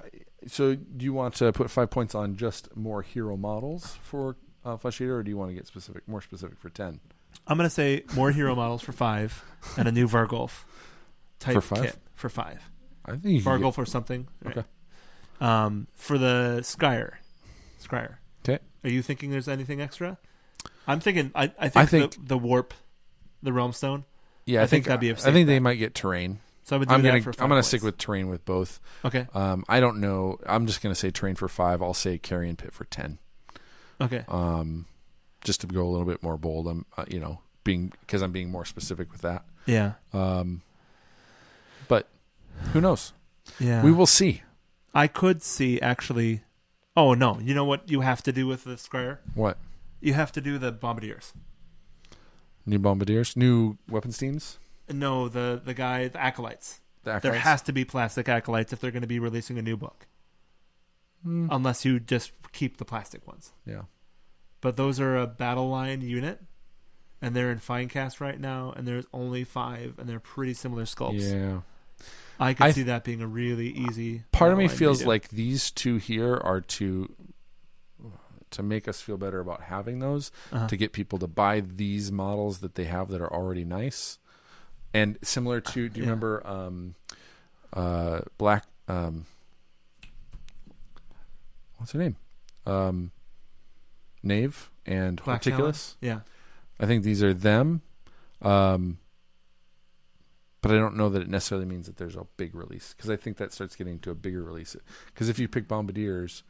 Speaker 1: so do you want to put five points on just more hero models for uh, Flesh Eater, or do you want to get specific, more specific for ten?
Speaker 2: I'm gonna say more hero models for five and a new Vargolf type
Speaker 1: For five?
Speaker 2: kit for five.
Speaker 1: I think you could
Speaker 2: Vargolf or something. right?
Speaker 1: Okay.
Speaker 2: Um, for the Skyr. Skyr.
Speaker 1: 'Kay.
Speaker 2: Are you thinking there's anything extra? I'm thinking. I, I think,
Speaker 1: I think-
Speaker 2: the, the warp, the realm stone.
Speaker 1: get- yeah, I,
Speaker 2: I
Speaker 1: think,
Speaker 2: think that'd be a
Speaker 1: I think
Speaker 2: safe
Speaker 1: they
Speaker 2: bet.
Speaker 1: might get terrain.
Speaker 2: So I would do
Speaker 1: I'm
Speaker 2: that
Speaker 1: gonna
Speaker 2: for. Five
Speaker 1: I'm gonna
Speaker 2: points.
Speaker 1: stick with terrain with both.
Speaker 2: Okay.
Speaker 1: Um, I don't know. I'm just gonna say terrain for five. I'll say carrion pit for ten.
Speaker 2: Okay.
Speaker 1: Um, just to go a little bit more bold. I'm uh, you know being because I'm being more specific with that.
Speaker 2: Yeah.
Speaker 1: Um, but who knows?
Speaker 2: Yeah.
Speaker 1: We will see.
Speaker 2: I could see actually. Oh no! You know what you have to do with the Skyr?
Speaker 1: What
Speaker 2: You have to do the bombardiers.
Speaker 1: new bombardiers, new weapons teams.
Speaker 2: No, the the guy, the acolytes.
Speaker 1: The
Speaker 2: There
Speaker 1: acolytes?
Speaker 2: has to be plastic acolytes if they're going to be releasing a new book,
Speaker 1: Hmm.
Speaker 2: unless you just keep the plastic ones.
Speaker 1: yeah.
Speaker 2: but those are a battle line unit and they're in fine cast right now and there's only five and they're pretty similar sculpts
Speaker 1: Yeah.
Speaker 2: i could
Speaker 1: I-
Speaker 2: see that being a really easy
Speaker 1: Part of
Speaker 2: battle
Speaker 1: me
Speaker 2: line
Speaker 1: feels
Speaker 2: redo.
Speaker 1: like these two here are to to make us feel better about having those
Speaker 2: Uh-huh.
Speaker 1: to get people to buy these models that they have that are already nice. And similar to do you
Speaker 2: Yeah.
Speaker 1: remember um uh black um what's her name? Um Knave and
Speaker 2: Black
Speaker 1: Horticulus.
Speaker 2: yeah
Speaker 1: I think these are them. Um, but I don't know that it necessarily means that there's a big release because I think that starts getting to a bigger release. Because if you pick Bombardiers,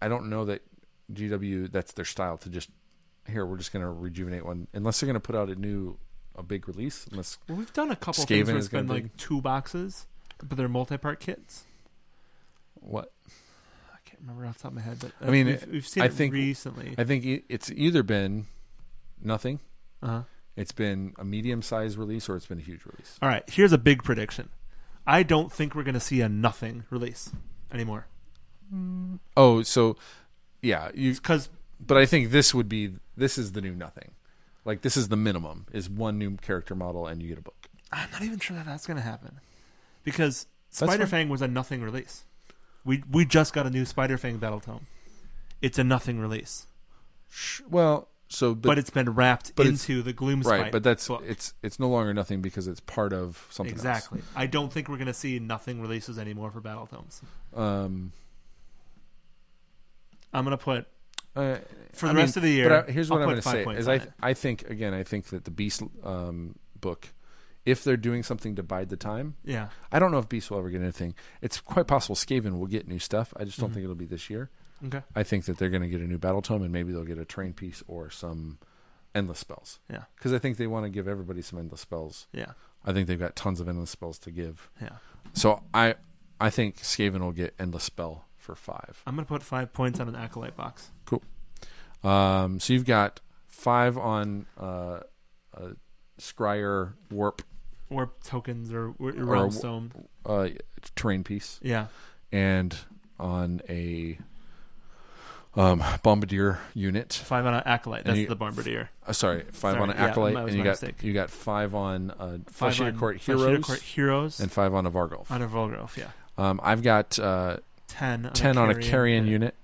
Speaker 1: I don't know that GW that's their style to just here we're just going to rejuvenate one unless they're going to put out a new a big release. Unless
Speaker 2: well, we've done a couple
Speaker 1: Skaven
Speaker 2: things where
Speaker 1: is
Speaker 2: it's been
Speaker 1: gonna
Speaker 2: like
Speaker 1: be-
Speaker 2: two boxes but they're multi-part kits
Speaker 1: what
Speaker 2: i can't remember off the top of my head but uh,
Speaker 1: I mean,
Speaker 2: we've, we've seen
Speaker 1: I
Speaker 2: it
Speaker 1: think-
Speaker 2: recently
Speaker 1: I think e- it's either been nothing,
Speaker 2: uh-huh.
Speaker 1: it's been a medium sized release, or it's been a huge release.
Speaker 2: all right here's a big prediction i don't think we're going to see a nothing release anymore
Speaker 1: Oh, so yeah, you
Speaker 2: because
Speaker 1: but I think this would be this is the new nothing. Like this is the minimum is one new character model and you get a book.
Speaker 2: I'm not even sure that that's going to happen because
Speaker 1: fine.
Speaker 2: Spider Fang was a nothing release. We we just got a new Spider Fang battle tome. It's a nothing release,
Speaker 1: Well, so
Speaker 2: but, it's been wrapped
Speaker 1: but it's-
Speaker 2: into the Gloom
Speaker 1: right, but that's
Speaker 2: book.
Speaker 1: it's it's no longer nothing because it's part of something
Speaker 2: exactly. I don't think we're going to see nothing releases anymore for battle tomes.
Speaker 1: else. Um
Speaker 2: I'm going to put
Speaker 1: uh,
Speaker 2: for
Speaker 1: I
Speaker 2: the
Speaker 1: mean,
Speaker 2: rest of the year.
Speaker 1: But I, here's what
Speaker 2: I'll
Speaker 1: am
Speaker 2: put
Speaker 1: going to
Speaker 2: five
Speaker 1: say
Speaker 2: points
Speaker 1: is
Speaker 2: on
Speaker 1: I
Speaker 2: it.
Speaker 1: I think again I think that the Beast um, book if they're doing something to bide the time,
Speaker 2: yeah
Speaker 1: I don't know if Beast will ever get anything. It's quite possible Skaven will get new stuff. I just don't
Speaker 2: Mhm.
Speaker 1: think it'll be this year.
Speaker 2: okay
Speaker 1: I think that they're going to get a new battle tome and maybe they'll get a train piece or some endless spells.
Speaker 2: Yeah.
Speaker 1: Because I think they want to give everybody some endless spells.
Speaker 2: yeah
Speaker 1: I think they've got tons of endless spells to give.
Speaker 2: yeah.
Speaker 1: So I I think Skaven will get endless spell for five.
Speaker 2: I'm going to put five points on an acolyte box.
Speaker 1: Um, so you've got five on uh, uh, Scryer warp
Speaker 2: Or tokens or, or,
Speaker 1: Or-
Speaker 2: realm stone.
Speaker 1: uh, terrain piece
Speaker 2: Yeah.
Speaker 1: and on a um, bombardier unit.
Speaker 2: Five on an acolyte.
Speaker 1: And
Speaker 2: That's
Speaker 1: you-
Speaker 2: the bombardier.
Speaker 1: Uh, sorry, five
Speaker 2: Sorry,
Speaker 1: on an
Speaker 2: yeah,
Speaker 1: acolyte,
Speaker 2: that was
Speaker 1: and you
Speaker 2: my
Speaker 1: got
Speaker 2: mistake.
Speaker 1: you got five on uh,
Speaker 2: Five
Speaker 1: Flesh Eater
Speaker 2: on
Speaker 1: Court
Speaker 2: Flesh Eater
Speaker 1: heroes,
Speaker 2: Court heroes.
Speaker 1: and five on a Vargolf.
Speaker 2: on a Volgrove, yeah.
Speaker 1: Um, I've got uh,
Speaker 2: Ten. On
Speaker 1: ten
Speaker 2: a
Speaker 1: on a carrion unit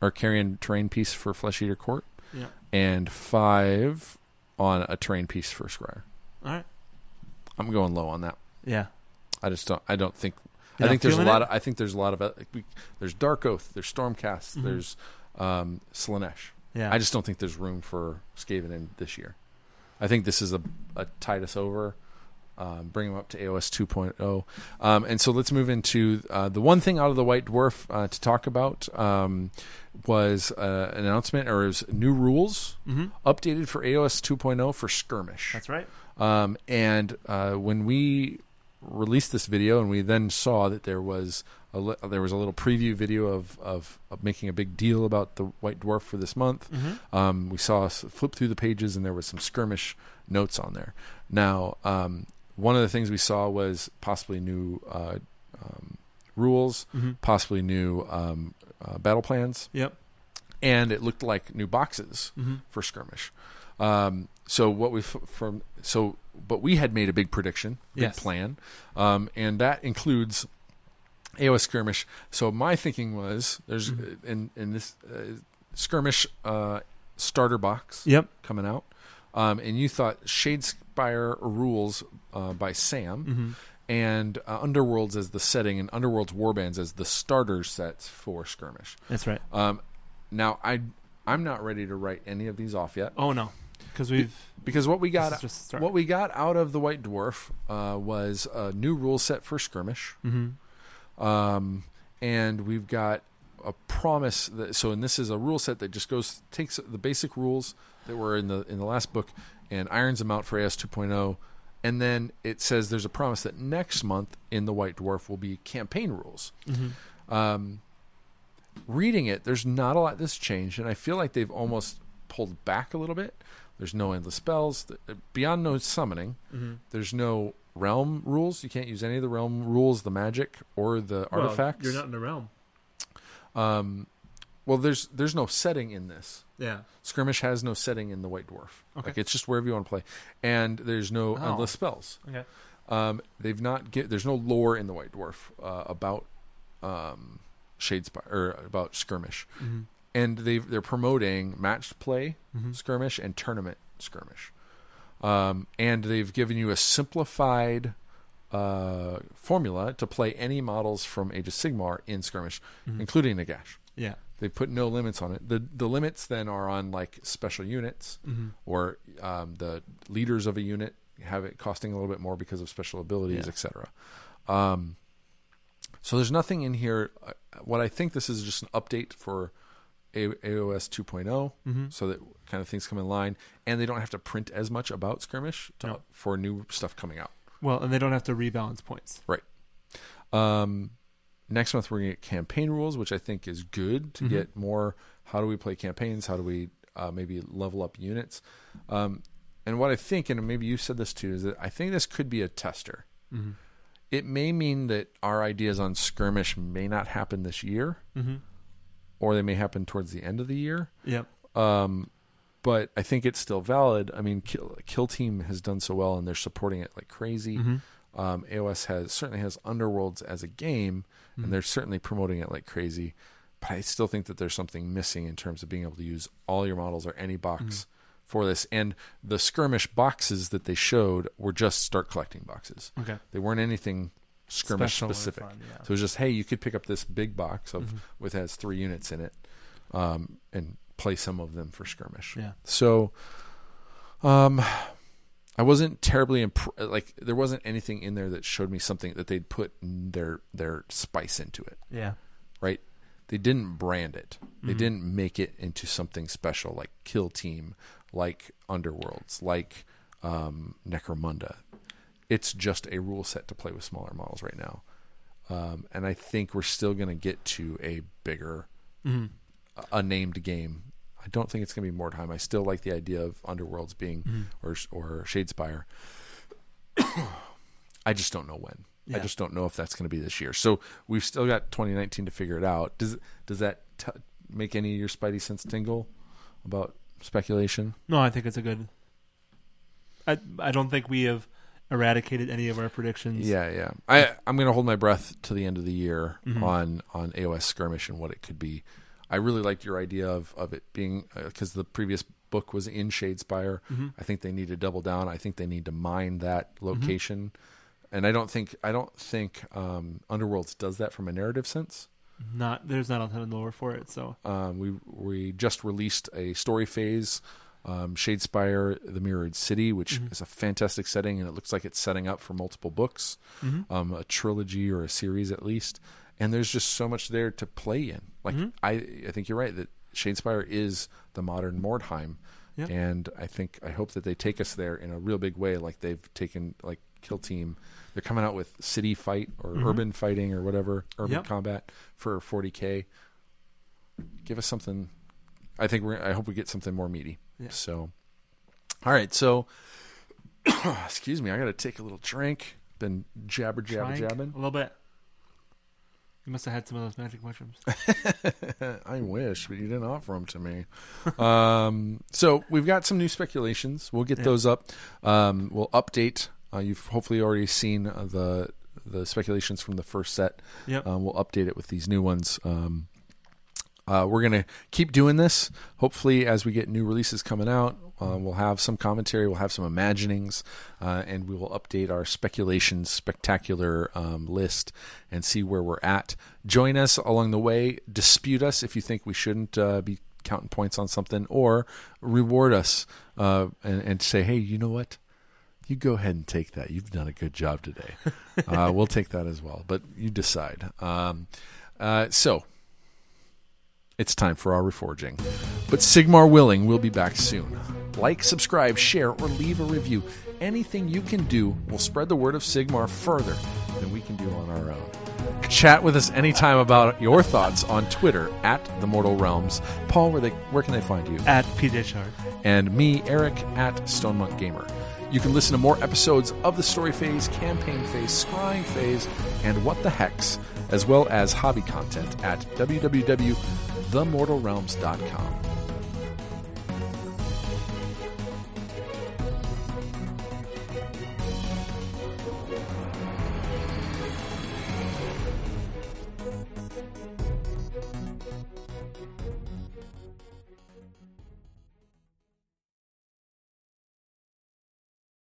Speaker 1: or carrion terrain piece for Flesh Eater Court,
Speaker 2: Yeah.
Speaker 1: and five on a terrain piece for Scryer.
Speaker 2: All right.
Speaker 1: I'm going low on that.
Speaker 2: Yeah.
Speaker 1: I just don't. I don't think.
Speaker 2: You're
Speaker 1: I think
Speaker 2: not
Speaker 1: there's a
Speaker 2: feeling
Speaker 1: lot. Of,
Speaker 2: it?
Speaker 1: I think there's a lot of. uh, we- There's Dark Oath. There's Stormcast.
Speaker 2: Mhm.
Speaker 1: There's um, Slanesh.
Speaker 2: Yeah.
Speaker 1: I just don't think there's room for Skaven in this year. I think this is a, a Titus over. Um, bring him up to AOS 2.0. Um, and so let's move into uh, the one thing out of the White Dwarf uh, to talk about um, was uh, an announcement or is new rules
Speaker 2: hmm
Speaker 1: updated for AOS 2.0 for skirmish.
Speaker 2: That's right.
Speaker 1: Um, and uh, when we released this video, and we then saw that there was a li- there was a little preview video of, of of making a big deal about the White Dwarf for this month.
Speaker 2: Mhm.
Speaker 1: Um, we saw us flip through the pages, and there was some skirmish notes on there. Now, um, one of the things we saw was possibly new uh, um, rules,
Speaker 2: Mhm.
Speaker 1: possibly new um, uh, battle plans,
Speaker 2: Yep.
Speaker 1: and it looked like new boxes
Speaker 2: hmm
Speaker 1: for skirmish. Um, so what we f- from so but we had made a big prediction, big
Speaker 2: Yes.
Speaker 1: plan, um, and that includes AOS skirmish. So my thinking was there's
Speaker 2: Mhm.
Speaker 1: in in this uh, skirmish uh, starter box
Speaker 2: Yep.
Speaker 1: coming out, um, and you thought Shadespire rules uh, by Sam
Speaker 2: hmm
Speaker 1: and uh, Underworlds as the setting and Underworlds warbands as the starter sets for skirmish.
Speaker 2: That's right.
Speaker 1: Um, now I I'm not ready to write any of these off yet
Speaker 2: Oh no, because we've
Speaker 1: because what we
Speaker 2: got
Speaker 1: got
Speaker 2: just start.
Speaker 1: what we got out of the White Dwarf uh, was a new rule set for skirmish,
Speaker 2: mm-hmm.
Speaker 1: um, and we've got a promise that so and this is a rule set that just goes takes the basic rules that were in the in the last book and irons them out for AS 2.0 oh. and then it says there's a promise that next month in the white dwarf will be campaign rules
Speaker 2: Mm-hmm.
Speaker 1: um, reading it, there's not a lot that's changed, and I feel like they've almost pulled back a little bit. There's no endless spells, th- beyond no summoning.
Speaker 2: Mm-hmm.
Speaker 1: There's no realm rules. You can't use any of the realm rules, the magic or the artifacts.
Speaker 2: You're not in the realm.
Speaker 1: um, well, there's there's no setting in this.
Speaker 2: Yeah.
Speaker 1: Skirmish has no setting in the White Dwarf.
Speaker 2: Okay.
Speaker 1: Like it's just wherever you want to play, and there's no
Speaker 2: Oh.
Speaker 1: endless spells.
Speaker 2: Okay.
Speaker 1: Um, they've not get there's no lore in the White Dwarf uh, about um, Shadespire or about skirmish,
Speaker 2: Mm-hmm.
Speaker 1: and they they're promoting matched play
Speaker 2: Mm-hmm.
Speaker 1: skirmish and tournament skirmish, um, and they've given you a simplified uh, formula to play any models from Age of Sigmar in skirmish,
Speaker 2: Mhm.
Speaker 1: including Nagash.
Speaker 2: Yeah.
Speaker 1: They put no limits on it. the The limits then are on like special units
Speaker 2: Mm-hmm.
Speaker 1: or um, the leaders of a unit have it costing a little bit more because of special abilities,
Speaker 2: Yeah.
Speaker 1: etc. Um, so there's nothing in here. uh, What I think this is just an update for a- AOS 2.0,
Speaker 2: Mm-hmm.
Speaker 1: oh, so that kind of things come in line, and they don't have to print as much about skirmish to,
Speaker 2: No.
Speaker 1: for new stuff coming out.
Speaker 2: Well, and they don't have to rebalance points.
Speaker 1: Um, next month we're going to get campaign rules, which I think is good to
Speaker 2: Mhm.
Speaker 1: get more. How do we play campaigns? How do we uh, maybe level up units? Um, and what I think, and maybe you said this too, is that I think this could be a tester.
Speaker 2: Mm-hmm.
Speaker 1: It may mean that our ideas on skirmish may not happen this year,
Speaker 2: Mm-hmm.
Speaker 1: or they may happen towards the end of the year.
Speaker 2: Yep.
Speaker 1: Um, but I think it's still valid. I mean, Kill, Kill Team has done so well, and they're supporting it like crazy.
Speaker 2: Mm-hmm.
Speaker 1: Um, AOS has certainly has Underworlds as a game,
Speaker 2: Mm-hmm.
Speaker 1: and they're certainly promoting it like crazy. But I still think that there's something missing in terms of being able to use all your models or any box
Speaker 2: Mm-hmm.
Speaker 1: for this. And the skirmish boxes that they showed were just start collecting boxes.
Speaker 2: Okay.
Speaker 1: They weren't anything skirmish
Speaker 2: Special or
Speaker 1: specific.
Speaker 2: fun, yeah.
Speaker 1: So it was just, hey, you could pick up this big box of
Speaker 2: Mhm.
Speaker 1: with has three units in it, um, and play some of them for skirmish.
Speaker 2: Yeah.
Speaker 1: So, um, I wasn't terribly imp- like there wasn't anything in there that showed me something that they'd put their their spice into it.
Speaker 2: Yeah.
Speaker 1: Right? They didn't brand it. They
Speaker 2: Mhm.
Speaker 1: didn't make it into something special like Kill Team, like Underworlds, like um, Necromunda. It's just a rule set to play with smaller models right now. Um, and I think we're still going to get to a bigger
Speaker 2: Mm-hmm.
Speaker 1: a named game. I don't think it's going to be Mordheim. I still like the idea of Underworlds being
Speaker 2: Mhm.
Speaker 1: or or Shadespire. I just don't know when.
Speaker 2: Yeah.
Speaker 1: I just don't know if that's going to be this year. So we've still got 2019 to figure it out. Does does that t- make any of your spidey sense tingle about speculation?
Speaker 2: No, I think it's a good. I I don't think we have eradicated any of our predictions.
Speaker 1: Yeah, yeah. I I'm going to hold my breath to the end of the year on on AOS skirmish and what it could be. I really liked your idea of of it being because the previous book was in Shadespire. I think they need to double down. I think they need to mine that location, and I don't think I don't think um, Underworlds does that from a narrative sense.
Speaker 2: Not there's not a ton of lore for it. So
Speaker 1: Um, we we just released a story phase, um, Shadespire: The Mirrored City, which is a fantastic setting, and it looks like it's setting up for multiple books, um, a trilogy or a series at least. And there's just so much there to play in. Like I, I think you're right that Shadespire is the modern Mordheim,
Speaker 2: Yeah.
Speaker 1: and I think I hope that they take us there in a real big way, like they've taken like Kill Team. They're coming out with city fight or urban fighting or whatever, urban
Speaker 2: Yep.
Speaker 1: combat for 40k give us something. I think we're. I hope we get something more meaty.
Speaker 2: Yeah.
Speaker 1: So, all right. So, excuse me. I got to take a little drink. Been jabber jabber
Speaker 2: trying
Speaker 1: jabbing.
Speaker 2: a little bit. You must have had some of those magic mushrooms.
Speaker 1: I wish, but you didn't offer them to me. um, so we've got some new speculations. We'll get those up. Um, we'll update. Uh, you've hopefully already seen uh, the the speculations from the first set.
Speaker 2: Yep.
Speaker 1: Um, we'll update it with these new ones. Um, uh, we're going to keep doing this. Hopefully, as we get new releases coming out, uh, we'll have some commentary, we'll have some imaginings, uh, and we will update our speculation spectacular um, list and see where we're at. Join us along the way. Dispute us if you think we shouldn't uh, be counting points on something, or reward us uh, and, and say, hey, you know what? you go ahead and take that. You've done a good job today. uh, we'll take that as well, but you decide. Um, uh, so it's time for our reforging. But Sigmar willing, we'll be back soon. Like, subscribe, share, or leave a review. Anything you can do will spread the word of Sigmar further than we can do on our own. Chat with us anytime about your thoughts on Twitter at The Mortal Realms. Paul, where, they, where can they find you?
Speaker 2: At PJ Shard.
Speaker 1: and me, Eric, at Stonemonk Gamer. You can listen to more episodes of the story phase, campaign phase, scrying phase, and what the hex, as well as hobby content at www.themortalrealms.com.